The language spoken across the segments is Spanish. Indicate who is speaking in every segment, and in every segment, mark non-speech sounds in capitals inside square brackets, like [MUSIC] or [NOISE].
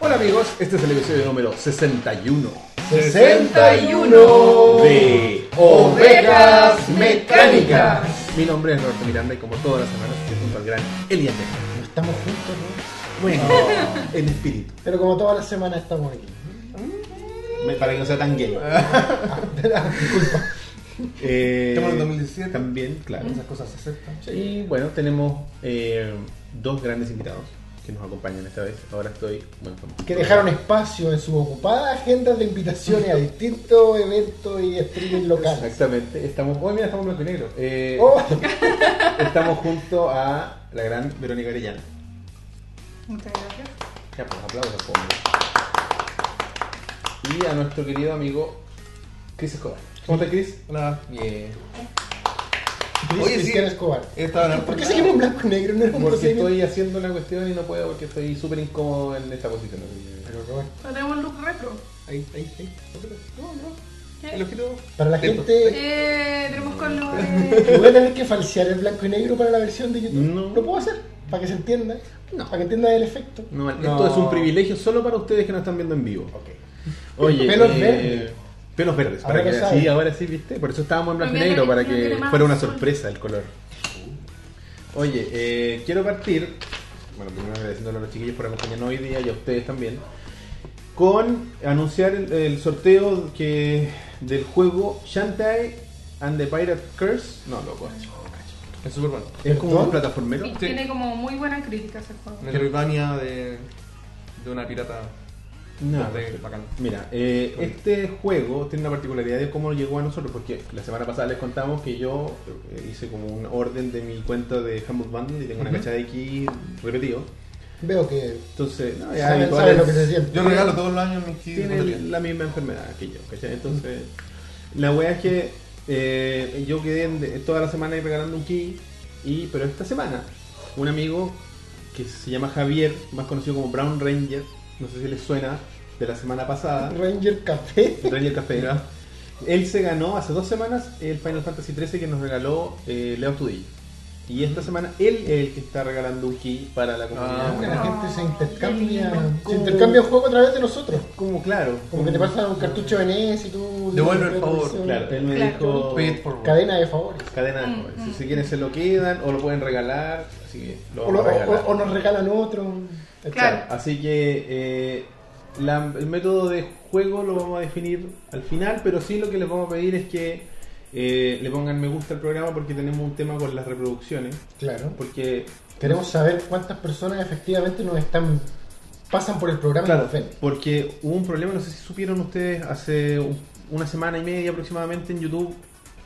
Speaker 1: Hola amigos, este es el episodio número 61
Speaker 2: 61
Speaker 1: de
Speaker 2: Ovejas Mecánicas.
Speaker 1: Mi nombre es Roberto Miranda y como todas las semanas estoy junto al gran Elian Tejada.
Speaker 2: No estamos juntos, ¿no?
Speaker 1: Bueno, en espíritu.
Speaker 2: Pero como todas las semanas estamos aquí.
Speaker 3: Me- Para que no sea tan
Speaker 1: [LAUGHS]
Speaker 3: gay.
Speaker 1: Ah, Eh,
Speaker 3: Estamos en 2017.
Speaker 1: También, claro.
Speaker 3: Esas cosas se aceptan.
Speaker 1: Y bueno, tenemos eh, dos grandes invitados que nos acompañan esta vez. Ahora estoy... Bueno, como-
Speaker 2: Que dejaron espacio en sus ocupadas agendas de invitaciones a distintos eventos y streaming locales.
Speaker 1: Exactamente. Estamos... Hoy mira, estamos en blanco y negro. Eh,
Speaker 2: Oh,
Speaker 1: Estamos junto a la gran Verónica Arellano.
Speaker 4: Muchas gracias.
Speaker 1: Ya, pues aplausos, po, hombre. Y a nuestro querido amigo Chris Escobar. ¿Cómo estás, Chris?
Speaker 3: Hola. Bien. Oye, sí.
Speaker 2: Oh, Cristian Escobar.
Speaker 3: He estado en
Speaker 2: ¿Por qué seguimos en blanco y negro? No era un
Speaker 1: Eh, Porque
Speaker 2: procedimiento.
Speaker 1: estoy haciendo una cuestión y no puedo porque estoy súper incómodo en esta posición. así
Speaker 2: Pero Robert,
Speaker 4: Pero tenemos el look retro.
Speaker 3: Ahí, ahí, ahí. No, no.
Speaker 4: ¿Qué?
Speaker 3: El ojito.
Speaker 2: Para la
Speaker 3: Esto.
Speaker 2: gente,
Speaker 4: Eh, tenemos
Speaker 1: [LAUGHS]
Speaker 4: eh, colores.
Speaker 2: voy a tener que falsear el blanco y negro para la versión de YouTube.
Speaker 1: No.
Speaker 2: Lo puedo hacer, para que se entienda.
Speaker 1: No.
Speaker 2: Para que entienda el efecto.
Speaker 1: que- No, Esto
Speaker 3: No.
Speaker 1: es un privilegio solo para ustedes que nos están viendo en vivo.
Speaker 3: Ok.
Speaker 1: Oye, eh,
Speaker 2: Pelos verdes.
Speaker 1: Pelos verdes,
Speaker 2: Ahora
Speaker 1: para que
Speaker 2: lo saben.
Speaker 1: sí, ahora sí, ¿viste? Por eso estábamos en blanco y
Speaker 4: Porque
Speaker 1: negro,
Speaker 4: la
Speaker 1: para
Speaker 4: gente no
Speaker 1: que
Speaker 4: quiere más
Speaker 1: fuera una
Speaker 4: azul.
Speaker 1: sorpresa el color. Oye, eh, quiero partir, bueno, primero agradeciéndole a los chiquillos por acompañarnos hoy día y a ustedes también, con anunciar el, el sorteo que del juego Shantae and the Pirate Curse. No, loco, es,
Speaker 3: Es súper bueno.
Speaker 1: es como un
Speaker 2: ¿Perdón?
Speaker 1: plataformero.
Speaker 4: Y tiene como muy buena crítica ese juego.
Speaker 3: Metroidvania de, de una pirata.
Speaker 1: No,
Speaker 3: de-
Speaker 1: no sé.
Speaker 3: bacán.
Speaker 1: Mira, eh,
Speaker 3: Oye.
Speaker 1: este juego tiene una particularidad de cómo llegó a nosotros, porque la semana pasada les contamos que yo eh, hice como un orden de mi cuenta de Humble Bundle y tengo una
Speaker 3: Ujú.
Speaker 1: cacha de X repetido.
Speaker 2: Veo que
Speaker 1: Entonces, no, ya
Speaker 2: saben,
Speaker 1: habitual
Speaker 2: saben lo
Speaker 1: es-
Speaker 2: que se siente.
Speaker 3: Yo regalo todos los años mis kits.
Speaker 1: tiene
Speaker 3: de
Speaker 1: la misma enfermedad que yo, ¿cachai? Entonces, la wea es que eh, yo quedé en- toda la semana ahí regalando un key, y, pero esta semana un amigo que se llama Javier, más conocido como Brown Ranger, no sé si les suena, de la semana pasada,
Speaker 2: Ranger Café.
Speaker 1: Ranger Café, él se ganó hace dos semanas el Final Fantasy XIII que nos regaló eh, Leo Tudillo. Y esta semana él es el que está regalando un key para la comunidad.
Speaker 3: Ah, bueno.
Speaker 2: La gente se intercambia, se
Speaker 1: ¿Cómo?
Speaker 2: intercambia juego a través de nosotros.
Speaker 1: Como claro.
Speaker 2: Como que te pasan un cartucho de NES y tú...
Speaker 3: Devuelve el favor,
Speaker 2: devuelves
Speaker 1: Claro, él me
Speaker 4: Claro.
Speaker 1: dijo.
Speaker 3: Pay it forward.
Speaker 2: Cadena de favores.
Speaker 1: Cadena de
Speaker 4: Mm,
Speaker 1: favores.
Speaker 4: mm.
Speaker 1: Si se quieren se lo quedan o lo pueden regalar. Así que lo
Speaker 2: O,
Speaker 1: vamos
Speaker 2: lo-
Speaker 1: a regalar.
Speaker 2: o- o nos regalan otro.
Speaker 4: Claro.
Speaker 1: Así que eh, la- el método de juego lo vamos a definir al final, pero sí lo que les vamos a pedir es que eh, le pongan me gusta al programa porque tenemos un tema con las reproducciones.
Speaker 2: Claro.
Speaker 1: Porque
Speaker 2: Queremos saber cuántas personas efectivamente nos están... Pasan por el programa y
Speaker 1: Claro,
Speaker 2: nos ven.
Speaker 1: porque hubo un problema, no sé si supieron ustedes, hace un- una semana y media aproximadamente en YouTube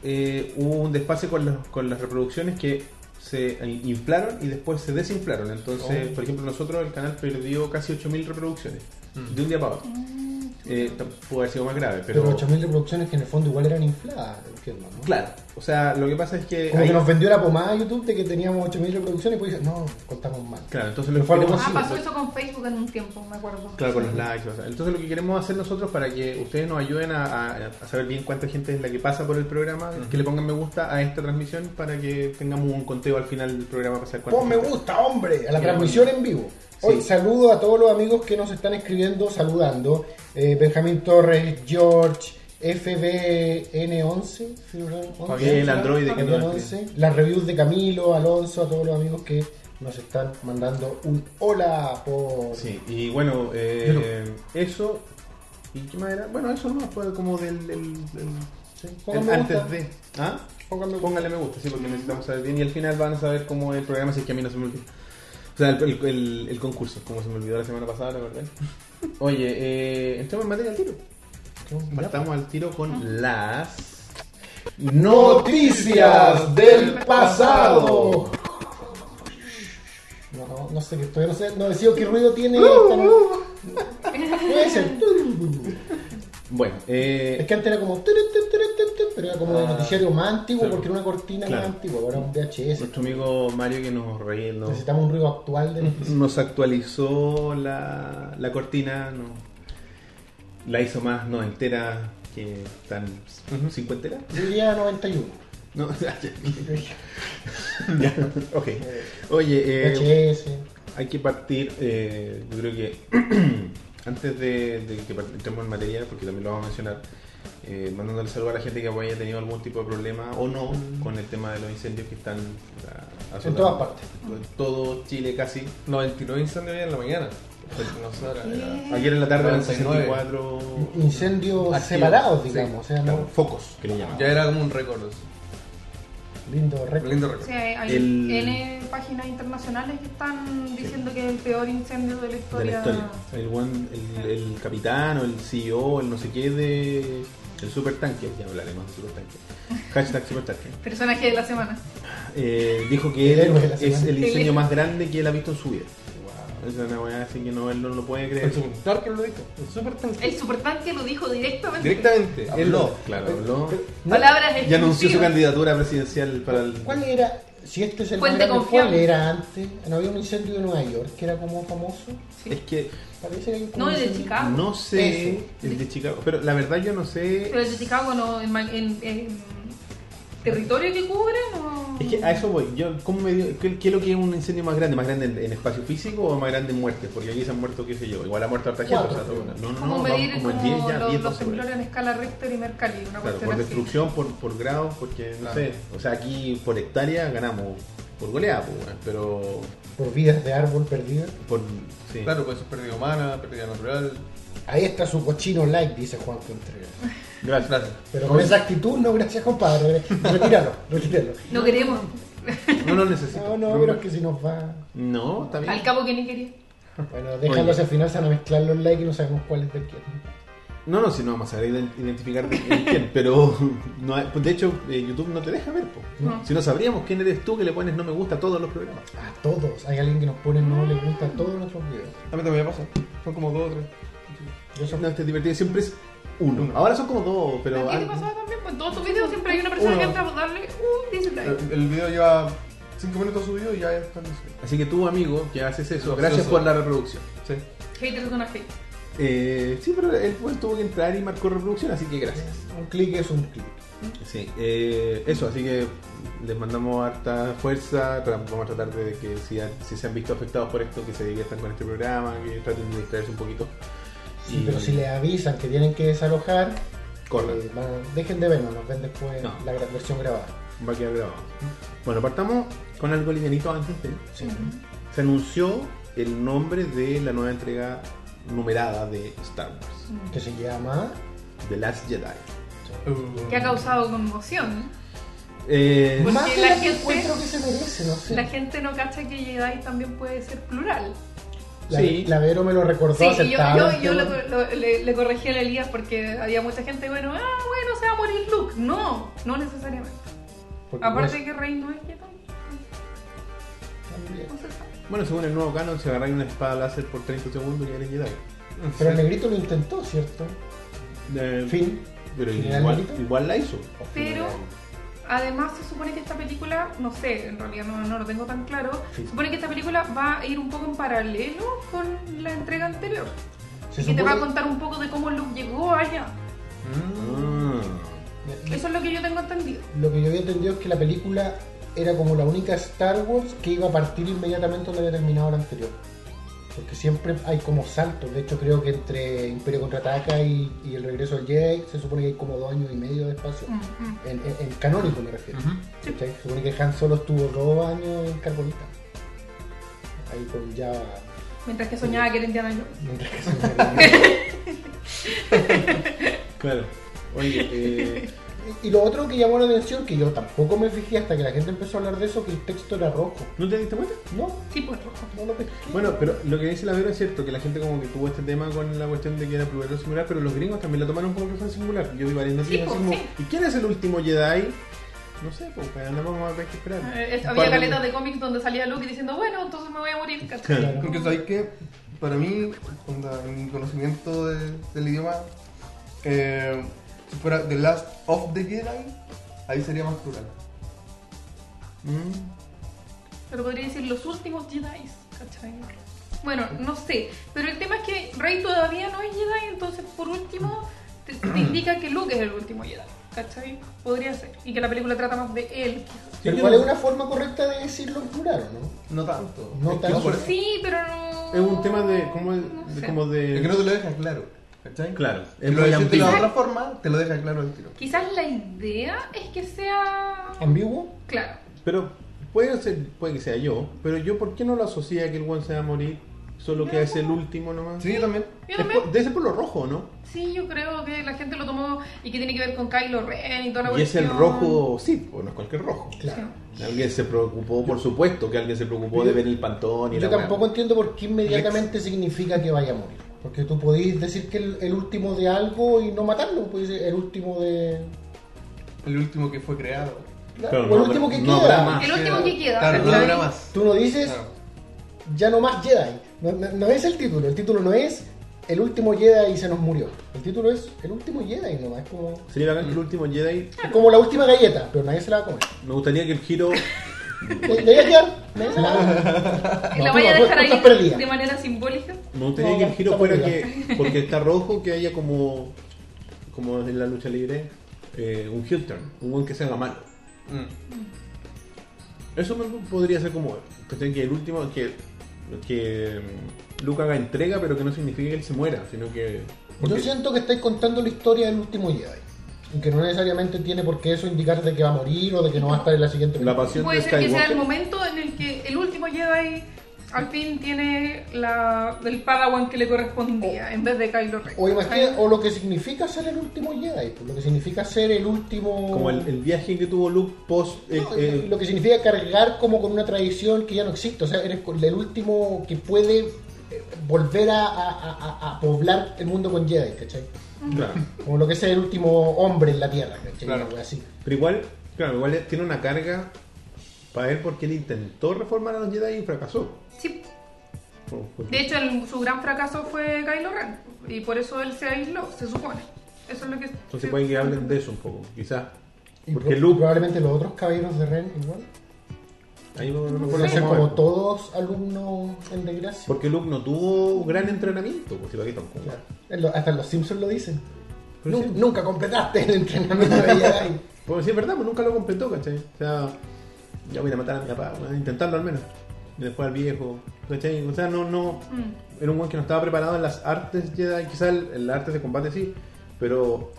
Speaker 1: eh, hubo un desfase con, los- con las reproducciones que se inflaron y después se desinflaron. Entonces,
Speaker 2: Oh.
Speaker 1: por ejemplo, nosotros el canal perdió casi 8.000 reproducciones
Speaker 3: Mm.
Speaker 1: de un día para otro. Eh, tam- pudo haber sido más grave,
Speaker 2: Pero,
Speaker 1: pero...
Speaker 2: 8.000 reproducciones que en el fondo igual eran infladas. entiendo, ¿no?
Speaker 1: Claro, o sea, lo que pasa es que...
Speaker 2: Como
Speaker 1: ahí-
Speaker 2: que nos vendió la pomada YouTube de que teníamos 8.000 reproducciones y pues dije, no, contamos mal.
Speaker 1: Claro, entonces lo que
Speaker 2: Fue algo
Speaker 1: queremos-
Speaker 4: Ah, pasó
Speaker 2: sí.
Speaker 4: eso con Facebook en un tiempo, me acuerdo.
Speaker 1: Claro, con los likes. o sea, Entonces lo que queremos hacer nosotros para que ustedes nos ayuden a, a- a saber bien cuánta gente es la que pasa por el programa,
Speaker 3: Ujú.
Speaker 1: que le pongan me gusta a esta transmisión para que tengamos un conteo al final del programa para saber cuánta
Speaker 2: Pon me
Speaker 1: gente-
Speaker 2: gusta, hombre, a la
Speaker 1: Mira,
Speaker 2: transmisión en vivo. Hoy
Speaker 1: Sí.
Speaker 2: saludo a todos los amigos que nos están escribiendo, saludando. Eh, Benjamín Torres, George, FBN11,
Speaker 1: Fabián, el androide que
Speaker 2: Fabián
Speaker 1: no
Speaker 2: 11, las reviews de Camilo, Alonso, a todos los amigos que nos están mandando un hola por...
Speaker 1: Sí, y bueno, eh, eso. ¿Y qué más era? Bueno, eso no, fue como del. del- del-
Speaker 2: Sí,
Speaker 1: el
Speaker 2: pongan me
Speaker 1: antes
Speaker 2: gusta,
Speaker 1: de. ¿Ah?
Speaker 2: pongan me gusta.
Speaker 1: Póngale me gusta, sí, porque necesitamos saber bien. Y al final van a saber cómo es el programa, si es que a mí no se me olvida. O sea, el, el- el- el concurso, como se me olvidó la semana pasada, la verdad. Oye, eh, entremos en materia al tiro.
Speaker 2: pues.
Speaker 1: Partamos al tiro con las
Speaker 2: Noticias del pasado. No, no, no sé qué estoy, no sé, no decido qué ruido tiene. esta no- Puede ser.
Speaker 1: Bueno,
Speaker 2: Es
Speaker 1: eh,
Speaker 2: que antes era como. Pero era como de noticiario más antiguo
Speaker 1: Ah, Claro.
Speaker 2: porque era una cortina
Speaker 1: Claro.
Speaker 2: más antigua. Ahora un VHS.
Speaker 1: nuestro amigo Mario que nos reí, nos,
Speaker 2: Necesitamos un ruido actual
Speaker 1: Mm,
Speaker 2: de noticias.
Speaker 1: nos actualizó la, la cortina, no, la hizo más no entera que tan cincuentera.
Speaker 2: Yo diría 91.
Speaker 1: No, [LAUGHS] ya, ya, ok. Oye, eh,
Speaker 2: VHS.
Speaker 1: hay que [CLEARS THROAT] partir, eh, yo creo que antes de, de que part- entremos en materia, porque también lo vamos a mencionar, eh, mandándole saludo a la gente que haya tenido algún tipo de problema o no con el tema de los incendios que están ah, azotando
Speaker 2: Mm. todas partes.
Speaker 1: Todo Chile casi.
Speaker 3: 99 incendios hoy en la mañana. No sé, ahora era-
Speaker 1: Ayer en la tarde eran
Speaker 3: 49.
Speaker 1: 64
Speaker 2: Incendios
Speaker 3: Activos,
Speaker 2: separados,
Speaker 3: sí,
Speaker 2: digamos. o sea,
Speaker 1: claro,
Speaker 2: no,
Speaker 1: focos, que le llaman.
Speaker 3: Ya era como un récord. eso.
Speaker 2: lindo
Speaker 3: Un
Speaker 2: récord.
Speaker 3: lindo récord.
Speaker 4: Sí, hay, hay
Speaker 1: El-
Speaker 4: N páginas internacionales que están diciendo que es el peor incendio de la
Speaker 1: de la
Speaker 4: historia.
Speaker 1: historia. El, buen- el, el capitán o el CEO, el no sé qué de. El supertanque, ya hablaremos de supertanque. Hashtag supertanque.
Speaker 4: Personaje de la semana.
Speaker 1: Eh, dijo que
Speaker 2: El
Speaker 1: él
Speaker 2: héroe de la
Speaker 1: es
Speaker 2: semana.
Speaker 1: el
Speaker 4: El héroe.
Speaker 1: diseño más grande que él ha visto en su vida. Es una weá así que no, él no lo puede creer.
Speaker 3: El supertanque lo dijo. El supertanque.
Speaker 4: El supertanque lo dijo directamente.
Speaker 3: Directamente. Él
Speaker 1: Habló,
Speaker 3: lo.
Speaker 1: claro, habló.
Speaker 2: No,
Speaker 4: Palabras
Speaker 1: Y anunció su
Speaker 4: exclusivas.
Speaker 1: candidatura presidencial para el.
Speaker 2: ¿Cuál era? Si este es el
Speaker 4: Fuente
Speaker 2: más grande,
Speaker 4: confiable.
Speaker 2: ¿cuál era antes? ¿No había un incendio de Nueva York que era como famoso?
Speaker 4: Sí.
Speaker 1: Es que
Speaker 2: Parece que hay como
Speaker 4: No,
Speaker 2: un
Speaker 4: el de
Speaker 2: incendio.
Speaker 4: Chicago.
Speaker 1: no sé.
Speaker 4: Ese.
Speaker 1: El de Chicago. Pero la verdad yo no sé.
Speaker 4: Pero el de Chicago no, en, ma- en- en territorio que cubre, no.
Speaker 1: Es que a eso voy. Yo, ¿cómo me dio- qué, qué es lo que es un incendio más grande? ¿Más grande en, en espacio físico o más grande en muerte? Porque aquí se han muerto, qué sé yo. Igual ha muerto harta gente.
Speaker 2: Cuatro.
Speaker 1: o sea, todo- no, no,
Speaker 4: como
Speaker 1: no.
Speaker 4: medir
Speaker 1: vamos
Speaker 4: como,
Speaker 1: como 10 ya,
Speaker 4: los,
Speaker 1: 10,
Speaker 4: los
Speaker 1: 12,
Speaker 4: temblores en escala Richter y Mercalli, una
Speaker 1: Claro,
Speaker 4: cuestión
Speaker 1: por
Speaker 4: así.
Speaker 1: destrucción, por, por grados, porque no
Speaker 3: Claro.
Speaker 1: sé. O sea, aquí por hectárea ganamos por goleada, pues, weón, pero
Speaker 2: Por vidas de árbol perdida.
Speaker 1: por. Sí.
Speaker 3: Claro, pues eso es pérdida humana, pérdida natural.
Speaker 2: Ahí está su cochino like, dice Juan Contreras.
Speaker 1: Gracias.
Speaker 3: Gracias.
Speaker 2: Pero con esa actitud, no, gracias compadre.
Speaker 1: [LAUGHS]
Speaker 2: Retíralo, retíralo.
Speaker 4: No queremos,
Speaker 1: No lo necesito.
Speaker 2: No, no, pero es que si nos va.
Speaker 1: No, está bien.
Speaker 4: al cabo que ni quería.
Speaker 2: Bueno, déjalo
Speaker 1: Oye.
Speaker 2: hacia el final, se van a mezclar los likes y no sabemos cuál es de quién.
Speaker 1: No, no, si no vamos a saber ident- identificar de de quién, pero [LAUGHS] no hay- de hecho eh, YouTube no te deja ver, po.
Speaker 4: No.
Speaker 1: si no sabríamos quién eres tú que le pones no me gusta a todos los programas.
Speaker 2: A todos. Hay alguien que nos pone no le gusta a todos nuestros videos.
Speaker 3: A mí también me pasa. Son como dos o tres.
Speaker 2: Yo soy
Speaker 1: No, este divertido siempre es uno. Ahora son como dos, pero.
Speaker 4: ¿Qué te
Speaker 1: ah,
Speaker 4: pasaba también? Pues en todos tus videos siempre hay una persona
Speaker 3: Uno.
Speaker 4: que entra a uh, darle un dislike.
Speaker 3: El, el video lleva 5 minutos subido y ya está listo.
Speaker 1: Así que tú, amigo, que haces eso,
Speaker 3: Gracioso.
Speaker 1: gracias por la reproducción.
Speaker 3: Sí.
Speaker 4: Haters gonna hate.
Speaker 1: Eh, sí, pero él fue- tuvo que entrar y marcó reproducción, así que gracias.
Speaker 2: Un clic es un clic.
Speaker 1: Sí, eh, eso, así que les mandamos harta fuerza, tra- vamos a tratar de que si, ha- si se han visto afectados por esto, que se diviertan con este programa, que traten de distraerse un poquito.
Speaker 2: Sí,
Speaker 1: Y-
Speaker 2: pero si les avisan que tienen que desalojar,
Speaker 1: Corran.
Speaker 2: eh, van- dejen de vernos, nos ven después
Speaker 1: No.
Speaker 2: la gra- versión grabada.
Speaker 1: Va a quedar grabado. Bueno, partamos con algo livianito antes de... Se anunció el nombre de la nueva entrega numerada de Star Wars,
Speaker 2: Que se llama.
Speaker 1: The Last Jedi.
Speaker 4: Que ha causado conmoción.
Speaker 1: Eh,
Speaker 4: Porque
Speaker 2: más de
Speaker 4: la
Speaker 2: la que
Speaker 4: gente-
Speaker 2: encuentro que se merece, no sé.
Speaker 4: La gente no cacha que Jedi también puede ser plural.
Speaker 2: La,
Speaker 1: Sí.
Speaker 2: la Vero me lo recordó
Speaker 4: Sí, yo, yo,
Speaker 2: aceptablemente,
Speaker 4: yo lo-
Speaker 2: bueno.
Speaker 4: lo- le, le corregí a la Elías porque había mucha gente, bueno, ah, bueno, se va a morir Luke. No, no necesariamente.
Speaker 1: Pues,
Speaker 2: Porque
Speaker 4: Aparte que Rey no es Jedi,
Speaker 2: pues, también.
Speaker 4: no se sabe.
Speaker 1: bueno, según el nuevo canon, se agarra una espada láser por 30 segundos y eres Jedi.
Speaker 3: Uh,
Speaker 2: Pero el negrito lo intentó, ¿cierto?
Speaker 1: Eh,
Speaker 2: Fin.
Speaker 1: Pero
Speaker 2: ¿General
Speaker 1: igual,
Speaker 2: Marito?
Speaker 1: igual la hizo.
Speaker 4: Pero además se supone que esta película, no sé, en realidad no, no lo tengo tan claro,
Speaker 2: Sí.
Speaker 4: se supone que esta película va a ir un poco en paralelo con la entrega anterior.
Speaker 2: Se
Speaker 4: y que te va a
Speaker 2: supone-
Speaker 4: contar un poco de cómo Luke llegó allá.
Speaker 2: Oh.
Speaker 1: Ah,
Speaker 4: Eso es lo que yo tengo entendido.
Speaker 2: Lo que yo había entendido es que la película era como la única Star Wars que iba a partir inmediatamente donde había terminado la anterior. Porque siempre hay como saltos. De hecho, creo que entre Imperio Contraataca y, y el regreso al Jedi se supone que hay como dos años y medio de espacio.
Speaker 4: Mm, mm.
Speaker 2: En, en- en canónico me refiero.
Speaker 3: Ujú.
Speaker 2: ¿Cachai? Se supone que Han Solo estuvo dos años en Carbonita. Ahí con ya...
Speaker 4: Mientras que soñaba que era Indiana Jones.
Speaker 2: Mientras que
Speaker 1: [LAUGHS]
Speaker 2: se-
Speaker 1: claro.
Speaker 4: [LAUGHS]
Speaker 1: Oye, eh,
Speaker 2: y, y lo otro que llamó la atención, que yo tampoco me fijé hasta que la gente empezó a hablar de eso, que el texto era rojo.
Speaker 1: ¿no te diste cuenta?
Speaker 2: No,
Speaker 4: Sí, pues rojo.
Speaker 2: no lo pesqué.
Speaker 1: Bueno, pero lo que dice la Vero es cierto, que la gente como que tuvo este tema con la cuestión de que era plural o singular, pero los gringos también lo tomaron como que fue singular. Yo vi varias noticias
Speaker 4: Sí,
Speaker 1: así
Speaker 4: pues,
Speaker 1: como, ¿y quién es el último Jedi? No sé, pues pues, andamos vamos a ver qué esperar.
Speaker 4: Eh,
Speaker 1: Par
Speaker 4: había
Speaker 1: de-
Speaker 4: caletas de cómics donde salía Luke diciendo, bueno, entonces me voy a morir. ¿cachai?
Speaker 2: Claro.
Speaker 3: Porque sabéis que, para mí, onda, en mi conocimiento de- del idioma, eh, si fuera The Last of the Jedi, ahí sería más plural.
Speaker 1: Mm.
Speaker 4: Pero podría decir los últimos Jedi. ¿cachai? Bueno, no sé. Pero el tema es que Rey todavía no es Jedi, entonces por último te,
Speaker 1: [CLEARS THROAT]
Speaker 4: te indica que Luke es el último Jedi. ¿Cachai? Podría ser. Y que la película trata más de él.
Speaker 2: Pero
Speaker 1: Sí,
Speaker 2: ¿cuál
Speaker 1: yo-
Speaker 2: es una forma correcta de decirlo en plural, o no?
Speaker 3: No tanto.
Speaker 2: No
Speaker 3: Es que
Speaker 2: tanto.
Speaker 3: por-
Speaker 4: Sí, pero no...
Speaker 1: Es un tema de. como de,
Speaker 4: No sé.
Speaker 1: como de-
Speaker 3: Es que no te lo deja claro. ¿Cachai?
Speaker 1: Claro,
Speaker 3: Es
Speaker 1: es
Speaker 3: lo
Speaker 1: muy
Speaker 3: decís de la
Speaker 1: ambiguo.
Speaker 3: otra forma, te lo deja claro al tiro.
Speaker 4: Quizás la idea es que sea.
Speaker 2: ¿Ambiguo?
Speaker 4: Claro.
Speaker 1: Pero puede, ser, puede que sea yo, pero yo, ¿por qué no lo asocia a que el one se va a morir? Solo que es el último nomás.
Speaker 3: Sí, yo también.
Speaker 4: Yo
Speaker 1: Es
Speaker 4: también-
Speaker 1: por- debe ser por lo rojo, ¿no?
Speaker 4: Sí, yo creo que la gente lo tomó y que tiene que ver con Kylo Ren y toda la
Speaker 1: Y es el
Speaker 4: cuestión.
Speaker 1: rojo, sí, o no es cualquier rojo.
Speaker 2: Claro.
Speaker 1: Alguien se preocupó, por supuesto que alguien se preocupó de ver el pantón y
Speaker 2: Yo
Speaker 1: la weá.
Speaker 2: tampoco entiendo por qué inmediatamente significa que vaya a morir. Porque tú podéis decir que el, el último de algo y no matarlo. Podéis decir el último de.
Speaker 3: El último que fue creado.
Speaker 1: Pero
Speaker 2: o el
Speaker 1: no
Speaker 2: último
Speaker 1: habrá-
Speaker 2: que
Speaker 1: no habrá
Speaker 2: queda.
Speaker 1: más.
Speaker 4: El último que queda,
Speaker 3: Claro, no
Speaker 4: ¿cachai?
Speaker 3: habrá más.
Speaker 2: Tú no dices
Speaker 3: Claro.
Speaker 2: ya no más Jedi. No, no- no es el título. El título no es el último Jedi y se nos murió. El título es el último Jedi nomás. Es como,
Speaker 1: Sería bacán que el último Jedi.
Speaker 2: es como la última galleta, pero nadie se la va a comer.
Speaker 1: Me gustaría que el [LAUGHS] giro.
Speaker 2: Le, le voy a quedar, nadie se la va a comer.
Speaker 4: [LAUGHS] Y la
Speaker 2: No,
Speaker 4: voy a
Speaker 2: tú-
Speaker 4: dejar
Speaker 2: tú estás
Speaker 4: ahí
Speaker 2: perdida.
Speaker 4: de manera simbólica.
Speaker 1: Me gustaría
Speaker 2: No,
Speaker 1: que el
Speaker 2: está
Speaker 1: giro fuera
Speaker 2: muy
Speaker 1: que. Porque está rojo, que haya como. Como en la lucha libre. eh, un heel turn. Un buen que se haga malo.
Speaker 3: Mm.
Speaker 1: Eso me- podría ser como. ¿cachai? Que el último. Que. Que. mm, Luke haga entrega, pero que no signifique que él se muera, sino que.
Speaker 2: Yo
Speaker 1: porque-
Speaker 2: siento que estáis contando la historia del último Jedi. Y que no necesariamente tiene por qué eso indicar de que va a morir o de que no va a estar en la siguiente
Speaker 1: la
Speaker 2: película.
Speaker 1: pasión
Speaker 4: Puede
Speaker 1: de
Speaker 4: ser que sea el
Speaker 1: Skywalker.
Speaker 4: momento en el que el último Jedi al fin tiene la del Padawan que le correspondía en vez de Kylo Ren.
Speaker 2: O imagina,
Speaker 4: ¿Cachai?
Speaker 2: o lo que significa ser el último Jedi, pues, lo que significa ser el último.
Speaker 1: Como el, el viaje que tuvo Luke post. eh,
Speaker 2: No,
Speaker 1: eh,
Speaker 2: lo que significa cargar como con una tradición que ya no existe. O sea, eres con- el último que puede eh, volver a, a- a- a poblar el mundo con Jedi, ¿cachai?
Speaker 1: claro.
Speaker 2: Como lo que es el último hombre en la Tierra, ¿cachai?
Speaker 3: Claro.
Speaker 2: Una wea así.
Speaker 1: Pero igual, claro, igual tiene una carga para él porque él intentó reformar a los Jedi y fracasó.
Speaker 4: Sí.
Speaker 1: Por- por-
Speaker 4: De hecho, el- su gran fracaso fue Kylo Ren. Y por eso él se aisló, se supone. Eso es lo que.
Speaker 1: Entonces pueden que hablen de eso un poco, quizás.
Speaker 2: Y
Speaker 1: Porque
Speaker 2: pro-
Speaker 1: Luke,
Speaker 2: probablemente los otros caballeros de Ren igual.
Speaker 1: ahí no- no me acuerdo
Speaker 2: Pueden ser
Speaker 1: cómo
Speaker 2: como
Speaker 1: es.
Speaker 2: todos alumnos en desgracia.
Speaker 1: Porque Luke no tuvo gran entrenamiento, pues si lo quitan como-
Speaker 2: Claro. En lo- Hasta los Simpsons lo dicen.
Speaker 1: Pero
Speaker 2: Nun-
Speaker 1: sí.
Speaker 2: Nunca completaste el entrenamiento de Jedi.
Speaker 1: Porque sí, es verdad, pues nunca lo completó, ¿cachai? O sea, ya voy a matar a mi papá, voy a intentarlo al menos. Y después al viejo, ¿cachai? O sea, no, no.
Speaker 4: Mm.
Speaker 1: Era un buen que no estaba preparado en las artes Jedi, quizás en en las artes de combate sí, pero.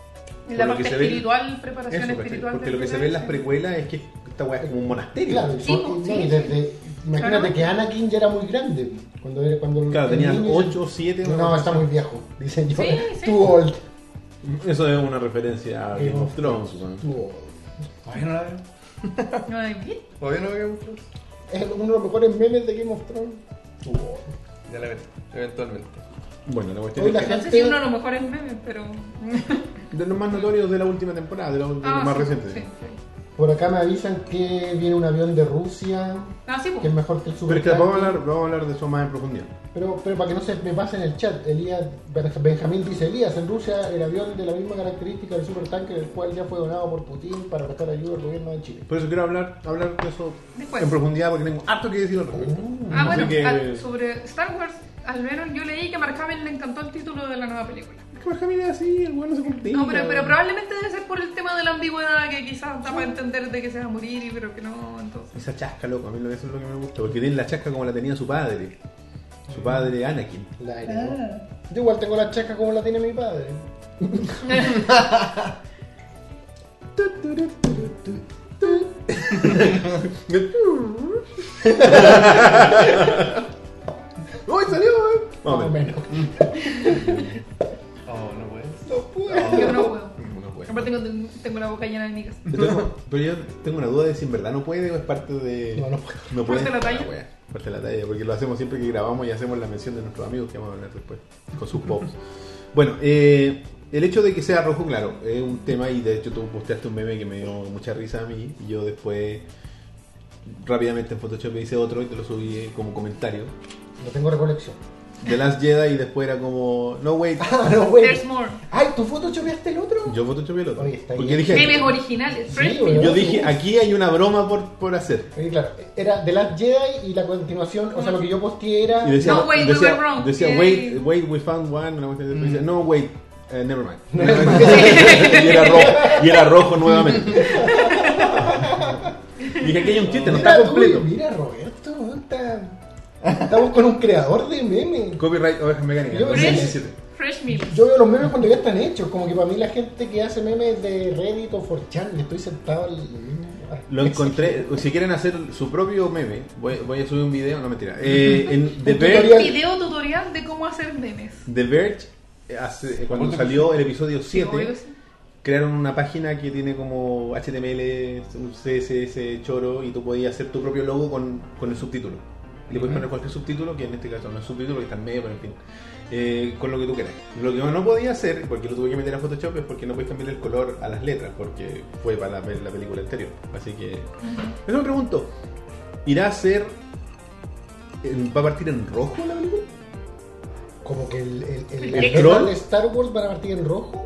Speaker 4: En la
Speaker 1: por lo
Speaker 4: parte
Speaker 1: que se ve-
Speaker 4: espiritual, preparación
Speaker 1: Eso, ¿cachai?
Speaker 4: espiritual.
Speaker 1: Porque
Speaker 4: del
Speaker 1: lo que se
Speaker 4: Jedi,
Speaker 1: ve en las
Speaker 4: sí.
Speaker 1: precuelas es que esta weá es como un monasterio.
Speaker 2: Claro, y
Speaker 4: Sí,
Speaker 2: son-
Speaker 4: pues,
Speaker 2: no, y
Speaker 4: sí,
Speaker 2: desde-
Speaker 4: Claro.
Speaker 2: imagínate que Anakin ya era muy grande cuando era cuando
Speaker 1: Claro,
Speaker 2: el
Speaker 1: tenían
Speaker 2: niño-
Speaker 1: ocho, siete,
Speaker 2: No,
Speaker 1: una cosa
Speaker 2: está
Speaker 1: así.
Speaker 2: muy viejo. Dicen yo.
Speaker 4: Sí,
Speaker 2: [LAUGHS]
Speaker 4: sí.
Speaker 2: Too old.
Speaker 1: Eso es una referencia a Game of Thrones, weón.
Speaker 2: Too old.
Speaker 3: Todavía no la veo.
Speaker 4: Ay, bien.
Speaker 3: Todavía no veo Game of Thrones.
Speaker 2: Es uno de los mejores memes de Game of Thrones. Too old.
Speaker 3: Ya la veré, eventualmente.
Speaker 1: Bueno, la cuestión
Speaker 2: Hoy la
Speaker 1: es que
Speaker 4: No sé si uno de los mejores memes, pero.
Speaker 1: de los más notorios de la última temporada, de los, de los
Speaker 4: Ah,
Speaker 1: más
Speaker 4: sí,
Speaker 1: recientes.
Speaker 4: sí, sí.
Speaker 2: Por acá me avisan que viene un avión de Rusia,
Speaker 4: Ah, sí, pues.
Speaker 2: que es mejor que el
Speaker 1: Pero
Speaker 2: Super
Speaker 1: es que vamos a, hablar, vamos a hablar de eso más en profundidad.
Speaker 2: Pero, pero para que no se me pase en el chat, Elías Benjamín dice, Elías, en Rusia el avión de la misma característica del supertanker, el cual ya fue donado por Putin para prestar ayuda al gobierno de Chile.
Speaker 1: Por eso quiero hablar, hablar de eso
Speaker 4: Después.
Speaker 1: en profundidad porque tengo harto que decir al respecto.
Speaker 4: Pues. Ah, bueno,
Speaker 1: Así que.
Speaker 4: al- sobre Star Wars, al menos yo leí que a Mark Hamill le encantó el título de la nueva película.
Speaker 1: Es que Benjamín es así, el weón no se complica.
Speaker 4: No, pero, pero probablemente debe ser por el tema de la ambigüedad que quizás da para entender de que se va a morir y pero que no, entonces.
Speaker 1: Esa chasca, loco, a mí lo- eso es lo que me gusta. Porque tiene la chasca como la tenía su padre. Su padre [LAUGHS] Anakin.
Speaker 2: La heredó. Yo igual tengo la chasca como la tiene mi padre.
Speaker 1: ¡Uy, salió, eh! weón!
Speaker 2: Más o menos.
Speaker 3: Oh, no puedes.
Speaker 2: No puedo.
Speaker 4: Yo no puedo.
Speaker 1: No puede.
Speaker 4: Aparte tengo, tengo la boca llena de migas.
Speaker 1: Pero- Pero yo tengo una duda de si en verdad no puede o es parte de.
Speaker 2: No, no puedo.
Speaker 1: No puede.
Speaker 4: ¿Parte de la talla?
Speaker 1: Ah, wea, parte de la talla, porque lo hacemos siempre que grabamos y hacemos la mención de nuestros amigos que vamos a hablar después, con sus pops. bueno, eh, el hecho de que sea rojo, claro, es un tema y de hecho tú posteaste un meme que me dio mucha risa a mí y yo después rápidamente en Photoshop hice otro y te lo subí eh, como comentario.
Speaker 2: No tengo recolección. [LAUGHS]
Speaker 1: The Last Jedi y después era como, no wait,
Speaker 2: Ah, no, güey.
Speaker 4: There's more.
Speaker 2: Ay, ¿tu foto chopeaste el otro?
Speaker 1: yo Photoshopé el otro.
Speaker 2: Oye, está
Speaker 1: Porque
Speaker 2: bien.
Speaker 4: Memes
Speaker 1: dije,
Speaker 4: originales.
Speaker 2: Sí,
Speaker 4: fresh
Speaker 2: güey.
Speaker 4: memes.
Speaker 1: yo dije, aquí hay una broma por, por hacer.
Speaker 2: Oye, claro, era The Last Jedi y la continuación, o sea, lo que yo posteé era...
Speaker 1: Y decía,
Speaker 4: No, wait, we
Speaker 1: decía,
Speaker 4: were wrong. Mm.
Speaker 1: decía,
Speaker 4: Yay.
Speaker 1: wait, wait, we found one. una cuestión así, decía, no, wait, eh, never
Speaker 4: [LAUGHS]
Speaker 1: mind. [LAUGHS] y, era rojo, y era rojo
Speaker 4: [LAUGHS]
Speaker 1: nuevamente. Dije, aquí hay un chiste, no está
Speaker 2: Mira tú,
Speaker 1: completo.
Speaker 2: Mira, Roberto, ¿dónde está? Estamos con un creador de memes.
Speaker 1: Copyright Ovejas Mecánicas.
Speaker 2: Yo-
Speaker 1: 2017.
Speaker 4: Fresh Milk.
Speaker 2: Yo veo los memes cuando ya están hechos. Como que para mí la gente que hace memes de Reddit o 4chan, estoy sentado al
Speaker 1: Lo encontré. Si quieren hacer su propio meme, voy, voy a subir un video. No
Speaker 4: [LAUGHS]
Speaker 1: mentira. Eh, en The
Speaker 2: Un
Speaker 1: Verge,
Speaker 2: tutorial.
Speaker 4: Video tutorial de cómo hacer memes.
Speaker 1: The Verge, eh, hace- eh, cuando
Speaker 3: ¿Cuánto?
Speaker 1: salió el episodio
Speaker 4: Como digo,
Speaker 1: 7,
Speaker 4: sí.
Speaker 1: crearon una página que tiene como HTML, un CSS, choro, y tú podías hacer tu propio logo con, con el subtítulo. Le puedes poner cualquier subtítulo, que en este caso no es subtítulo, que está en medio, pero en fin. eh, con lo que tú quieras. Lo que yo no podía hacer, porque lo tuve que meter a Photoshop, es porque no puedes cambiar el color a las letras, porque fue para ver la película anterior. Así que. Pero me pregunto, ¿irá a ser. en- ¿Va a partir en rojo la película?
Speaker 2: Como que el, el, el,
Speaker 4: ¿El
Speaker 2: las
Speaker 1: scroll?
Speaker 2: letras de Star Wars van a partir en rojo.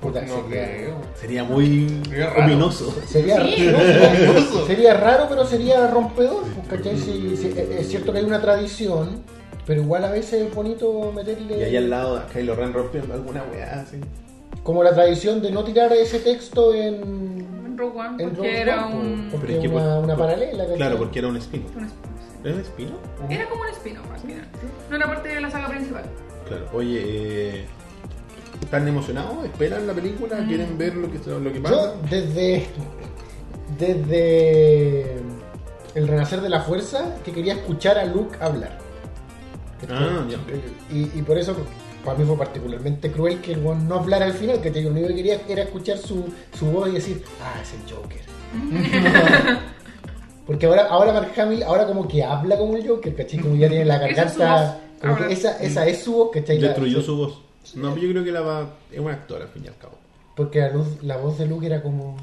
Speaker 2: Puta,
Speaker 3: No
Speaker 2: sería-
Speaker 3: creo.
Speaker 1: Sería muy
Speaker 3: Sería raro.
Speaker 1: ominoso.
Speaker 2: Sería,
Speaker 4: Sí.
Speaker 2: no, sería,
Speaker 3: Hermoso.
Speaker 2: sería raro, pero sería rompedor. pues, ¿cachai? Si- si- es es cierto que hay una tradición, pero igual a veces es bonito meterle.
Speaker 1: Y ahí al lado a Kylo Ren rompiendo alguna weá así.
Speaker 2: Como la tradición de no tirar ese texto en.
Speaker 4: En Rogue One,
Speaker 2: en
Speaker 4: porque
Speaker 2: Rogue
Speaker 4: era
Speaker 2: One,
Speaker 4: un.
Speaker 2: Porque
Speaker 1: Pero es que
Speaker 2: una,
Speaker 1: por-
Speaker 2: una
Speaker 1: por-
Speaker 2: paralela. ¿cachai?
Speaker 1: Claro, porque era un spin-off.
Speaker 4: un spin-off.
Speaker 1: ¿Era un spin-off?
Speaker 4: Era como un spin-off al final. No era parte de la saga principal.
Speaker 1: Claro. Oye, eh, ¿están emocionados? ¿Esperan la
Speaker 4: Mm.
Speaker 1: película? ¿Quieren ver lo que, lo que
Speaker 2: Yo,
Speaker 1: pasa?
Speaker 2: desde. Desde. El renacer de la fuerza, que quería escuchar a Luke hablar.
Speaker 1: Ah, ya.
Speaker 2: Y, y por eso, para mí fue particularmente cruel que el weón no hablara al final, que lo único que quería era escuchar su, su voz y decir, ah, es el Joker.
Speaker 4: [LAUGHS]
Speaker 2: Porque ahora, ahora Mark Hamill, ahora como que habla como el Joker, ¿cachai? Como ya tiene la
Speaker 4: Esa es su voz.
Speaker 2: garganta. como que
Speaker 4: Ahora.
Speaker 2: esa, esa es su voz, ¿cachai? La-
Speaker 1: Destruyó su voz. No, yo creo que la va. Es un actor al fin y al cabo.
Speaker 2: Porque la, luz, la voz de Luke era como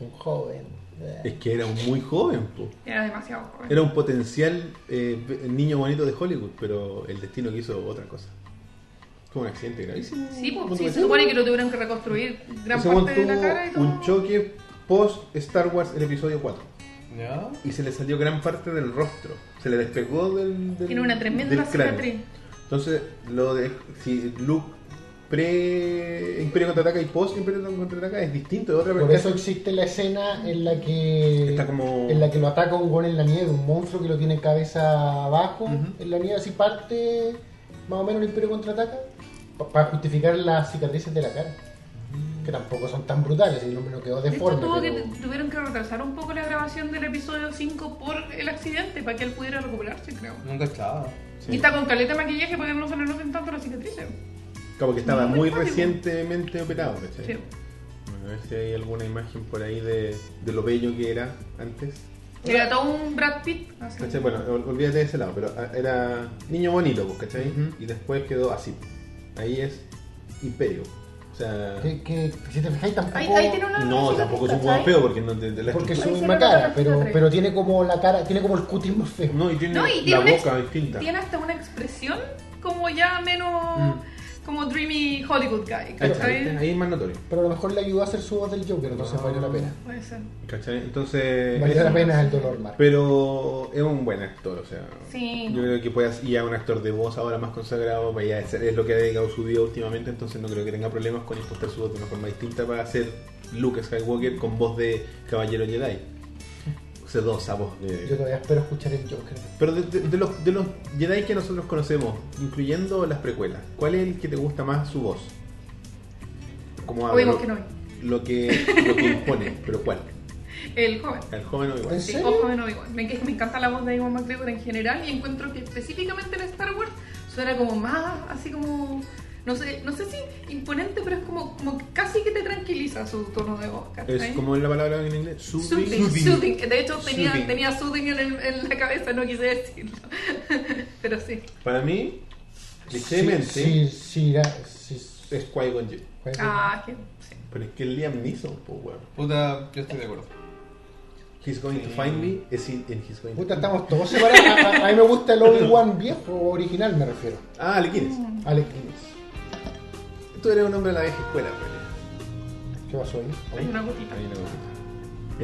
Speaker 2: un joven.
Speaker 1: Es que era muy joven, po.
Speaker 4: Era demasiado joven.
Speaker 1: Era un potencial eh, be- niño bonito de Hollywood, pero el destino quiso otra cosa. Fue un accidente gravísimo.
Speaker 4: Sí,
Speaker 1: ¿Cómo
Speaker 4: pues,
Speaker 1: te
Speaker 4: sí, se
Speaker 1: parece?
Speaker 4: supone que lo tuvieron que reconstruir gran
Speaker 1: Ese weón
Speaker 4: parte de la
Speaker 1: tuvo
Speaker 4: cara y todo.
Speaker 1: Un choque post Star Wars el episodio 4.
Speaker 3: ¿Ya?
Speaker 1: Y se le salió gran parte del rostro. Se le despegó del. del
Speaker 4: Tiene una tremenda
Speaker 1: del cráneo.
Speaker 4: cicatriz.
Speaker 1: Entonces, lo de, si Luke pre Imperio contraataca y post Imperio contraataca es distinto de otra
Speaker 2: Por eso
Speaker 1: persona.
Speaker 2: existe la escena en la que
Speaker 1: Está como-
Speaker 2: en la que lo ataca un gol en la nieve, un monstruo que lo tiene cabeza abajo
Speaker 1: Ujú.
Speaker 2: en la nieve, así parte más o menos el Imperio contraataca pa- para justificar las cicatrices de la cara, que tampoco son tan brutales, el hombre no quedó
Speaker 4: De hecho,
Speaker 2: deforme,
Speaker 4: tuvo que-
Speaker 2: pero
Speaker 4: tuvieron que retrasar un poco la grabación del episodio 5 por el accidente, para que él pudiera recuperarse, creo.
Speaker 3: Nunca estaba.
Speaker 1: Sí.
Speaker 4: Y está con caleta de maquillaje para que no se le noten tanto eh. las cicatrices.
Speaker 1: Como que estaba
Speaker 4: Muy
Speaker 1: muy
Speaker 4: rápido.
Speaker 1: recientemente operado. ¿cachai?
Speaker 4: Sí.
Speaker 1: Bueno, a ver si hay alguna imagen por ahí de, de lo bello que era antes.
Speaker 4: Era todo un Brad Pitt. así.
Speaker 1: ¿Cachai? Bueno, ol- olvídate de ese lado, pero ah, era niño bonito, pues, ¿cachai?
Speaker 3: Ujú.
Speaker 1: Y después quedó así. Ahí es imperio. O sea,
Speaker 2: que, que si te fijáis tampoco
Speaker 4: Ahí, ahí tiene una.
Speaker 1: no,
Speaker 4: cicatriz,
Speaker 1: tampoco es un
Speaker 4: ¿cachai?
Speaker 1: juego feo porque no te, te la
Speaker 2: porque es
Speaker 1: estructura-
Speaker 2: una
Speaker 4: Ahí
Speaker 2: misma
Speaker 4: se nota
Speaker 2: cara,
Speaker 4: la
Speaker 2: pero,
Speaker 4: cicatriz.
Speaker 2: pero tiene como la cara, tiene como el cutis más feo.
Speaker 1: No, y tiene
Speaker 4: No, y tiene
Speaker 1: la
Speaker 4: una
Speaker 1: boca
Speaker 4: ex-
Speaker 1: distinta.
Speaker 4: Tiene hasta una expresión como ya menos. como Dreamy Hollywood Guy,
Speaker 1: Mm. Ahí, está,
Speaker 4: ¿cachai?
Speaker 1: ahí es más notorio.
Speaker 2: Pero a lo mejor le ayudó a hacer su voz del Joker, entonces valió la pena.
Speaker 4: Puede ser.
Speaker 1: ¿Cachai? Entonces.
Speaker 2: Valió
Speaker 1: eso.
Speaker 2: la pena el dolor, Mark.
Speaker 1: Pero es un buen actor, o sea.
Speaker 4: Sí.
Speaker 1: Yo creo que puedas. Y a un actor de voz ahora más consagrado, pues ya es, es lo que ha dedicado su vida últimamente, entonces no creo que tenga problemas con impostar su voz de una forma distinta para hacer Luke Skywalker con voz de Caballero Jedi. Sedosa voz de.
Speaker 2: Yo todavía espero escuchar el Joker.
Speaker 1: Pero de, de- de los, de los Jedi que nosotros conocemos, incluyendo las precuelas, ¿cuál es el que te gusta más su voz? Como
Speaker 4: Oye,
Speaker 1: hablo-
Speaker 4: vos que no.
Speaker 1: lo que, lo que impone, pero ¿cuál?
Speaker 4: El joven.
Speaker 1: ¿El joven o igual?
Speaker 2: ¿En
Speaker 4: Sí,
Speaker 2: serio?
Speaker 4: ojo de Obi-Wan. Me, que- me encanta la voz de Iwan McGregor en general y encuentro que específicamente en Star Wars suena como más así como. No sé, no sé si imponente, pero es como, como que casi que te tranquiliza su tono de voz. ¿cachai?
Speaker 1: Es como es la palabra en inglés,
Speaker 4: Soothing,
Speaker 1: soothing.
Speaker 4: soothing. De hecho, tenía,
Speaker 1: Soothing.
Speaker 4: tenía soothing en, el- en la cabeza, no quise decirlo. [LAUGHS] pero sí.
Speaker 1: Para mí,
Speaker 2: Sí,
Speaker 1: ligeramente,
Speaker 2: sí, sí, ya, sí, sí.
Speaker 1: es Qui-Gon Jinn.
Speaker 4: Ah, que. Sí.
Speaker 1: Pero es que el Liam Neeson, pues weón.
Speaker 3: Puta, yo estoy de acuerdo.
Speaker 1: He's going to find me, es in, and he's going to-
Speaker 2: Puta, estamos todos separados. A, a- a mí me gusta el Obi-Wan viejo, original me refiero.
Speaker 1: Ah, le quieres.
Speaker 2: Alex Guinness.
Speaker 1: Tú eres un hombre de la vieja escuela, pues.
Speaker 2: ¿Qué pasó ahí?
Speaker 4: Hay una gotita.
Speaker 1: Ahí la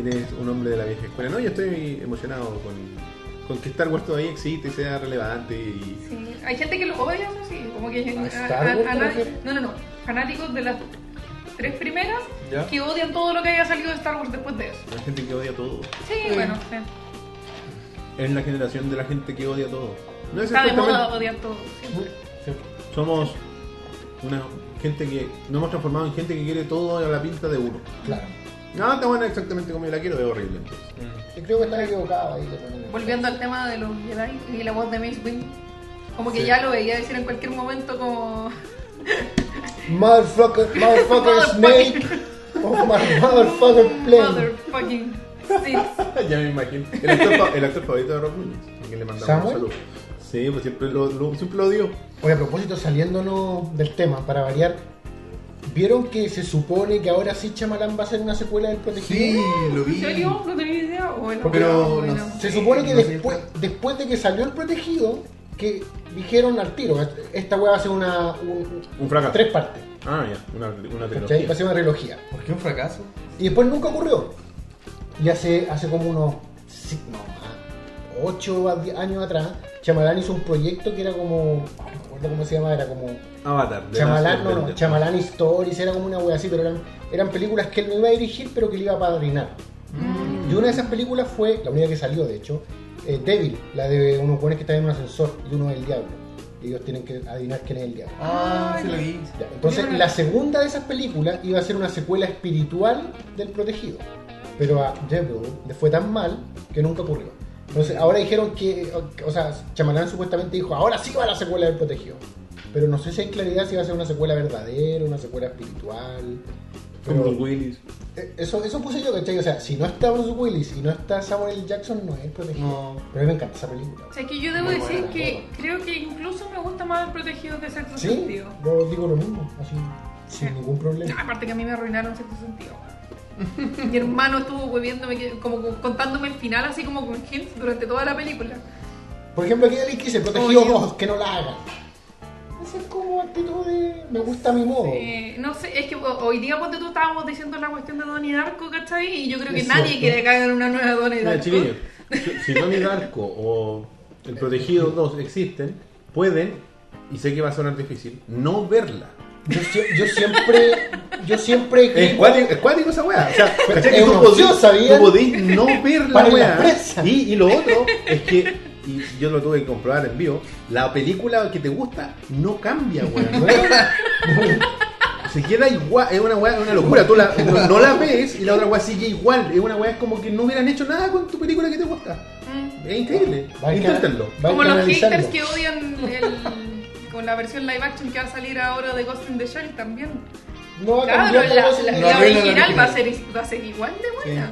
Speaker 1: cosita. Eres un hombre de la vieja escuela. No, yo estoy emocionado con, con que Star Wars todavía existe y sea relevante. Y...
Speaker 4: Sí. Hay gente que lo odia, eso sí. Como que.
Speaker 2: ¿A Star Wars te
Speaker 4: na-
Speaker 2: refieres?
Speaker 4: no, no, no. Fanáticos de las tres primeras
Speaker 3: ¿Ya?
Speaker 4: que odian todo lo que haya salido de Star Wars después de eso.
Speaker 1: Hay gente que odia todo.
Speaker 4: Sí,
Speaker 3: Sí.
Speaker 4: bueno, sí.
Speaker 1: es la generación de la gente que odia todo. No es
Speaker 4: Está de moda
Speaker 1: exactamente-
Speaker 4: odiar todo. siempre.
Speaker 2: Siempre.
Speaker 1: Somos una gente que nos hemos transformado en gente que quiere todo a la pinta de uno.
Speaker 2: Claro.
Speaker 1: No, está buena exactamente como yo la quiero, es horrible. [LAUGHS] entonces.
Speaker 3: Mm.
Speaker 2: Yo creo que estás equivocado ahí. Leonel.
Speaker 4: Volviendo al tema de los Jedi y la voz de Mace Windu. Como que
Speaker 1: Sí.
Speaker 4: ya lo veía decir en cualquier momento como...
Speaker 2: Motherfucker, motherfucker snake. Oh my motherfucker plane.
Speaker 4: Motherfucking Sith.
Speaker 1: ya me imagino. El actor, fa- el actor favorito de Rob Williams, a quien le mandamos
Speaker 2: ¿Samuel?
Speaker 1: un saludo. Sí, pues siempre lo, lo- siempre lo odio.
Speaker 2: Oye, a propósito, saliéndonos del tema, para variar, ¿vieron que se supone que ahora sí Chamalán va a hacer una secuela del
Speaker 3: Sí,
Speaker 2: Protegido?
Speaker 3: lo
Speaker 4: ¿En
Speaker 3: vi.
Speaker 4: serio? ¿No tenía idea? Bueno,
Speaker 3: Pero
Speaker 4: bueno.
Speaker 3: no sé.
Speaker 2: Se supone que
Speaker 3: No sé
Speaker 2: después,
Speaker 3: qué
Speaker 2: después de que salió el Protegido, que dijeron al tiro, esta weá va a ser una... un-
Speaker 1: Un fracaso.
Speaker 2: tres partes,
Speaker 1: Ah, ya, una, una
Speaker 2: ¿cachai? Va
Speaker 1: trilogía.
Speaker 2: a ser una trilogía.
Speaker 3: ¿Por qué un fracaso?
Speaker 2: Y después nunca ocurrió. Y hace, hace como unos 8 años atrás, Chamalán hizo un proyecto que era como. No me acuerdo cómo se llamaba, era como.
Speaker 1: Avatar. de
Speaker 2: Chamalán,
Speaker 1: Last
Speaker 2: no, no,
Speaker 1: Airbender.
Speaker 2: Chamalán Stories, era como una wea así, pero eran, eran películas que él no iba a dirigir, pero que le iba a padrinar. Y una de esas películas fue, la única que salió de hecho, eh, Devil, la de unos buenos que están en un ascensor y uno es el diablo. Y ellos tienen que adivinar quién es el diablo.
Speaker 3: Ah,
Speaker 4: Ay,
Speaker 3: sí lo vi.
Speaker 2: Ya, Entonces,
Speaker 4: Mira.
Speaker 2: la segunda de esas películas iba a ser una secuela espiritual del Protegido. Pero a Devil le fue tan mal que nunca ocurrió. Entonces, ahora dijeron que, o- o sea, Chamalán supuestamente dijo, ahora sí va la secuela del Protegido. Pero no sé si hay claridad si va a ser una secuela verdadera, una secuela espiritual.
Speaker 1: Como
Speaker 2: Pero-
Speaker 1: los Willis.
Speaker 2: Eh, Eso, eso puse yo, ¿cachai? O sea, si no está Bruce Willis y no está Samuel L. Jackson, no es el Protegido.
Speaker 3: No.
Speaker 2: Pero a mí me encanta esa película.
Speaker 4: O sea, que yo debo
Speaker 3: Muy
Speaker 4: decir
Speaker 3: buena,
Speaker 4: que
Speaker 3: muy buena.
Speaker 4: creo que incluso me gusta más el protegido que sexo
Speaker 2: Sí,
Speaker 4: sentido.
Speaker 2: yo digo lo mismo, así, sin ningún problema.
Speaker 4: Aparte que a mí me arruinaron sexto sentido. Mi hermano estuvo hueviéndome, que- como co- contándome el final así como con hints durante toda la película.
Speaker 2: Por ejemplo, aquí Alice dice, protegido
Speaker 4: Oye.
Speaker 2: vos, que no la hagan. Esa es como actitud de me gusta a mi modo.
Speaker 4: Eh, no sé, es que bueno, hoy día cuando tú estábamos diciendo la cuestión de Donnie Darko, ¿cachai? Y yo creo que
Speaker 2: Es
Speaker 4: nadie
Speaker 2: cierto.
Speaker 4: quiere que hagan una nueva Donnie
Speaker 1: Mira,
Speaker 4: Darko.
Speaker 1: chiquillos, si- si Tony Darko o El Protegido 2 existen, pueden, y sé que va a sonar difícil, no verla.
Speaker 2: Yo, sie- yo siempre, yo siempre
Speaker 1: Es
Speaker 2: critico-
Speaker 1: cuático es cuático esa weá. O sea,
Speaker 2: [LAUGHS]
Speaker 1: ¿cachai?
Speaker 2: Es
Speaker 1: Tú
Speaker 2: una
Speaker 1: podís-
Speaker 2: opción, ¿sabían?
Speaker 1: Tú podís no ver la
Speaker 2: Para la
Speaker 1: weá.
Speaker 2: prensa.
Speaker 1: Y, y lo otro es que, y yo lo tuve que comprobar en vivo, la película que te gusta no cambia,
Speaker 2: [LAUGHS]
Speaker 1: weón. Se queda igual, es una weá, es una locura. Tú la, no, no la ves y la otra weá sigue igual. Es una weá es como que no hubieran hecho nada con tu película que te gusta.
Speaker 4: Mm.
Speaker 1: Es increíble.
Speaker 2: Va
Speaker 1: [LAUGHS]
Speaker 2: a
Speaker 1: Inténtenlo.
Speaker 2: va a
Speaker 4: Como los
Speaker 2: canalizarlo.
Speaker 4: haters que odian el, con la versión live action que va a salir ahora de Ghost in the Shell también.
Speaker 2: No va a
Speaker 4: Claro,
Speaker 2: cambiar
Speaker 4: la,
Speaker 2: la cosa.
Speaker 4: la-
Speaker 3: No
Speaker 4: la
Speaker 3: arruina la
Speaker 4: original va a, ser,
Speaker 3: original.
Speaker 4: va a ser igual de buena.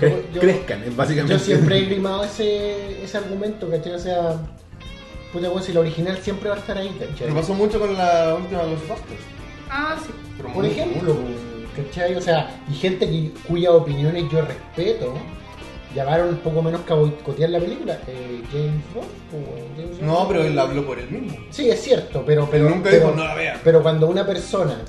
Speaker 1: Cre-
Speaker 2: Yo- yo-
Speaker 1: crezcan, es básicamente.
Speaker 2: Yo siempre he grimado ese, ese argumento, ¿cachai? O sea, puta weón, si la original siempre va a estar ahí,
Speaker 3: Pero
Speaker 2: ¿cachai?
Speaker 3: pasó mucho con la última de los Busters.
Speaker 4: Ah, sí.
Speaker 3: Pero
Speaker 2: Por
Speaker 3: muy-
Speaker 2: ejemplo, ¿cachai? O sea, y gente que, cuyas opiniones yo respeto, llamaron poco menos que a boicotear la película. Eh, James Bond, pues, weón, James Bond.
Speaker 3: No, pero él habló por él mismo.
Speaker 2: Sí, es cierto, pero, pero,
Speaker 3: Nunca
Speaker 2: pero,
Speaker 3: dijo, "No la vean".
Speaker 2: pero cuando una persona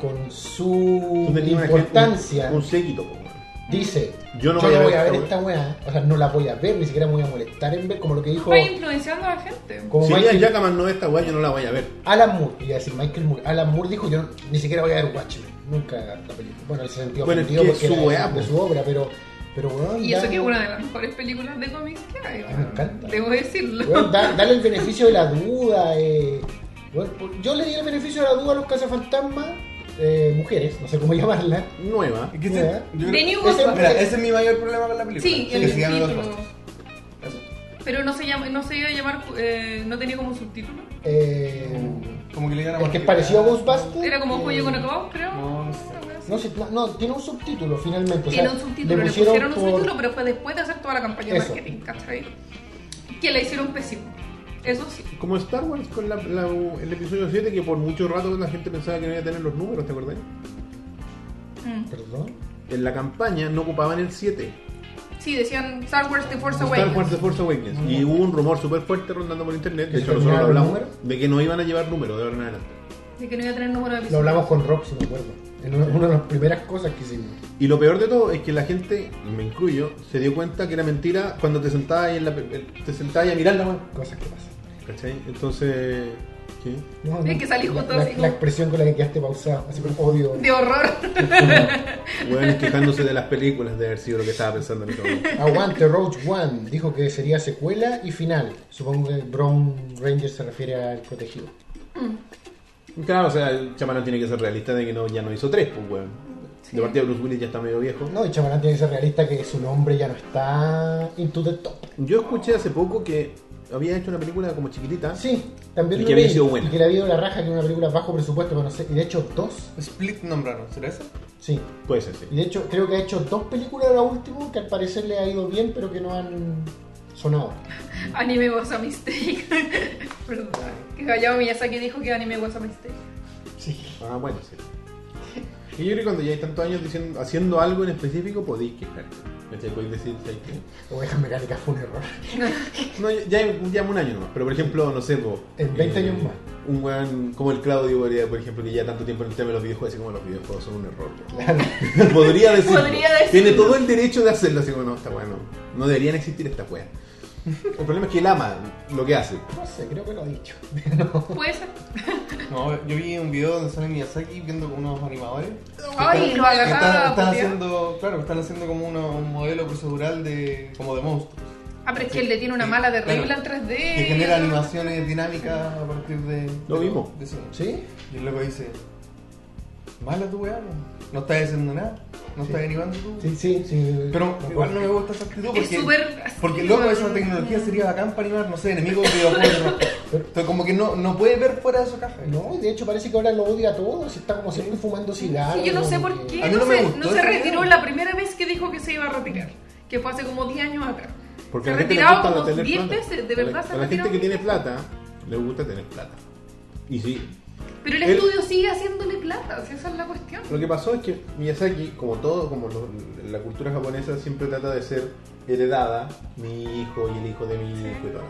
Speaker 2: con su
Speaker 1: Tú tenías una-
Speaker 2: importancia
Speaker 1: Un, un séquito, po, weón.
Speaker 2: dice,
Speaker 1: Yo
Speaker 2: yo
Speaker 1: no
Speaker 2: no,
Speaker 1: voy a
Speaker 2: voy
Speaker 1: ver
Speaker 2: a ver
Speaker 1: esta
Speaker 2: esta weá, o sea, no la voy a ver, ni siquiera me voy a molestar en ver, como lo que dijo
Speaker 4: Está influenciando a la gente.
Speaker 2: como
Speaker 1: Si Ian
Speaker 2: Michael-
Speaker 1: Jackman no ve esta weá, yo no la voy a ver.
Speaker 2: Alan Moore, iba a decir Michael Moore, Alan Moore dijo, yo no- ni siquiera voy a ver Watchmen, nunca la película. Bueno, en ese sentido
Speaker 1: Bueno, es
Speaker 2: ofendido
Speaker 1: que
Speaker 2: porque
Speaker 1: es su
Speaker 2: era
Speaker 1: weá,
Speaker 2: de
Speaker 1: pues.
Speaker 2: su obra, pero, pero weón,
Speaker 4: Y eso
Speaker 2: dale-
Speaker 4: que es una de las mejores películas de cómics que hay.
Speaker 2: Ay, me
Speaker 3: Ah,
Speaker 2: encanta.
Speaker 4: Debo decirlo.
Speaker 2: Weón, da- dale el beneficio de la duda. eh. Weón, por- yo le di el beneficio de la duda a los cazafantasmas, eh, mujeres, no sé cómo [LAUGHS] llamarlas.
Speaker 1: Nueva.
Speaker 3: Es que ese-
Speaker 2: Yeah.
Speaker 3: yo creo-
Speaker 4: The New
Speaker 2: ese-
Speaker 4: Ghostbusters.
Speaker 3: Mira, ese es mi mayor problema con la película.
Speaker 4: Sí,
Speaker 3: que
Speaker 4: el
Speaker 3: se llaman los
Speaker 4: título.
Speaker 3: Busters. Eso.
Speaker 4: Pero no se, llama, no se iba a llamar, eh, no tenía como subtítulo.
Speaker 2: Eh,
Speaker 3: Como que le iban a
Speaker 2: El que
Speaker 3: marketear.
Speaker 2: es parecido a Ghostbusters.
Speaker 4: Era como Pollo con
Speaker 2: eh,
Speaker 4: Acabado, creo.
Speaker 3: No, no sé.
Speaker 2: No, sé, no, no, tiene un subtítulo finalmente. o sea,
Speaker 4: Tiene un subtítulo, le pusieron, un
Speaker 2: por-
Speaker 4: subtítulo, pero fue después de hacer toda la campaña
Speaker 2: Eso.
Speaker 4: de marketing, ¿cachai? Que la hicieron pésimo. Eso sí.
Speaker 1: Como Star Wars con la- la- el episodio 7, que por mucho rato la gente pensaba que no iba a tener los números, ¿te acordás?
Speaker 4: Mm.
Speaker 2: Perdón.
Speaker 1: En la campaña no ocupaban el 7.
Speaker 4: Sí, decían Star Wars The Force
Speaker 1: Star Wars
Speaker 4: Awakens.
Speaker 1: The Force Awakens. Y hubo un rumor súper fuerte rondando por internet, de
Speaker 2: Mm. ¿Que
Speaker 1: hecho
Speaker 2: se
Speaker 1: nosotros lo
Speaker 2: terminaron los
Speaker 1: hablamos, de que no iban a llevar números de ahora en adelante.
Speaker 4: De que no iba a tener número de
Speaker 2: Lo
Speaker 4: episodios.
Speaker 2: hablamos con Rob, si me acuerdo. En una, una de las primeras cosas que hicimos.
Speaker 1: Y lo peor de todo es que la gente, y me incluyo, se dio cuenta que era mentira cuando te sentabas ahí, en la, pe- te sentabas ahí a mirarla, weón.
Speaker 2: Cosas que pasan.
Speaker 1: ¿Cachai? Entonces, ¿Qué?
Speaker 2: No,
Speaker 4: Tiene
Speaker 2: no.
Speaker 4: que salir
Speaker 2: La-
Speaker 4: juntos,
Speaker 2: la,
Speaker 4: así como-
Speaker 2: la expresión con la que quedaste pausado, así como
Speaker 4: [LAUGHS]
Speaker 2: odio.
Speaker 4: De horror.
Speaker 1: Bueno, quejándose de las películas de haber sido lo que estaba pensando en ese momento.
Speaker 2: Aguante, Roach One dijo que sería secuela y final. Supongo que Brown Ranger se refiere al protegido.
Speaker 1: Claro, o sea, el chamarán tiene que ser realista de que no, ya no hizo tres, pues, weón. De partida Bruce Willis ya está medio viejo.
Speaker 2: No, y Chamarán tiene que ser realista que su nombre ya no está into the top.
Speaker 1: Yo escuché hace poco que había hecho una película como chiquitita.
Speaker 2: Sí, también
Speaker 1: Y
Speaker 2: lo
Speaker 1: que
Speaker 2: vi,
Speaker 1: había sido buena.
Speaker 2: Y que le había ido la raja, que era una película bajo presupuesto, pero no sé. Y de hecho, dos.
Speaker 3: Split nombraron, ¿será eso?
Speaker 2: Sí.
Speaker 1: Puede ser, sí.
Speaker 2: Y de hecho, creo que ha hecho dos películas ahora último que al parecer le ha ido bien, pero que no han sonado.
Speaker 4: Anime was a mistake. [LAUGHS] Perdón. Que Hayao Miyazaki dijo que anime was a mistake.
Speaker 2: Sí.
Speaker 1: Ah, bueno, sí. Y yo creo que cuando ya hay tantos años diciendo, haciendo algo en específico, podéis quejarte. ¿Cachai? Podéis decir, ¿sabes qué?
Speaker 2: Ovejas mecánicas fue un error.
Speaker 1: No, ya, ya llevamos un año nomás, pero por ejemplo, no sé, vos.
Speaker 2: En 20 años más.
Speaker 1: Un weón como el Claudio, podría, por ejemplo, que ya tanto tiempo en el tema de los videojuegos, así como los videojuegos son un error.
Speaker 2: [LAUGHS]
Speaker 1: weón.
Speaker 2: Claro.
Speaker 1: Podría decirlo.
Speaker 4: Podría decirlo.
Speaker 1: Tiene todo el derecho de hacerlo, así como no, está bueno. No deberían existir estas weas. El problema es que él ama lo que hace.
Speaker 2: No sé, creo que lo ha dicho. No.
Speaker 4: Puede ser.
Speaker 3: No, yo vi un video donde sale Miyazaki viendo con unos animadores.
Speaker 4: Ay, lo pues,
Speaker 3: Que Están,
Speaker 4: agarraba.
Speaker 3: están
Speaker 4: putea.
Speaker 3: haciendo, claro, están haciendo como uno- un modelo procedural de, como de monstruos.
Speaker 4: Ah, pero es que él le tiene una mala de regla en 3D.
Speaker 3: Que genera animaciones dinámicas a partir de...
Speaker 1: Lo
Speaker 3: de-
Speaker 1: vimos.
Speaker 3: de eso.
Speaker 2: ¿Sí?
Speaker 3: Y el loco dice, mala tu weá, no, no estás haciendo nada, no estás animando tú.
Speaker 2: Sí, sí, sí.
Speaker 3: Pero
Speaker 2: Me
Speaker 3: igual no me
Speaker 2: acuerdo.
Speaker 3: gusta esa actitud
Speaker 4: Es
Speaker 3: porque...
Speaker 4: súper. así,
Speaker 3: Porque loco, esa
Speaker 4: weón.
Speaker 3: tecnología sería bacán para animar, no sé, enemigos de videojuegos.
Speaker 2: [LAUGHS]
Speaker 3: Entonces, como que no, no puede ver fuera de su caja.
Speaker 2: No, y de hecho parece que ahora lo odia a todos. Está como siempre fumando cigarros.
Speaker 4: Sí, yo no sé por qué.
Speaker 3: A mí no
Speaker 4: No,
Speaker 3: me
Speaker 4: se,
Speaker 3: gustó
Speaker 4: no se
Speaker 3: esa
Speaker 4: retiró
Speaker 3: idea.
Speaker 4: la primera vez que dijo que se iba a retirar. Que fue hace como 10 años atrás.
Speaker 1: Porque
Speaker 4: se
Speaker 1: a
Speaker 4: ha
Speaker 1: la gente le
Speaker 4: retirado
Speaker 1: gusta
Speaker 4: como
Speaker 1: tener
Speaker 4: 10
Speaker 1: plata.
Speaker 4: veces. De
Speaker 1: A la-
Speaker 4: verdad se
Speaker 1: A
Speaker 4: ha
Speaker 1: la gente
Speaker 4: retirado.
Speaker 1: que tiene plata, le gusta tener plata. Y sí,
Speaker 4: Pero el
Speaker 1: Él-
Speaker 4: estudio sigue haciéndole plata. Si esa es la cuestión.
Speaker 1: Lo que pasó es que Miyazaki, como todo, como lo- la cultura japonesa siempre trata de ser heredada, mi hijo y el hijo de mi hijo y todo.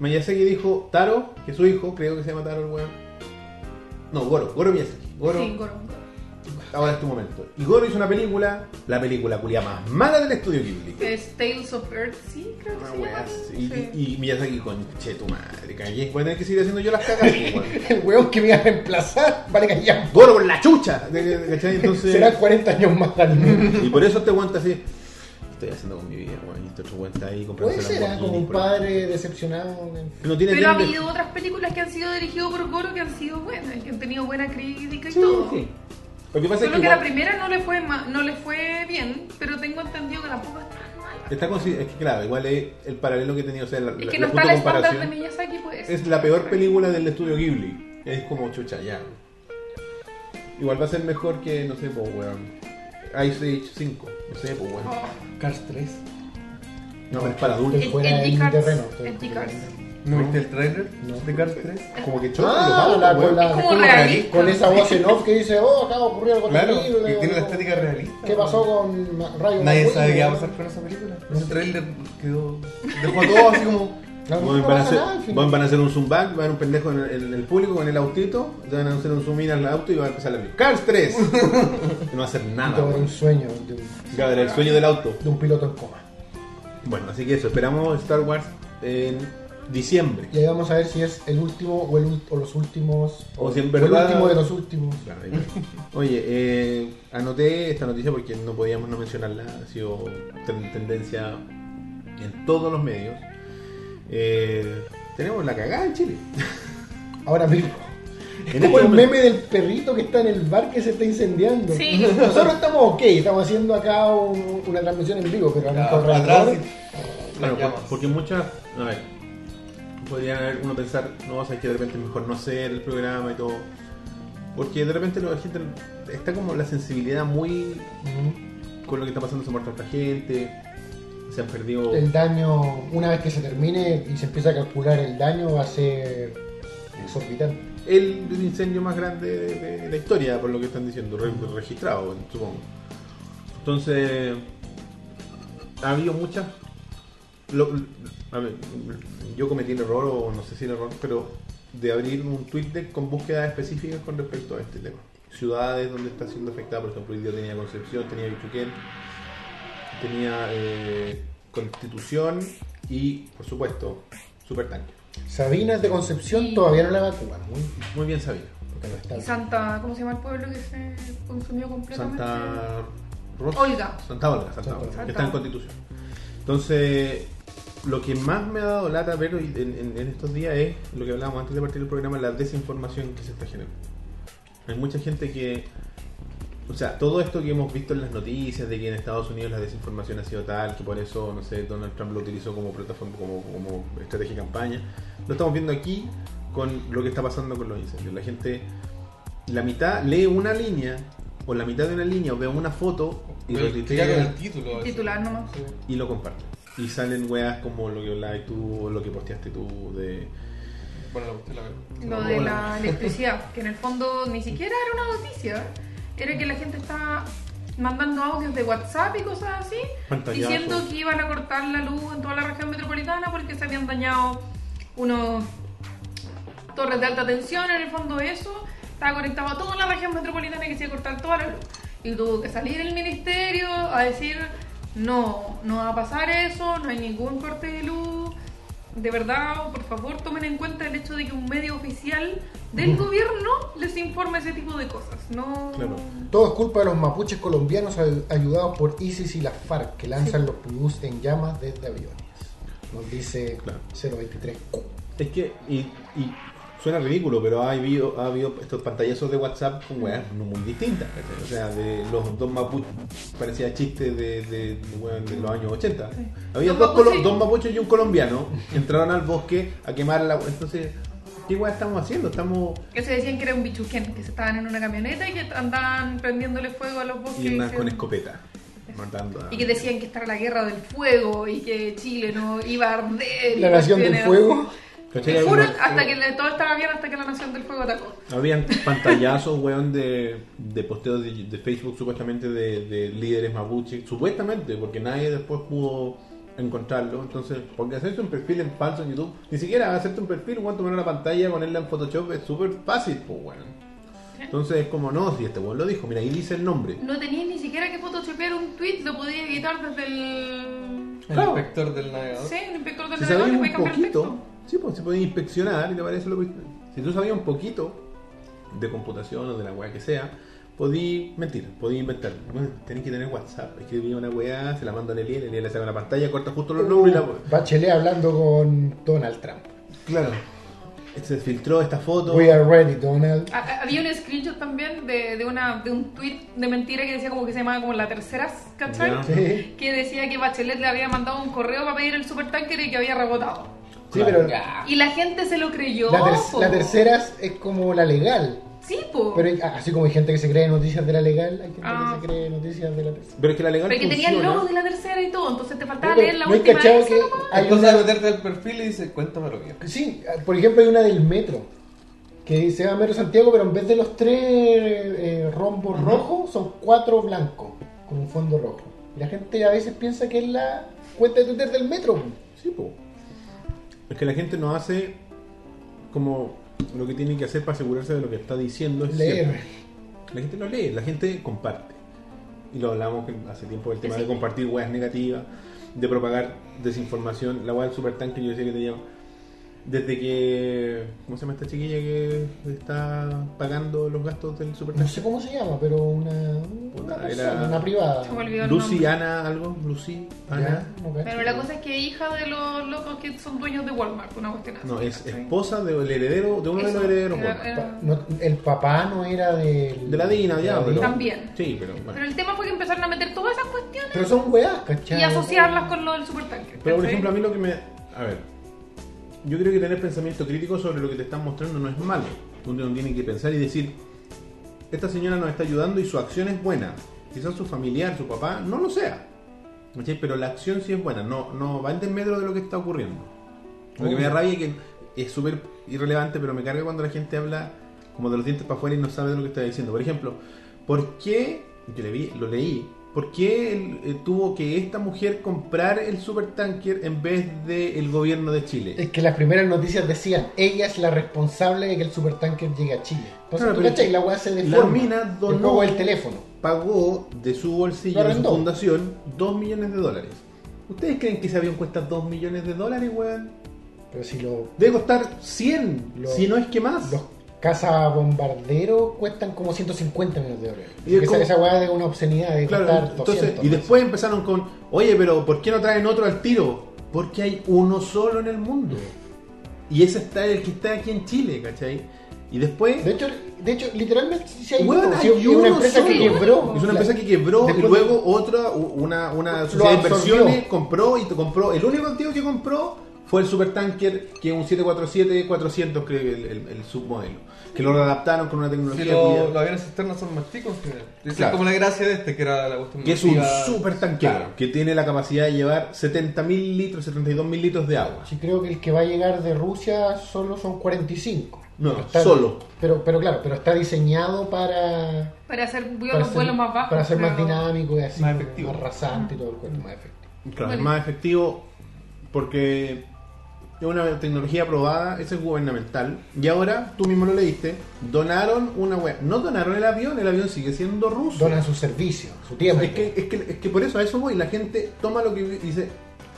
Speaker 1: Miyazaki dijo, Taro, que es su hijo, creo que se llama Taro el weón. No, Goro, Goro Miyazaki. Goro,
Speaker 4: Sí, Goro.
Speaker 1: ahora es tu momento. Y Goro hizo una película, la película culia más mala del estudio Ghibli.
Speaker 4: Es Eh, Tales of Earth, sí, creo que
Speaker 1: Una
Speaker 4: se
Speaker 1: wea
Speaker 4: llama.
Speaker 1: así.
Speaker 4: Sí.
Speaker 1: Y, y, y Miyazaki, conche tu madre, cagué. Voy a tener que seguir haciendo yo las cagas, [LAUGHS] pues, weón.
Speaker 2: [LAUGHS] El huevo que me iba a reemplazar, vale que ya.
Speaker 1: Goro por la chucha. ¿Cachai?
Speaker 2: [LAUGHS]
Speaker 1: Entonces.
Speaker 2: Serán 40 años más
Speaker 3: [LAUGHS]
Speaker 2: de anime.
Speaker 1: Y por eso este guante así. Estoy haciendo con mi vida, weón. Y este otro guante ahí comprando.
Speaker 2: Puede ser, ah, como un padre decepcionado.
Speaker 1: Que no tiene
Speaker 4: Pero ha
Speaker 1: tiempo.
Speaker 4: habido otras películas que han sido dirigidas por Goro que han sido buenas, que han tenido buena crítica y
Speaker 1: Sí,
Speaker 4: todo.
Speaker 1: sí. Lo que pasa es
Speaker 4: Solo
Speaker 1: que.
Speaker 4: que la
Speaker 1: igual-
Speaker 4: primera no le fue ma- no le fue bien, pero tengo entendido que tampoco es tan mala.
Speaker 1: Está consi- es que claro, igual es el paralelo que he tenido, o sea, la,
Speaker 4: Es
Speaker 1: la-
Speaker 4: que
Speaker 1: la
Speaker 4: no está
Speaker 1: justa
Speaker 4: la estándar de
Speaker 1: comparación
Speaker 4: Miyazaki, pues.
Speaker 1: es la peor película del estudio Ghibli. Es como chucha, ya. Igual va a ser mejor que, no sé, po, weón. Ice Age 5, no sé, po, weón.
Speaker 4: Oh,
Speaker 3: Cars 3.
Speaker 1: No, pero es para adultos.
Speaker 2: Estoy
Speaker 4: en-
Speaker 2: fuera
Speaker 4: en
Speaker 2: de mi
Speaker 4: G-Cards,
Speaker 2: terreno. estoy
Speaker 4: en
Speaker 2: fuera de
Speaker 4: G-Cards.
Speaker 2: mi terreno.
Speaker 3: ¿No viste el trailer
Speaker 2: No.
Speaker 3: de Cars 3?
Speaker 1: Como que chocan los
Speaker 2: Ah,
Speaker 1: autos,
Speaker 2: la-
Speaker 1: weón.
Speaker 2: con, la-
Speaker 4: Es como
Speaker 2: con-
Speaker 4: realista.
Speaker 2: con esa voz en off que dice, oh, acaba de ocurrir algo
Speaker 3: Claro,
Speaker 2: terrible.
Speaker 3: que tiene la
Speaker 2: o-
Speaker 3: estética realista.
Speaker 2: ¿Qué pasó con Ma- Rayo
Speaker 3: Nadie
Speaker 2: McQueen?
Speaker 3: sabe qué va a pasar con esa película.
Speaker 2: No
Speaker 3: Ese
Speaker 2: sé.
Speaker 3: trailer quedó. dejó a todos así como.
Speaker 1: Bueno,
Speaker 2: Claro, no
Speaker 1: van, a
Speaker 2: pasa
Speaker 1: hacer,
Speaker 2: nada al final.
Speaker 1: bueno, van a hacer un zoom back, va a haber un pendejo en el, en el público con el autito, le van a hacer un zoom in al auto y va a empezar a abrir Cars
Speaker 2: [LAUGHS]
Speaker 1: 3. Y no va a hacer nada.
Speaker 2: Todo era
Speaker 1: bueno.
Speaker 2: un sueño de un,
Speaker 1: Ya verá, el sueño del auto.
Speaker 2: de un piloto en coma.
Speaker 1: Bueno, así que eso, esperamos Star Wars en diciembre.
Speaker 2: Y ahí vamos a ver si es el último o, el, ul- o los últimos.
Speaker 1: O si en
Speaker 2: el
Speaker 1: verdad-
Speaker 2: último de los últimos.
Speaker 1: Claro, ahí va. Oye, eh, anoté esta noticia porque no podíamos no mencionarla, ha sido ten- tendencia en todos los medios. Eh, tenemos la cagada en
Speaker 2: [LAUGHS]
Speaker 1: Chile.
Speaker 2: Ahora mismo.
Speaker 1: En
Speaker 2: Es como
Speaker 1: este
Speaker 2: el
Speaker 1: momento-
Speaker 2: meme del perrito que está en el bar que se está incendiando.
Speaker 4: Sí.
Speaker 2: Nosotros estamos ok, estamos haciendo acá un- una transmisión en vivo, pero a nuestro
Speaker 3: Atrás,
Speaker 2: alrededor-
Speaker 3: y-
Speaker 1: Claro,
Speaker 3: las
Speaker 1: por-
Speaker 3: llamas.
Speaker 1: porque muchas. A ver, podrían haber uno pensar, no, o sea, que de repente es mejor no hacer el programa y todo. Porque de repente la gente está como la sensibilidad muy
Speaker 2: Ujú.
Speaker 1: con lo que está pasando, se ha muerto tanta gente, se han perdido.
Speaker 2: El daño, una vez que se termine y se empieza a calcular el daño, va a ser exorbitante.
Speaker 1: El incendio más grande de, de la historia, por lo que están diciendo, re- registrado, supongo. Entonces, ha habido muchas. lo- a ver, yo cometí el error, o no sé si el error, pero de abrir un Twitter con búsquedas específicas con respecto a este tema. Ciudades donde está siendo afectada, por ejemplo, hoy día tenía Concepción, tenía Bichuquén, tenía eh, Constitución y, por supuesto, Supertanque.
Speaker 2: Sabina es de Concepción,
Speaker 4: Y-
Speaker 2: todavía no la vacunan.
Speaker 1: Muy, muy bien sabido.
Speaker 2: Porque no está
Speaker 4: Y Santa, ¿cómo se llama el pueblo que se consumió completamente?
Speaker 1: Santa Rosa.
Speaker 4: Olga.
Speaker 1: Santa Olga, Santa
Speaker 2: Santa
Speaker 1: Olga,
Speaker 4: Olga.
Speaker 1: que está en Constitución. Entonces, lo que más me ha dado lata ver hoy- en, en- en estos días es lo que hablábamos antes de partir del programa, la desinformación que se está generando. Hay mucha gente que. O sea, todo esto que hemos visto en las noticias de que en Estados Unidos la desinformación ha sido tal, que por eso, no sé, Donald Trump lo utilizó como plataforma, como, como estrategia de campaña, lo estamos viendo aquí con lo que está pasando con los incendios. La gente, la mitad lee una línea, o la mitad de una línea, o ve una foto y lo
Speaker 3: Pero tira
Speaker 1: tuitea
Speaker 3: con el título. así.
Speaker 4: Titular nomás.
Speaker 3: Sí.
Speaker 1: y lo comparte. Y salen weas como lo que hablabas tú, lo que posteaste tú de...
Speaker 3: Bueno, la cuestión la veo.
Speaker 4: Lo
Speaker 1: No,
Speaker 4: de
Speaker 1: bueno.
Speaker 4: la electricidad, que en el fondo ni siquiera era una noticia, era que la gente estaba mandando audios de WhatsApp y cosas así,
Speaker 1: Pantallazo.
Speaker 4: diciendo que iban a cortar la luz en toda la región metropolitana porque se habían dañado unos torres de alta tensión, en el fondo eso, estaba conectado a toda la región metropolitana que se iba a cortar toda la luz. Y tuvo que salir el ministerio a decir, no, no va a pasar eso, no hay ningún corte de luz. De verdad, por favor, tomen en cuenta el hecho de que un medio oficial del gobierno les informe ese tipo de cosas. No.
Speaker 1: Claro.
Speaker 2: Todo es culpa de los mapuches colombianos ay- ayudados por ISIS y las FARC, que lanzan los pibús en llamas desde aviones. Nos dice
Speaker 1: Claro.
Speaker 2: 023.
Speaker 1: Es que, y, y suena ridículo, pero ha habido, ha habido estos pantallazos de WhatsApp con weas no muy distintas. ¿cachai? O sea, de los dos mapuches, parecía chiste de, de, de weón de los años 80.
Speaker 4: Sí.
Speaker 1: Había
Speaker 4: Los
Speaker 1: dos, colo-
Speaker 4: mapuches-
Speaker 1: dos mapuches y un colombiano, entraron al bosque a quemar la... Entonces, ¿qué wea estamos haciendo? Estamos...
Speaker 4: Que se decían que era un bichuquén, que se estaban en una camioneta y que andaban prendiéndole fuego a los bosques.
Speaker 1: Y andan
Speaker 4: se-
Speaker 1: con escopeta. Matando a...
Speaker 4: Y que decían que esta era la guerra del fuego y que Chile no iba a arder. y
Speaker 2: La nación del
Speaker 4: cuestiones
Speaker 2: fuego.
Speaker 1: ¿Cachai?
Speaker 4: así. Te juro,
Speaker 1: Algunos-
Speaker 4: hasta que le- todo estaba bien hasta que la nación del fuego atacó.
Speaker 1: Habían pantallazos, weón, de, de posteos de, de Facebook, supuestamente de, de líderes mapuche, supuestamente, porque nadie después pudo encontrarlo. Entonces, porque hacerte un perfil en falso en YouTube, ni siquiera hacerte un perfil, weón, tomar una pantalla, ponerla en Photoshop, es súper fácil, pues, weón. Entonces es como, no, si este weón lo dijo, mira, ahí dice el nombre.
Speaker 4: No tenías ni siquiera que photoshopear un tweet, lo podías editar desde el.
Speaker 3: El
Speaker 1: Claro.
Speaker 3: inspector del navegador.
Speaker 4: Sí, el inspector del
Speaker 1: Si sabías
Speaker 4: navegador le
Speaker 1: un
Speaker 4: podías cambiar el
Speaker 1: poquito,
Speaker 4: texto.
Speaker 1: sí, pues se puede inspeccionar y te parece lo que... Si tú sabías un poquito de computación o de la weá que sea, podí mentir, podí inventar. Bueno, tenés que tener WhatsApp, es que vi una weá, se la mando a Lelia, Lelia le saca la pantalla, corta justo
Speaker 2: Oh,
Speaker 1: los nombres y la...
Speaker 2: Bachelet hablando con Donald Trump.
Speaker 1: Claro. Este Se filtró esta foto.
Speaker 2: We are ready, Donald.
Speaker 4: A- a- Ah, Había un screenshot también de, de, una, de un tweet de mentira que decía como que se llamaba como la tercera, ¿cachai?
Speaker 1: Ya.
Speaker 2: Sí, sí
Speaker 4: Que decía que Bachelet le había mandado un correo para pedir el supertanker y que había rebotado.
Speaker 1: Claro.
Speaker 2: pero la,
Speaker 4: Y la gente se lo creyó.
Speaker 2: ter-
Speaker 4: po.
Speaker 2: la tercera es como la legal.
Speaker 4: Sí, po.
Speaker 2: Pero hay- así como hay gente que se cree noticias de la legal, hay gente
Speaker 4: Ah.
Speaker 2: que se cree noticias de la tercera.
Speaker 1: Pero es que la legal
Speaker 4: Pero que tenía el
Speaker 1: funciona.
Speaker 4: logo de la tercera y todo, entonces te faltaba
Speaker 2: Pero
Speaker 4: leer la
Speaker 2: no hay
Speaker 4: última
Speaker 2: cachado
Speaker 4: de esa,
Speaker 2: que
Speaker 4: nomás.
Speaker 2: hay
Speaker 3: Entonces
Speaker 2: una-
Speaker 3: de meterte al perfil y dices, cuéntamelo bien.
Speaker 2: Sí, por ejemplo hay una del metro que dice a Metro Santiago, pero en vez de los tres eh, rombos rojos son cuatro blancos con un fondo rojo. Y la gente a veces piensa que es la cuenta de Twitter del metro.
Speaker 1: Sí, po. Es que la gente no hace como lo que tiene que hacer para asegurarse de lo que está diciendo. Es
Speaker 2: Leer.
Speaker 1: cierto. La gente no lee, la gente comparte. Y lo hablamos que hace tiempo del tema
Speaker 4: Sí.
Speaker 1: de compartir weas negativas, de propagar desinformación. La wea del supertanque yo decía que tenía. Desde que. ¿Cómo se llama esta chiquilla que está pagando los gastos del
Speaker 2: No
Speaker 1: supertanque?
Speaker 2: sé cómo se llama, pero una una,
Speaker 1: Puta,
Speaker 2: persona,
Speaker 1: era-
Speaker 2: una privada.
Speaker 4: Se me olvidó el
Speaker 1: Lucy,
Speaker 4: nombre.
Speaker 1: Ana, algo. Lucy,
Speaker 2: Ya,
Speaker 1: Ana.
Speaker 2: no cacho.
Speaker 4: Pero la cosa es que es hija de los locos que son dueños de Walmart, una cuestión así.
Speaker 1: No, es
Speaker 4: ¿cachai?
Speaker 1: esposa del heredero, de uno de
Speaker 4: Eso,
Speaker 1: los herederos.
Speaker 4: era-
Speaker 1: bueno.
Speaker 4: era-
Speaker 2: No, el papá no era del-
Speaker 1: De la Dina,
Speaker 2: de
Speaker 1: ya, pues,
Speaker 2: la
Speaker 1: pero.
Speaker 2: Dina.
Speaker 4: También.
Speaker 1: Sí, pero bueno.
Speaker 4: Pero el tema fue que empezaron a meter todas esas cuestiones
Speaker 2: Pero son weas, ¿cachai?
Speaker 4: y asociarlas con lo del supertanker.
Speaker 1: Pero por
Speaker 4: ¿cachai?
Speaker 1: ejemplo, a mí lo que me. A ver. Yo creo que tener pensamiento crítico sobre lo que te están mostrando no es malo. Uno tiene que pensar y decir: Esta señora nos está ayudando y su acción es buena. Quizás su familiar, su papá, no lo sea. ¿Cachai? Pero la acción sí es buena. No, no va en desmedro de lo que está ocurriendo. Lo que me da
Speaker 2: Obvio.
Speaker 1: rabia es que es súper irrelevante, pero me carga cuando la gente habla como de los dientes para afuera y no sabe de lo que está diciendo. Por ejemplo, ¿por qué? Yo le vi, lo leí. ¿Por qué el- eh, tuvo que esta mujer comprar el supertanker en vez del gobierno de Chile?
Speaker 2: Es que las primeras noticias decían, ella es la responsable de que el supertanker llegue a Chile. Entonces
Speaker 1: Claro,
Speaker 2: tú
Speaker 1: Ah, pero
Speaker 2: cachai, la weá se
Speaker 1: la
Speaker 2: deforma.
Speaker 1: mina
Speaker 2: Es
Speaker 1: donó-
Speaker 2: como el teléfono.
Speaker 1: pagó de su bolsillo,
Speaker 2: Lo
Speaker 1: de su
Speaker 2: arrendó.
Speaker 1: fundación, 2 millones de dólares. ¿Ustedes creen que ese avión cuesta 2 millones de dólares, weón?
Speaker 2: Pero si lo-
Speaker 1: Debe costar 100,
Speaker 2: Lo-
Speaker 1: si no es que más.
Speaker 2: los cazabombarderos cuestan como 150 millones de dólares.
Speaker 1: Y es
Speaker 2: Esa,
Speaker 1: como-
Speaker 2: esa weá de una obscenidad de
Speaker 1: Claro,
Speaker 2: costar 200.
Speaker 1: entonces, y después empezaron con, oye, pero ¿por qué no traen otro al tiro? Porque hay uno solo en el mundo. Y ese está el que está aquí en Chile, ¿cachai? Y después...
Speaker 2: De hecho, de hecho, literalmente sí hay,
Speaker 1: Weón,
Speaker 2: uno, sí,
Speaker 1: hay
Speaker 2: es una
Speaker 1: uno
Speaker 2: empresa que
Speaker 1: solo.
Speaker 2: quebró.
Speaker 1: Es una empresa que quebró
Speaker 2: Después
Speaker 1: y luego otra, u- una, una
Speaker 2: Lo
Speaker 1: sociedad de
Speaker 2: absorbió.
Speaker 1: inversiones compró y te compró. El único activo que compró fue el Supertanker, que es un 747-400, creo que el, el- el submodelo. Que lo adaptaron con una
Speaker 3: Si
Speaker 1: tecnología
Speaker 3: lo- los
Speaker 1: culiada,
Speaker 3: aviones cisternas son más chicos, que Esa
Speaker 1: Claro.
Speaker 3: es como la gracia de este, que era la cuestión
Speaker 1: que es un
Speaker 3: masiva.
Speaker 1: supertanquero
Speaker 3: Claro.
Speaker 1: que tiene la capacidad de llevar 70.000 litros, 72.000 litros de agua.
Speaker 2: Sí, creo que el que va a llegar de Rusia solo son 45.
Speaker 1: No,
Speaker 2: Pero está-
Speaker 1: solo.
Speaker 2: Pero, pero claro, pero está diseñado para.
Speaker 4: Para hacer vuelos,
Speaker 2: para ser-
Speaker 4: vuelos más bajos.
Speaker 2: Para ser más
Speaker 4: pero-
Speaker 2: dinámico y así.
Speaker 3: Más
Speaker 2: como
Speaker 3: efectivo.
Speaker 2: rasante y todo el cuento,
Speaker 1: Mm.
Speaker 2: más efectivo.
Speaker 1: Claro, es
Speaker 4: Bueno.
Speaker 1: más efectivo porque es una tecnología aprobada, ese es gubernamental. Y ahora, tú mismo lo leíste, donaron una wea. No donaron el avión, el avión sigue siendo ruso.
Speaker 2: Donan su servicio, su tiempo.
Speaker 1: es, que, es, que, es que por eso a eso voy. La gente toma lo que dice,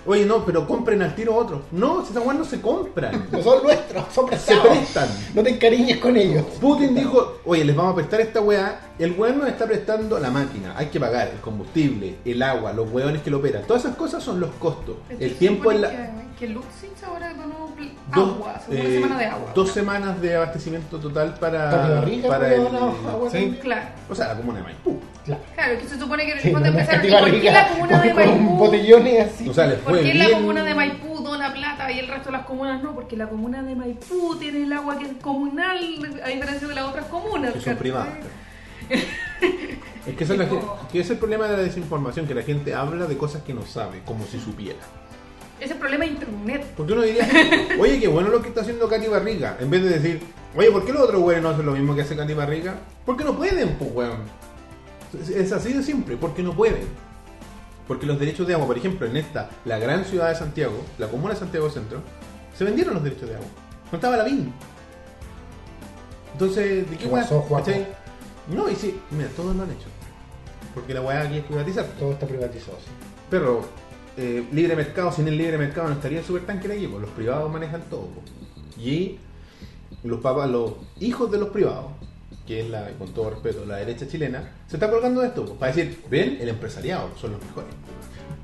Speaker 1: oye, no, pero compren al tiro otro. No, si esas weas no se compran,
Speaker 2: No son nuestros, son
Speaker 1: se
Speaker 2: prestados.
Speaker 1: prestan.
Speaker 2: No te encariñes con ellos.
Speaker 1: Putin dijo, oye, les vamos a prestar esta weá. El weón nos está prestando la máquina. Hay que pagar el combustible, el agua, los weones que lo operan. Todas esas cosas son los costos.
Speaker 4: Este,
Speaker 1: El
Speaker 4: se
Speaker 1: tiempo es
Speaker 4: supone
Speaker 1: la...
Speaker 4: Que, que Luxich ahora donó pl-
Speaker 1: dos,
Speaker 4: agua, según una
Speaker 1: eh,
Speaker 4: semana de agua.
Speaker 1: Dos semanas de abastecimiento total
Speaker 2: Para
Speaker 1: para,
Speaker 2: Barriga,
Speaker 1: Ah, para
Speaker 2: pero
Speaker 1: el-
Speaker 2: no, agua
Speaker 3: sí.
Speaker 2: también.
Speaker 4: Claro,
Speaker 1: o sea, la comuna de Maipú.
Speaker 2: Claro.
Speaker 4: claro, que se supone que
Speaker 2: Sí,
Speaker 4: cuando
Speaker 2: no,
Speaker 4: empezaron,
Speaker 2: Cati
Speaker 4: ¿y por qué la
Speaker 2: Barriga,
Speaker 4: comuna de
Speaker 2: con
Speaker 4: Maipú?
Speaker 2: botellones así.
Speaker 1: O sea, les fue
Speaker 4: ¿Por qué
Speaker 1: bien.
Speaker 4: la comuna de Maipú dona plata y el resto de las comunas no? Porque la comuna de Maipú tiene el agua que es comunal, a diferencia de las otras comunas.
Speaker 1: Que son
Speaker 4: ¿cachai?
Speaker 1: privadas. Es que, esa es la gente- que es el problema de la desinformación, que la gente habla de cosas que no sabe, como si supiera.
Speaker 4: Ese es el problema de internet.
Speaker 1: Porque uno diría, oye, qué bueno lo que está haciendo Katy Barriga. En vez de decir, oye, ¿por qué los otros güeyes no hacen lo mismo que hace Katy Barriga? Porque no pueden, pues, weón. Es- Es así de simple, porque no pueden. Porque los derechos de agua, por ejemplo, en esta, la gran ciudad de Santiago, la comuna de Santiago Centro, se vendieron los derechos de agua. No estaba la BIN. Entonces, ¿de qué
Speaker 2: ¿Qué
Speaker 1: weón?
Speaker 2: pasó, Juaco?
Speaker 1: ¿Cachai? No, y sí, mira, todos lo han hecho. Porque la weá aquí es privatizar.
Speaker 2: Todo está privatizado. sí.
Speaker 1: Pero eh, libre mercado, sin el libre mercado no estaría el supertanker aquí, pues los privados manejan todo. pues. Y los papás, los hijos de los privados, que es la, con todo respeto, la derecha chilena, se está colgando de esto, pues, para decir, ven, el empresariado son los mejores.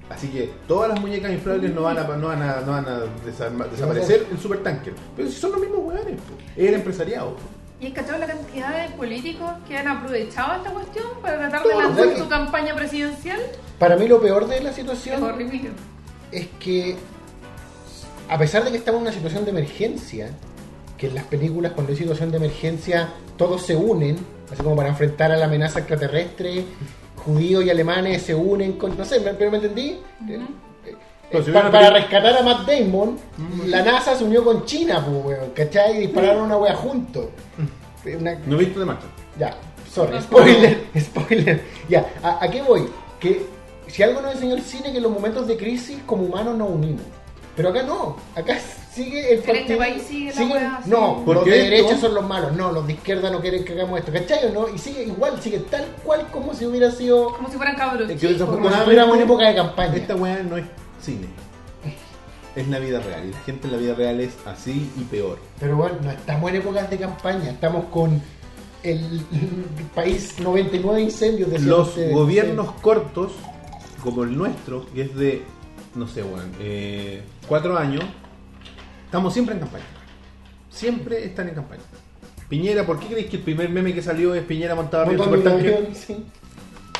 Speaker 1: Así que todas las muñecas inflables no van a, no van a, no van a desarma- desaparecer en supertanker. Pero si son los mismos hueones, pues, es el empresariado. pues.
Speaker 4: Y es cachado la cantidad de políticos que han aprovechado esta cuestión para tratar de
Speaker 2: Claro,
Speaker 4: lanzar
Speaker 2: güey.
Speaker 4: su campaña presidencial.
Speaker 2: Para mí lo peor de la
Speaker 4: Es
Speaker 2: situación
Speaker 4: horrible.
Speaker 2: es que a pesar de que estamos en una situación de emergencia, que en las películas cuando hay situación de emergencia todos se unen, así como para enfrentar a la amenaza extraterrestre, judíos y alemanes se unen con, no sé, ¿me- pero me entendí. Eh, eh,
Speaker 1: Pero si
Speaker 2: pa-
Speaker 1: hubiera- Mm.
Speaker 2: para rescatar a Matt Damon, la NASA se unió con China, pues, weón, ¿cachai? Y dispararon una wea juntos. Eh, una-
Speaker 1: No he visto de marcha.
Speaker 2: ya, sorry, spoiler, [LAUGHS] spoiler. Ya, ¿a, a qué voy? Que si algo nos enseñó el cine, que en los momentos de crisis como humanos nos unimos. Pero acá no, acá sigue el
Speaker 4: este país sigue la hueá,
Speaker 2: No,
Speaker 4: sí.
Speaker 1: ¿Por
Speaker 2: los
Speaker 1: qué
Speaker 2: de
Speaker 1: esto?
Speaker 2: derecha son los malos, no, los de izquierda no quieren que hagamos esto, ¿cachai o no? Y sigue igual, sigue tal cual como si hubiera sido...
Speaker 4: Como si fueran cabros.
Speaker 1: Es que
Speaker 4: chicos.
Speaker 1: desafortunadamente-
Speaker 2: Como si estuviéramos en época de campaña.
Speaker 1: Esta weá no es cine. Es la vida real. Y la gente en la vida real es así y peor.
Speaker 2: Pero bueno, no estamos en épocas de campaña, estamos con el país 99 incendios. decían
Speaker 1: Los
Speaker 2: ustedes.
Speaker 1: gobiernos cortos, como el nuestro, que es de, no sé, weón, eh, cuatro años, estamos siempre en campaña. Siempre están en campaña. Piñera, ¿por qué creéis que el primer meme que salió es Piñera montado arriba del
Speaker 2: Montando
Speaker 1: supertanque?
Speaker 2: un avión, sí.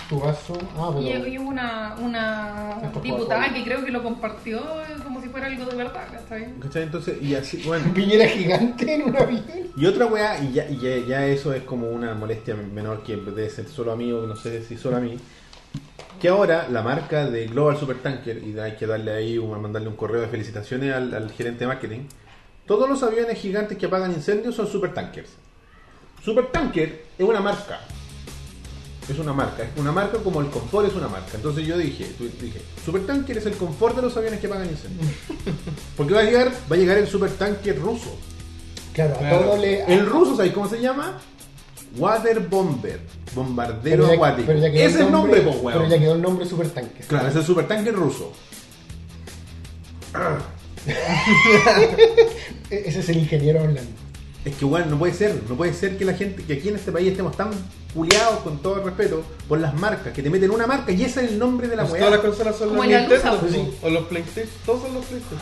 Speaker 2: Tu vaso. Ah,
Speaker 4: Y
Speaker 2: pero.
Speaker 4: y hubo una, una
Speaker 2: Esto es
Speaker 4: diputada
Speaker 2: Coca-Cola.
Speaker 4: que creo que lo compartió como si fuera algo de verdad, ¿cachai?
Speaker 1: ¿Cachai? Entonces, y así, bueno.
Speaker 2: Piñera gigante en un avión.
Speaker 1: Y otra weá, y ya, y ya, ya eso es como una molestia menor que debe ser solo a mí o no sé si solo a mí. Que ahora la marca de Global Supertanker, y hay que darle ahí, un- mandarle un correo de felicitaciones al, al gerente de marketing. Todos los aviones gigantes que apagan incendios son supertankers. Supertanker es una marca. Es una marca. Es una marca como el confort es una marca. Entonces yo dije, tu- dije, supertanker es el confort de los aviones que apagan incendios. Porque va a llegar, va a llegar el supertanker ruso.
Speaker 2: Claro, a
Speaker 3: Claro.
Speaker 2: todo le.
Speaker 1: El ruso, ¿sabéis cómo se llama? Water Bomber. Bombardero
Speaker 2: ya-
Speaker 1: acuático.
Speaker 2: pero ya quedó
Speaker 1: Ese es el nombre, po, weón.
Speaker 2: Pero ya quedó el nombre supertanque.
Speaker 1: Claro, es el supertanque ruso.
Speaker 2: E- Ese es el ingeniero hablando.
Speaker 1: Es que, bueno, no puede ser, no puede ser que la gente, que aquí en este país estemos tan culiados, con todo el respeto, por las marcas, que te meten una marca y ese es el nombre de la
Speaker 3: Pues todas las
Speaker 1: weá.
Speaker 3: consolas son
Speaker 4: Como
Speaker 3: los
Speaker 4: en la
Speaker 3: Nintendo,
Speaker 4: luz,
Speaker 3: po,
Speaker 2: sí.
Speaker 3: o los PlayStation, todos son los PlayStation.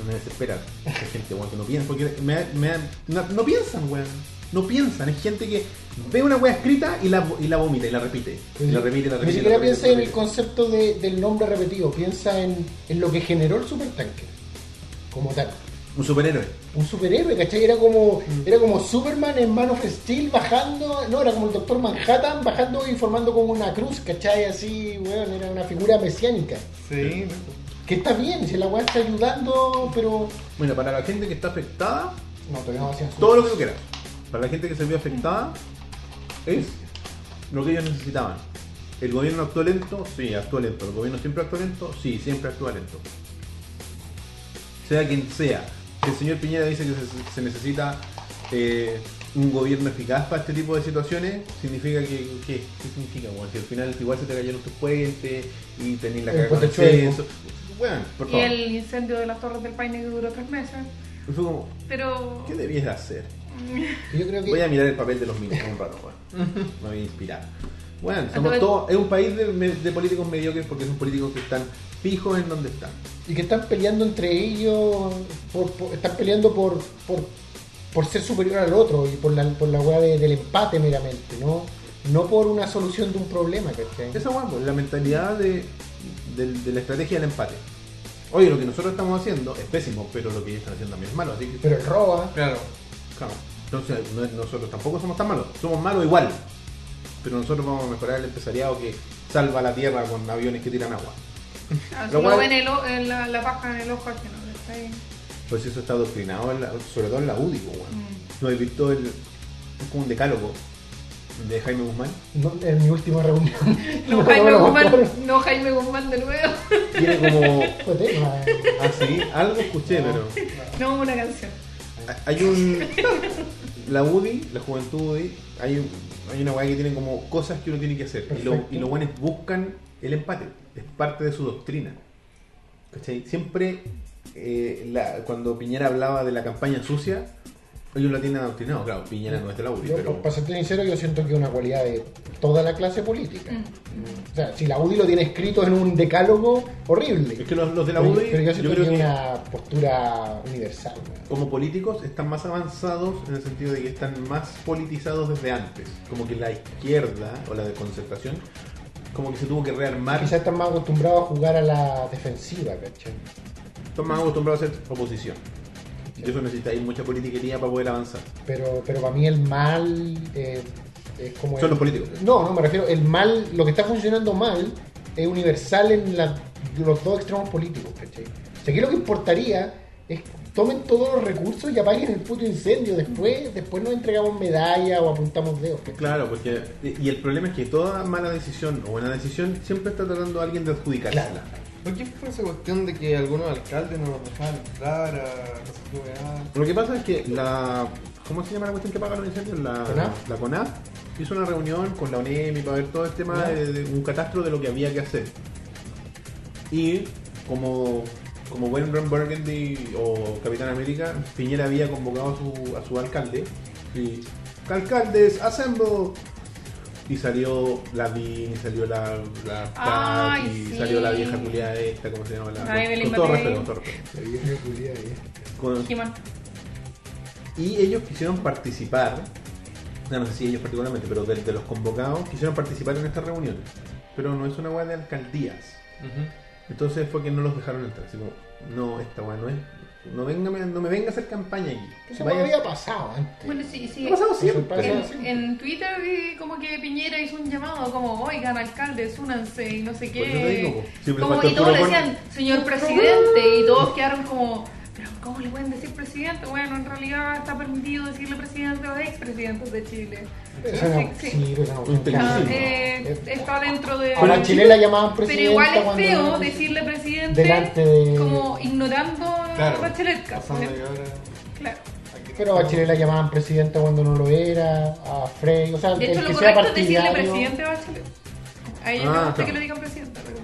Speaker 1: No me desespera, la gente, weón, que no piensa, porque me, da- me da- no, no piensan, weón, no piensan, es gente que ve una weá escrita y la, y la vomita y la repite, y la repite, y la repite.
Speaker 2: Ni
Speaker 1: y la
Speaker 2: siquiera
Speaker 1: repite,
Speaker 2: piensa
Speaker 1: y la
Speaker 2: en el
Speaker 1: repite.
Speaker 2: concepto de- del nombre repetido, piensa en, en lo que generó el supertanque. Como tal.
Speaker 1: Un superhéroe.
Speaker 2: Un superhéroe, ¿cachai? Era como, era como Superman en Man of Steel bajando, no, era como el Doctor Manhattan bajando y formando como una cruz, ¿cachai? Así, weón, era una figura mesiánica.
Speaker 3: Sí,
Speaker 2: Que está bien, si la weá está ayudando, pero.
Speaker 1: Bueno, para la gente que está afectada,
Speaker 2: No, todavía no hacían
Speaker 1: todo lo que tú quieras. Para la gente que se vio afectada, es lo que ellos necesitaban. El gobierno actuó lento, sí, actuó lento. El gobierno siempre actuó lento, sí, siempre actúa lento. Sea quien sea. Si el señor Piñera dice que se, se necesita eh, un gobierno eficaz para este tipo de situaciones, significa que, que- ¿qué significa? Bueno, que al final igual se te cayeron tus puentes y tenés la
Speaker 2: El
Speaker 1: cara con el
Speaker 2: puente
Speaker 1: censo. Bueno, por
Speaker 4: Y
Speaker 1: favor.
Speaker 4: el incendio de las Torres del Paine que duró tres meses.
Speaker 1: Y fue como,
Speaker 4: Pero.
Speaker 1: ¿qué debías hacer?
Speaker 2: Yo creo que.
Speaker 1: Voy a mirar el papel de los mismos un rato, weón. Me voy a inspirar. Bueno, somos
Speaker 4: Entonces-
Speaker 1: todos, es un país de, me- de políticos mediocres porque son políticos que están fijos en donde están.
Speaker 2: y que están peleando entre ellos, por- por- están peleando por, por, por ser superior al otro y por la, por la weá de- del empate meramente, ¿no? No por una solución de un problema, ¿cachai?
Speaker 1: Esa weón, pues, la mentalidad de, del- de la estrategia del empate. Oye, lo que nosotros estamos haciendo es pésimo, pero lo que ellos están haciendo también es malo, así que
Speaker 2: Pero el roba,
Speaker 3: claro.
Speaker 1: claro. Entonces no- nosotros tampoco somos tan malos, somos malos igual. Pero nosotros vamos a mejorar el empresariado que salva la tierra con aviones que tiran agua.
Speaker 4: así
Speaker 1: Lo
Speaker 4: lo
Speaker 1: cual-
Speaker 4: ven el o- en la, la paja en el ojo que no está ahí.
Speaker 1: Pues eso está adoctrinado, en la- sobre todo en la UDI, pues, weón.
Speaker 4: Mm.
Speaker 1: ¿No habéis visto el, es como un decálogo de Jaime Guzmán?
Speaker 2: no, en mi
Speaker 1: [LAUGHS]
Speaker 2: última reunión. [LAUGHS]
Speaker 4: No, Jaime Guzmán, no Jaime Guzmán de nuevo.
Speaker 1: Tiene como.
Speaker 2: Fue tema.
Speaker 1: Así, algo escuché, pero.
Speaker 4: No, una canción.
Speaker 1: ha- Hay un. La UDI, la juventud UDI, hay, un- hay una weá que tiene como cosas que uno tiene que hacer. Y, lo-
Speaker 2: Perfecto.
Speaker 1: y los buenos buscan el empate. Es parte de su doctrina. ¿Cachai? Siempre. eh, la- cuando Piñera hablaba de la campaña sucia, ellos la tienen adoctrinado. Claro, Piñera no es de la UDI,
Speaker 2: Yo,
Speaker 1: pero.
Speaker 2: para serte sincero, yo siento que es una cualidad de toda la clase política.
Speaker 1: Mm.
Speaker 2: O sea, si la UDI lo tiene escrito en un decálogo, horrible.
Speaker 1: Es que los, los de la
Speaker 2: Pero-
Speaker 1: UDI.
Speaker 2: pero yo
Speaker 1: yo
Speaker 2: siento
Speaker 1: creo
Speaker 2: que
Speaker 1: que
Speaker 2: es una postura universal. ¿no?
Speaker 1: como políticos están más avanzados en el sentido de que están más politizados desde antes. Como que la izquierda o la de concertación, como que se tuvo que rearmar.
Speaker 2: Quizás están Ah, más acostumbrados a jugar a la defensiva, ¿cachai?
Speaker 1: Están más acostumbrados a hacer oposición. Y eso necesitáis mucha politiquería para poder avanzar.
Speaker 2: Pero, pero para mí el mal eh, es como...
Speaker 1: Son
Speaker 2: el-
Speaker 1: los políticos.
Speaker 2: No, no, me refiero, el mal, lo que está funcionando mal es universal en la- los dos extremos políticos, ¿cachai? O sea, aquí lo que importaría es que tomen todos los recursos y apaguen el puto incendio. Después, después nos entregamos medallas o apuntamos dedos, ¿cachai?
Speaker 1: Claro, porque. Y el problema es que toda mala decisión o buena decisión siempre está tratando a alguien de adjudicarla.
Speaker 2: Claro.
Speaker 3: ¿Por Pues, qué fue esa cuestión de que algunos alcaldes no nos dejaban entrar a no sé qué weá?
Speaker 1: Lo que pasa es que la. ¿Cómo se llama la cuestión que paga los incendios? La
Speaker 2: ¿CONAF?
Speaker 1: La CONAF hizo una reunión con la ONEMI para ver todo el tema
Speaker 2: Ya.
Speaker 1: de, de un catastro de lo que había que hacer. Y como, como buen Ron Burgundy o Capitán América, Piñera había convocado a su, a su alcalde. Y. ¡Alcaldes, assemble! Y salió la Vin, y salió la. la
Speaker 4: Ay,
Speaker 1: Kat, y
Speaker 4: sí.
Speaker 1: salió la vieja culiada esta, ¿cómo se llama? La,
Speaker 4: Ay,
Speaker 1: con,
Speaker 4: Belén
Speaker 1: con todo
Speaker 4: Matei.
Speaker 1: respeto, con todo respeto. Con-
Speaker 4: He-Man.
Speaker 1: y ellos quisieron participar, no, no sé si ellos particularmente, pero de, de los convocados, quisieron participar en estas reuniones. Pero no es una weá de alcaldías. Entonces fue que no los dejaron entrar. Así como, no, esta weá no es. No, venga, no me venga a hacer campaña aquí.
Speaker 2: Eso
Speaker 1: Vaya-
Speaker 2: había pasado antes.
Speaker 4: Bueno, sí, sí.
Speaker 1: Ha pasado
Speaker 2: pasa
Speaker 1: siempre.
Speaker 4: En,
Speaker 2: siempre.
Speaker 4: en Twitter eh, como que Piñera hizo un llamado como, oigan alcaldes, únanse y no sé qué.
Speaker 1: Pues yo te digo, po. Sí, pero
Speaker 4: como,
Speaker 1: faltó
Speaker 4: y
Speaker 1: el
Speaker 4: todos
Speaker 1: puro
Speaker 4: le
Speaker 1: con-
Speaker 4: decían, señor presidente, y todos quedaron como, pero ¿cómo le pueden decir presidente? Bueno, en realidad está permitido decirle presidente a los expresidentes de Chile.
Speaker 2: Eso era-
Speaker 4: Sí, sí.
Speaker 2: sí, pero era-
Speaker 1: Un
Speaker 4: Ah,
Speaker 1: tecnicismo.
Speaker 4: eh, está dentro de...
Speaker 2: A la chilena llamaban
Speaker 4: Pero
Speaker 2: presidenta
Speaker 4: igual es
Speaker 2: cuando-
Speaker 4: feo decirle presidente
Speaker 2: Delante de-
Speaker 4: como ignorando a Bachelet.
Speaker 3: pasando
Speaker 4: ¿cachai?
Speaker 3: que ahora.
Speaker 4: Claro.
Speaker 3: aquí
Speaker 2: Pero a Bachelet la llamaban presidenta cuando no lo era, a Frey, o sea,
Speaker 4: De hecho,
Speaker 2: el
Speaker 4: lo
Speaker 2: que sea
Speaker 4: correcto es decirle
Speaker 2: partidario.
Speaker 4: presidente a Bachelet. A ella
Speaker 1: Ah,
Speaker 4: le gusta
Speaker 1: claro.
Speaker 4: que le digan presidente. pero-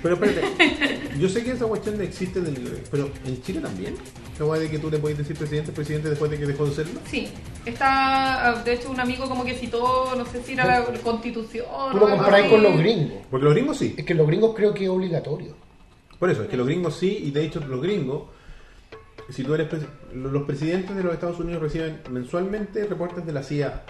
Speaker 1: Pero espérate, yo sé que esa cuestión de existe en el libre, pero en Chile también. La weá de que tú le podés decir presidente, presidente después de que dejó de serlo.
Speaker 4: Sí, está, ah, de hecho, un amigo como que citó, no sé si era la constitución.
Speaker 2: Tú
Speaker 4: o
Speaker 2: lo
Speaker 4: algo
Speaker 2: comparás
Speaker 4: así.
Speaker 2: con los gringos.
Speaker 1: Porque los gringos sí.
Speaker 2: Es que los gringos creo que es obligatorio.
Speaker 1: Por eso, es que los gringos sí, y de hecho los gringos, si tú eres pres- los presidentes de los Estados Unidos reciben mensualmente reportes de la CIA.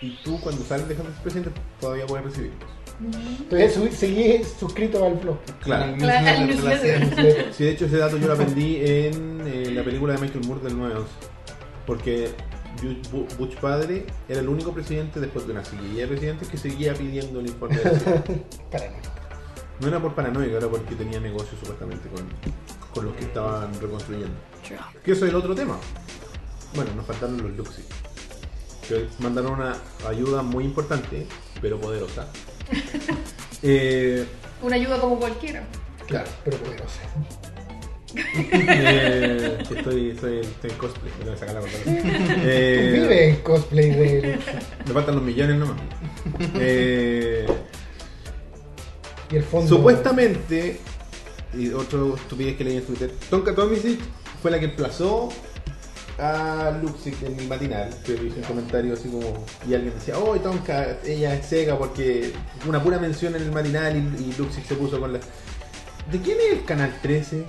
Speaker 1: Y tú cuando sales dejando de ser presidente todavía puedes recibirlos.
Speaker 2: Entonces, su- seguí suscrito al blog.
Speaker 1: Claro.
Speaker 4: Claro,
Speaker 3: Al
Speaker 4: al
Speaker 3: newsletter.
Speaker 4: newsletter.
Speaker 1: Sí, de hecho ese dato yo lo aprendí en eh, la película de Michael Moore del 9-11. Porque Bu- Bu- Bush padre era el único presidente después de una sequía de presidentes que seguía pidiendo el informe de la CIA.
Speaker 2: Para nada.
Speaker 1: No era por paranoico, era porque tenía negocios supuestamente con, con los que estaban reconstruyendo. Que eso es el otro tema. Bueno, nos faltaron los Luxi. Que mandaron una ayuda muy importante, pero poderosa. Eh, [LAUGHS]
Speaker 4: Una ayuda como cualquiera.
Speaker 2: Claro, pero poderosa.
Speaker 1: eh, que estoy, estoy, estoy en cosplay, me tengo que sacar la pantalla. Eh,
Speaker 2: Vive el cosplay de
Speaker 1: Me faltan los millones nomás. Eh,
Speaker 2: y el fondo.
Speaker 1: Supuestamente, y otro estupidez que leí en Twitter, Tonka Tomisic fue la que emplazó a Luxic en el matinal. Que hizo un comentario así como. Y alguien decía, oh, Tonka, ella es cega porque una pura mención en el matinal y, y Luxic se puso con la. ¿De quién es el canal 13?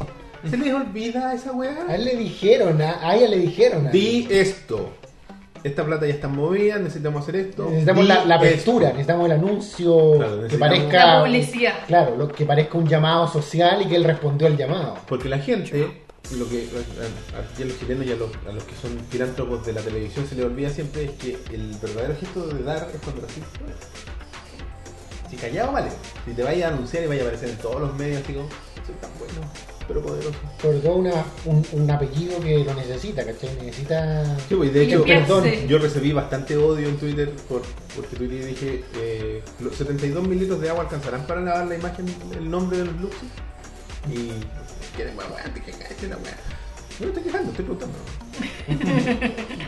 Speaker 1: ¿Se les olvida esa
Speaker 2: A
Speaker 1: weá?
Speaker 2: él le dijeron, a, a ella le dijeron. a-
Speaker 1: Di esto. Esta plata ya está movida, necesitamos hacer esto.
Speaker 2: necesitamos
Speaker 1: Di
Speaker 2: la,
Speaker 1: esto.
Speaker 2: la apertura, necesitamos el anuncio
Speaker 1: Claro,
Speaker 2: que
Speaker 1: necesitamos-
Speaker 2: parezca.
Speaker 4: La publicidad.
Speaker 2: Claro, lo que parezca un llamado social y que él respondió al llamado.
Speaker 1: Porque la gente, lo que a, a- a los chilenos y a los, a los que son filántropos de la televisión se les olvida siempre es que el verdadero gesto de dar es cuando así. Si callado vale, si te vaya a anunciar y vaya a aparecer en todos los medios, así como, soy tan bueno, pero poderoso.
Speaker 2: Sobre todo una, un, un apellido que lo necesita, ¿cachai? Necesita.
Speaker 1: Sí, pues, de hecho,
Speaker 4: Limpiarse.
Speaker 1: perdón, yo recibí bastante odio en Twitter por, porque tuiteé y dije, eh, los 72 mil litros de agua alcanzarán para lavar la imagen, el nombre de los luxos. Y quieren weá, weá, te quejaste la weá. No me estoy quejando, estoy preguntando.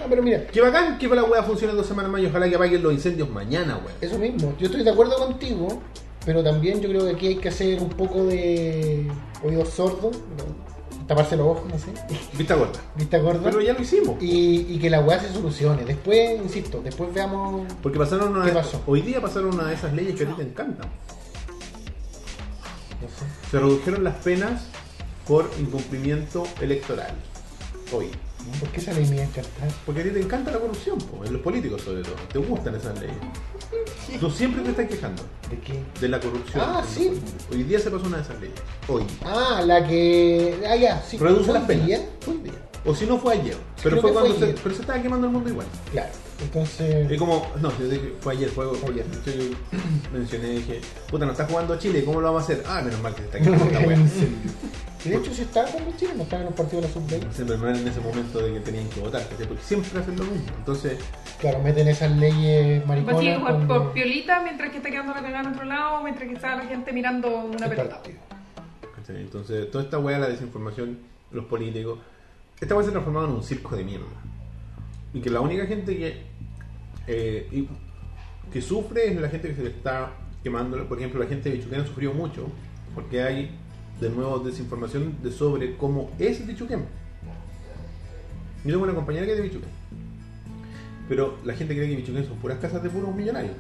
Speaker 2: Ah, pero mira,
Speaker 1: Qué bacán que para la weá funcione dos semanas más y ojalá que apaguen los incendios mañana, weá.
Speaker 2: eso mismo. Yo estoy de acuerdo contigo, pero también yo creo que aquí hay que hacer un poco de oído sordo, ¿no? taparse los ojos, no sé, [LAUGHS]
Speaker 1: Vista gorda.
Speaker 2: vista gorda.
Speaker 1: Pero ya lo hicimos.
Speaker 2: Y, y que la weá se solucione. Después, insisto, después veamos.
Speaker 1: Porque pasaron una
Speaker 2: ¿Qué pasó?
Speaker 1: Hoy día pasaron una de esas leyes que a ti te encantan.
Speaker 2: No sé.
Speaker 1: Se redujeron las penas por incumplimiento electoral. Hoy.
Speaker 2: ¿Por qué esa ley me iba a encantar?
Speaker 1: Porque a ti te encanta la corrupción, po, en los políticos sobre todo. Te gustan esas leyes. Tú siempre te estás quejando
Speaker 2: ¿De qué?
Speaker 1: de la corrupción.
Speaker 2: Ah,
Speaker 1: en los
Speaker 2: sí.
Speaker 1: políticos. Hoy día se pasó una de esas leyes. Hoy.
Speaker 2: Ah, la que. Ah, ya, sí.
Speaker 1: Reduce
Speaker 2: ¿Hoy
Speaker 1: las penas.
Speaker 2: día?
Speaker 1: Hoy día. O si no fue ayer. Pero fue
Speaker 2: creo que fue
Speaker 1: cuando se,
Speaker 2: ayer.
Speaker 1: pero se estaba quemando el mundo igual.
Speaker 2: Claro. Entonces.
Speaker 1: Es como, no, yo dije, fue ayer, fue, fue ayer. Yo, yo [CLEARS THROAT] mencioné, dije, puta, no está jugando Chile, ¿cómo lo vamos a hacer? Ah, menos mal que se está quemando esta wea.
Speaker 2: Y de hecho, si estaba con los chinos, no estaba en los partidos de la sub-20.
Speaker 1: Siempre no era en ese momento de que tenían que votar, ¿cachai? porque siempre hacen lo mismo. Entonces,
Speaker 2: Claro, meten esas leyes
Speaker 4: Pues sí,
Speaker 2: mariconas.
Speaker 4: por,
Speaker 2: con-
Speaker 4: por piolita, mientras que está quedando la cagada en otro lado, mientras que está la gente mirando una
Speaker 2: el
Speaker 4: pelota.
Speaker 2: partido.
Speaker 1: ¿cachai? entonces toda esta wea, la desinformación, los políticos, esta wea se ha transformado en un circo de mierda. Y que la única gente que, eh, y- que sufre es la gente que se le está quemando. Por ejemplo, la gente de Bichuquén ha sufrido mucho porque hay de nuevo desinformación de sobre cómo es Bichuquén. Yo tengo una compañera que es de Bichuquén. Pero la gente cree que Bichuquén son puras casas de puros millonarios.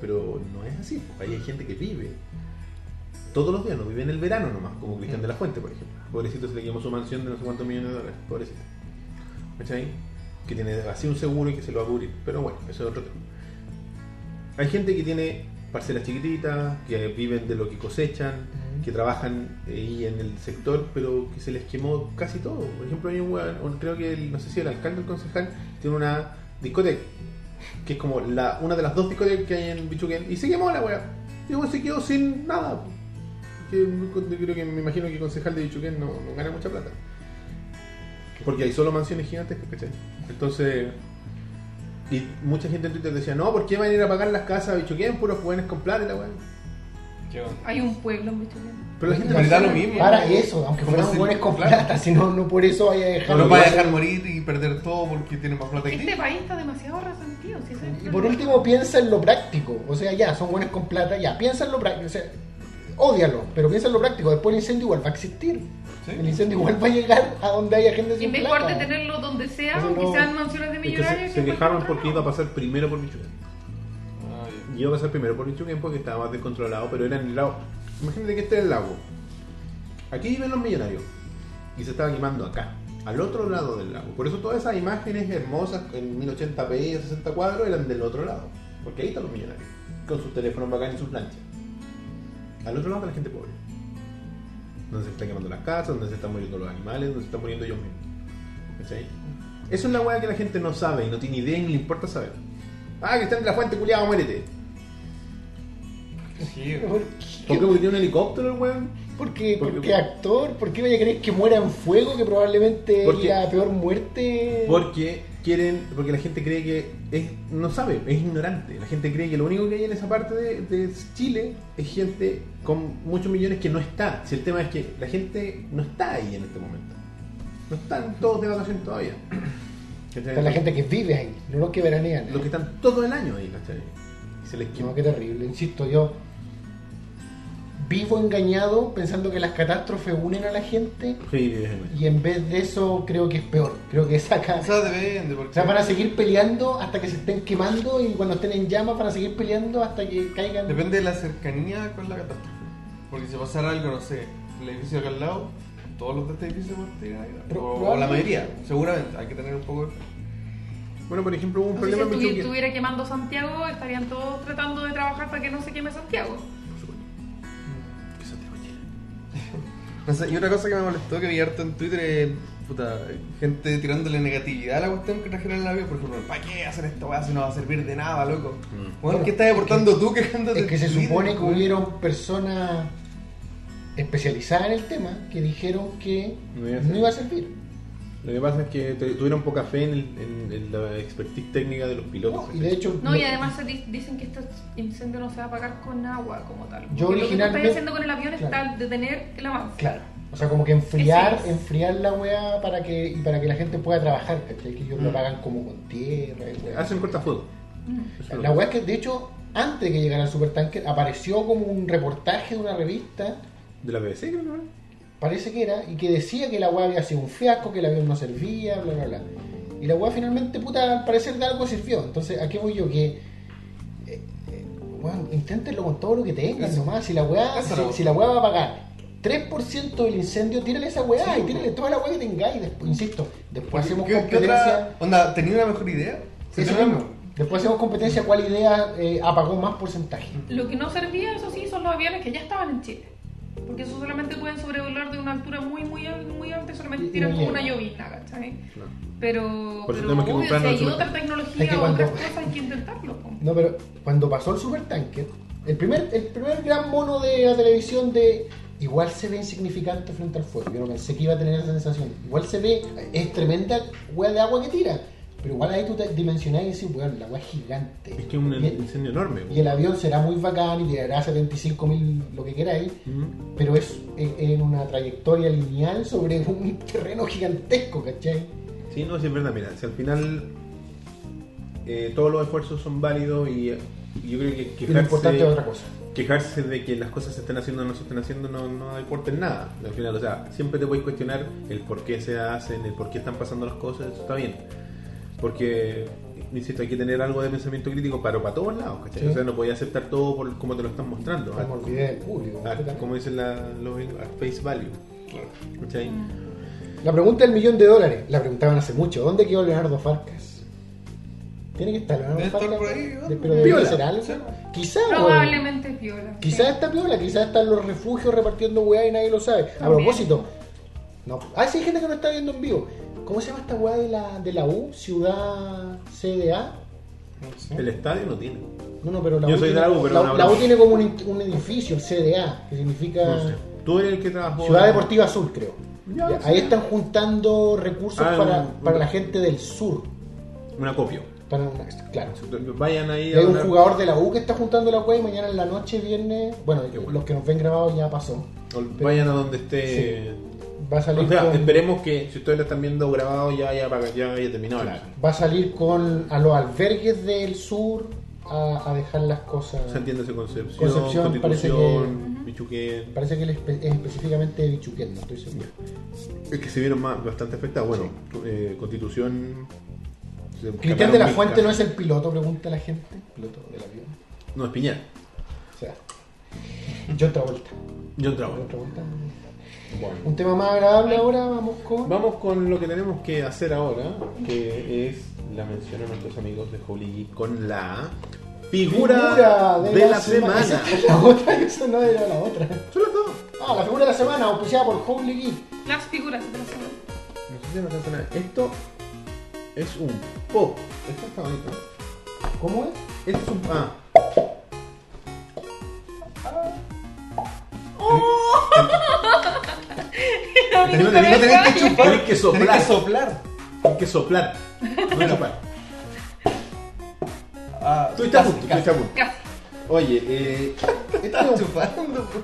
Speaker 1: Pero no es así. Ahí hay gente que vive todos los días, no vive en el verano nomás, como Cristian de la Fuente, por ejemplo. Pobrecito se le quemó su mansión de no sé cuántos millones de dólares. Pobrecito. ¿Cachai? Que tiene así un seguro y que se lo va a cubrir. Pero bueno, eso es otro tema. Hay gente que tiene parcelas chiquititas, que viven de lo que cosechan,
Speaker 2: Ujú.
Speaker 1: que trabajan eh, ahí en el sector, pero que se les quemó casi todo. Por ejemplo, hay un weón, o creo que el- no sé si el alcalde o el concejal, tiene una discoteca, que es como la, una de las dos discotecas que hay en Bichuquén, y se quemó la weá. Y el weón se quedó sin nada. Que, yo creo que me imagino que el concejal de Bichuquén no, no gana mucha plata. Porque hay solo mansiones gigantes, ¿cachai? Entonces. Y mucha gente en Twitter decía, no, ¿por qué van a ir a pagar las casas a Bichuquén? Puros jóvenes con plata, y la weá.
Speaker 4: Hay un pueblo en Bichuquén.
Speaker 1: Pero la gente
Speaker 3: En verdad lo mismo.
Speaker 2: Para eso, aunque
Speaker 3: ¿Cómo
Speaker 2: fueran
Speaker 3: se-
Speaker 2: buenos con
Speaker 3: claro.
Speaker 2: plata, [LAUGHS] si no, no por eso vaya a
Speaker 3: No
Speaker 2: dejar.
Speaker 3: lo va a dejar morir y perder todo porque tiene más plata que ti.
Speaker 4: Este país está demasiado resentido. si ese es el
Speaker 2: Y por
Speaker 4: problema.
Speaker 2: último, piensa en lo práctico. O sea, ya, son buenos con plata, ya, piensa en lo práctico. O sea, ódialo, pero piensa en lo práctico, después el incendio igual va a existir.
Speaker 3: Sí.
Speaker 2: El incendio igual va a llegar a donde haya gente
Speaker 4: Y
Speaker 2: sin
Speaker 4: mejor
Speaker 2: plata.
Speaker 4: de tenerlo donde sea,
Speaker 2: Eso
Speaker 4: aunque
Speaker 2: no.
Speaker 4: sean mansiones de
Speaker 1: Es que se,
Speaker 4: millonarios.
Speaker 1: se
Speaker 4: que
Speaker 1: quejaron
Speaker 4: cualquier
Speaker 1: porque iba
Speaker 4: otra.
Speaker 1: a pasar primero por Michoacán.
Speaker 3: Ah, ya.
Speaker 1: Y Iba a pasar primero por Michoacán porque estaba más descontrolado, pero era en el lago. Imagínate que este es el lago. Aquí viven los millonarios. Y se estaba quemando acá, al otro lado del lago. Por eso todas esas imágenes hermosas en 1080p y a 60 cuadros eran del otro lado. Porque ahí están los millonarios. Con sus teléfonos bacán y sus planchas. Al otro lado está la gente pobre. Donde se están quemando las casas, donde se están muriendo los animales, donde se están muriendo ellos mismos. ¿Cachai? Eso es la weá que la gente no sabe y no tiene idea y ni le importa saber. Ah, que está en la fuente, culiado, muérete.
Speaker 3: Sí,
Speaker 2: ¿Por
Speaker 1: ¿Por qué?
Speaker 2: qué?
Speaker 1: Porque tiene un helicóptero el weón.
Speaker 2: ¿Por qué?
Speaker 1: Porque-
Speaker 2: ¿Por qué actor? ¿Por qué vaya a creer que muera en fuego? Que probablemente
Speaker 1: Porque-
Speaker 2: es la peor muerte.
Speaker 1: Porque quieren, porque la gente cree que es, no sabe, es ignorante. La gente cree que lo único que hay en esa parte de, de Chile es gente con muchos millones que no está. Si el tema es que la gente no está ahí en este momento. No están todos de vacaciones
Speaker 2: [COUGHS]
Speaker 1: todavía.
Speaker 2: Está la gente que vive ahí, no los que veranean.
Speaker 1: Los que están todo el año ahí, ¿cachai? Y se les quema.
Speaker 2: No, qué terrible, insisto, yo vivo engañado pensando que las catástrofes unen a la gente
Speaker 1: Sí, vives en México.
Speaker 2: y en vez de eso creo que es peor, creo que saca...
Speaker 3: O sea, depende, porque.
Speaker 2: O sea, van a seguir peleando hasta que se estén quemando y cuando estén en llamas van a seguir peleando hasta que caigan...
Speaker 3: Depende de la cercanía con la catástrofe. Porque si pasara algo, no sé, el edificio acá al lado, todos los de este edificio partirían ahí.
Speaker 2: Pro-
Speaker 3: O, o la
Speaker 2: probablemente.
Speaker 3: mayoría, seguramente. Hay que tener un poco de. fe.
Speaker 1: Bueno, por ejemplo, hubo un
Speaker 4: No sé,
Speaker 1: problema en
Speaker 4: si estuvi-
Speaker 1: Michoacán.
Speaker 4: estuviera quemando Santiago, estarían todos tratando de trabajar para que no se queme Santiago.
Speaker 1: Por supuesto, que Santiago Chile.
Speaker 3: No sé, y otra cosa que me molestó que vi harto en Twitter es puta, gente tirándole negatividad a la cuestión que trajeron en la vida. Por ejemplo, ¿para qué hacer esta weá si no va a servir de nada, loco?
Speaker 1: Mm.
Speaker 3: Bueno, ¿qué estás aportando tú quejándote?
Speaker 2: Es que se
Speaker 3: de tu vida,
Speaker 2: supone que
Speaker 3: weón?
Speaker 2: hubieron personas especializadas en el tema que dijeron que
Speaker 1: No iba a
Speaker 2: no iba a servir.
Speaker 1: Lo que pasa es que te- tuvieron poca fe en, el- en- en la expertise técnica de los pilotos.
Speaker 2: Y de hecho...
Speaker 4: No, y además se di- dicen que este incendio no se va a apagar con agua como tal.
Speaker 2: Yo
Speaker 4: Porque Lo que
Speaker 2: originalmente-
Speaker 4: tú estás haciendo con el avión
Speaker 2: Claro.
Speaker 4: es detener el avance.
Speaker 2: Claro. O sea, como que enfriar,
Speaker 4: Ese es.
Speaker 2: enfriar la weá para que, y para que la gente pueda trabajar, ¿cachai? Que ellos lo pagan como con tierra y weá.
Speaker 1: Hacen cortafuego. Eso es
Speaker 2: La
Speaker 1: lo
Speaker 2: weá es que, de hecho, antes de que llegara el supertanker, apareció como un reportaje de una revista,
Speaker 1: De la BBC, creo que ¿no?
Speaker 2: parece que era, y que decía que la weá había sido un fiasco, que el avión no servía, bla, bla, bla. Y la weá finalmente, puta, al parecer de algo sirvió. Entonces, ¿a qué voy yo? Que, eh, eh, weón, inténtenlo con todo lo que tengan nomás. Si la weá,
Speaker 3: eso
Speaker 2: si,
Speaker 3: no.
Speaker 2: si la weá va a pagar 3% del incendio, tírale esa weá y tírale toda la weá que tengáis. Después, insisto, después hacemos
Speaker 3: Mm. ¿Qué, qué otra?
Speaker 2: competencia.
Speaker 3: Onda, ¿tenía una mejor idea? ¿Se
Speaker 2: Eso
Speaker 3: te-
Speaker 2: mismo. Después hacemos competencia cuál idea eh, apagó más porcentaje.
Speaker 4: Lo que no servía, eso sí, son los aviones que ya estaban en Chile. Porque esos solamente pueden sobrevolar de una altura muy, muy, al- muy alta y solamente
Speaker 2: Y- y
Speaker 4: tiran
Speaker 2: no
Speaker 4: como una
Speaker 2: llegan.
Speaker 4: llovizna, ¿cachai?
Speaker 1: Claro.
Speaker 4: Pero,
Speaker 1: Por eso
Speaker 4: pero
Speaker 1: tenemos que
Speaker 4: obvio, si
Speaker 1: comprarnos el
Speaker 4: hay
Speaker 1: super-
Speaker 4: otra tecnología
Speaker 2: Es que
Speaker 4: o
Speaker 2: cuando-
Speaker 4: otras cosas, hay que intentarlo. po.
Speaker 2: No, pero cuando pasó el supertanker, el primer, el primer gran mono de la televisión de igual se ve insignificante frente al fuego. Yo no pensé que iba a tener esa sensación. Igual se ve, es tremenda hueá de agua que tira. Pero igual ahí tú te dimensionás y decís, weón, la hueá es gigante.
Speaker 1: Es que es un
Speaker 2: y, el,
Speaker 1: incendio enorme. po.
Speaker 2: y el avión será muy bacán y tirará 75 mil lo que queráis,
Speaker 1: Mm.
Speaker 2: pero es en- en una trayectoria lineal sobre un [LAUGHS] terreno gigantesco, ¿cachai?
Speaker 1: Sí, no, sí, es verdad. Mira, si al final eh, todos los esfuerzos son válidos y eh, yo creo que
Speaker 2: Y lo importante es otra
Speaker 1: quejarse,
Speaker 2: cosa.
Speaker 1: quejarse de que las cosas se estén haciendo o no se estén haciendo no, no aporta en nada. Al final, o sea, siempre te puedes cuestionar el por qué se hacen, el por qué están pasando las cosas, eso está bien. Porque, insisto, hay que tener algo de pensamiento crítico para, para todos lados, ¿cachai?
Speaker 2: Sí.
Speaker 1: O sea, no podías aceptar todo por como te lo están mostrando.
Speaker 2: No me olvidé del público.
Speaker 1: Ah,
Speaker 2: completamente.
Speaker 1: como dicen la, los a face value. ¿Cachai?
Speaker 2: La pregunta del millón de dólares. La preguntaban hace mucho. ¿Dónde quedó Leonardo Farcas? Tiene que estar Leonardo
Speaker 3: Debe estar
Speaker 2: Farcas.
Speaker 3: por ahí, ¿no?
Speaker 2: de- pero debería
Speaker 1: Piola.
Speaker 2: hacer algo.
Speaker 3: Sí.
Speaker 2: Quizás.
Speaker 4: Probablemente es viola.
Speaker 2: Quizás está piola, quizás están los refugios repartiendo weá y nadie lo sabe. A
Speaker 4: También.
Speaker 2: propósito. No. Ah, sí, hay gente que no está viendo en vivo. ¿Cómo se llama esta weá de la, de la U? Ciudad CDA.
Speaker 3: No
Speaker 1: El
Speaker 3: sé.
Speaker 1: estadio no tiene.
Speaker 2: No, no, pero la
Speaker 1: Yo
Speaker 2: U.
Speaker 1: soy
Speaker 2: tiene,
Speaker 1: de la U, pero
Speaker 2: la,
Speaker 1: no
Speaker 2: la
Speaker 1: hablamos.
Speaker 2: U tiene como un, in- un edificio, el CDA, que significa
Speaker 1: No sé. Tú eres el que trabajó.
Speaker 2: Ciudad Deportiva Azul, creo.
Speaker 1: Ya,
Speaker 2: Ya,
Speaker 1: sí.
Speaker 2: ahí están juntando recursos
Speaker 1: Ah,
Speaker 2: para,
Speaker 1: un- un-
Speaker 2: para la gente del sur.
Speaker 1: Un acopio.
Speaker 2: Para una- claro.
Speaker 1: Vayan ahí
Speaker 2: Y
Speaker 1: a
Speaker 2: hay un
Speaker 1: donar-
Speaker 2: jugador de la U que está juntando la web y mañana en la noche, viernes. Bueno,
Speaker 1: Qué bueno.
Speaker 2: los que nos ven grabados ya pasó.
Speaker 1: o Vayan a donde esté.
Speaker 2: Va a salir,
Speaker 1: O sea,
Speaker 2: con,
Speaker 1: esperemos que si ustedes lo están viendo grabado ya haya, pag- ya haya terminado la.
Speaker 2: va a salir con a los albergues del sur a, a dejar las cosas.
Speaker 1: O sea, entiéndase Concepción,
Speaker 2: Concepción, parece
Speaker 1: Constitución,
Speaker 2: que-
Speaker 1: Bichuken.
Speaker 2: Parece que él espe- es específicamente de Bichuquén, no estoy seguro.
Speaker 1: Es que se vieron más, bastante afectados. Bueno, eh, Constitución. se
Speaker 2: Cristian de la
Speaker 1: escaparon
Speaker 2: Fuente
Speaker 1: mil-
Speaker 2: no es el piloto, pregunta la gente. Piloto del avión.
Speaker 1: No, es Piñera.
Speaker 2: O sea, yo otra vuelta.
Speaker 1: John
Speaker 2: yo
Speaker 1: Travolta.
Speaker 2: otra vuelta.
Speaker 1: Bueno.
Speaker 2: Un tema más agradable ahora, vamos con.
Speaker 1: Vamos con lo que tenemos que hacer ahora, que es la mención a nuestros amigos de Holy Geek con la figura, de, la, semana.
Speaker 2: Esa es [LAUGHS] la otra, esa no era la otra.
Speaker 1: Son las dos.
Speaker 2: Ah, la figura de la semana, auspiciada por Holy Geek.
Speaker 4: Las figuras de la semana.
Speaker 1: No sé si me alcanza nada. Esto es un pop. Esto está bonito.
Speaker 2: ¿Cómo es?
Speaker 1: Este es un. Ah.
Speaker 3: No tenés, no tenés que chupar,
Speaker 1: Tenés que soplar.
Speaker 3: Tenés que soplar.
Speaker 1: Hay Ah, que soplar. No chupar.
Speaker 3: Ah,
Speaker 1: Tú estás
Speaker 3: casi,
Speaker 1: junto, tú
Speaker 3: casi.
Speaker 1: estás junto.
Speaker 4: [LAUGHS] Casi.
Speaker 1: Oye, eh.
Speaker 3: Estás chupando. po.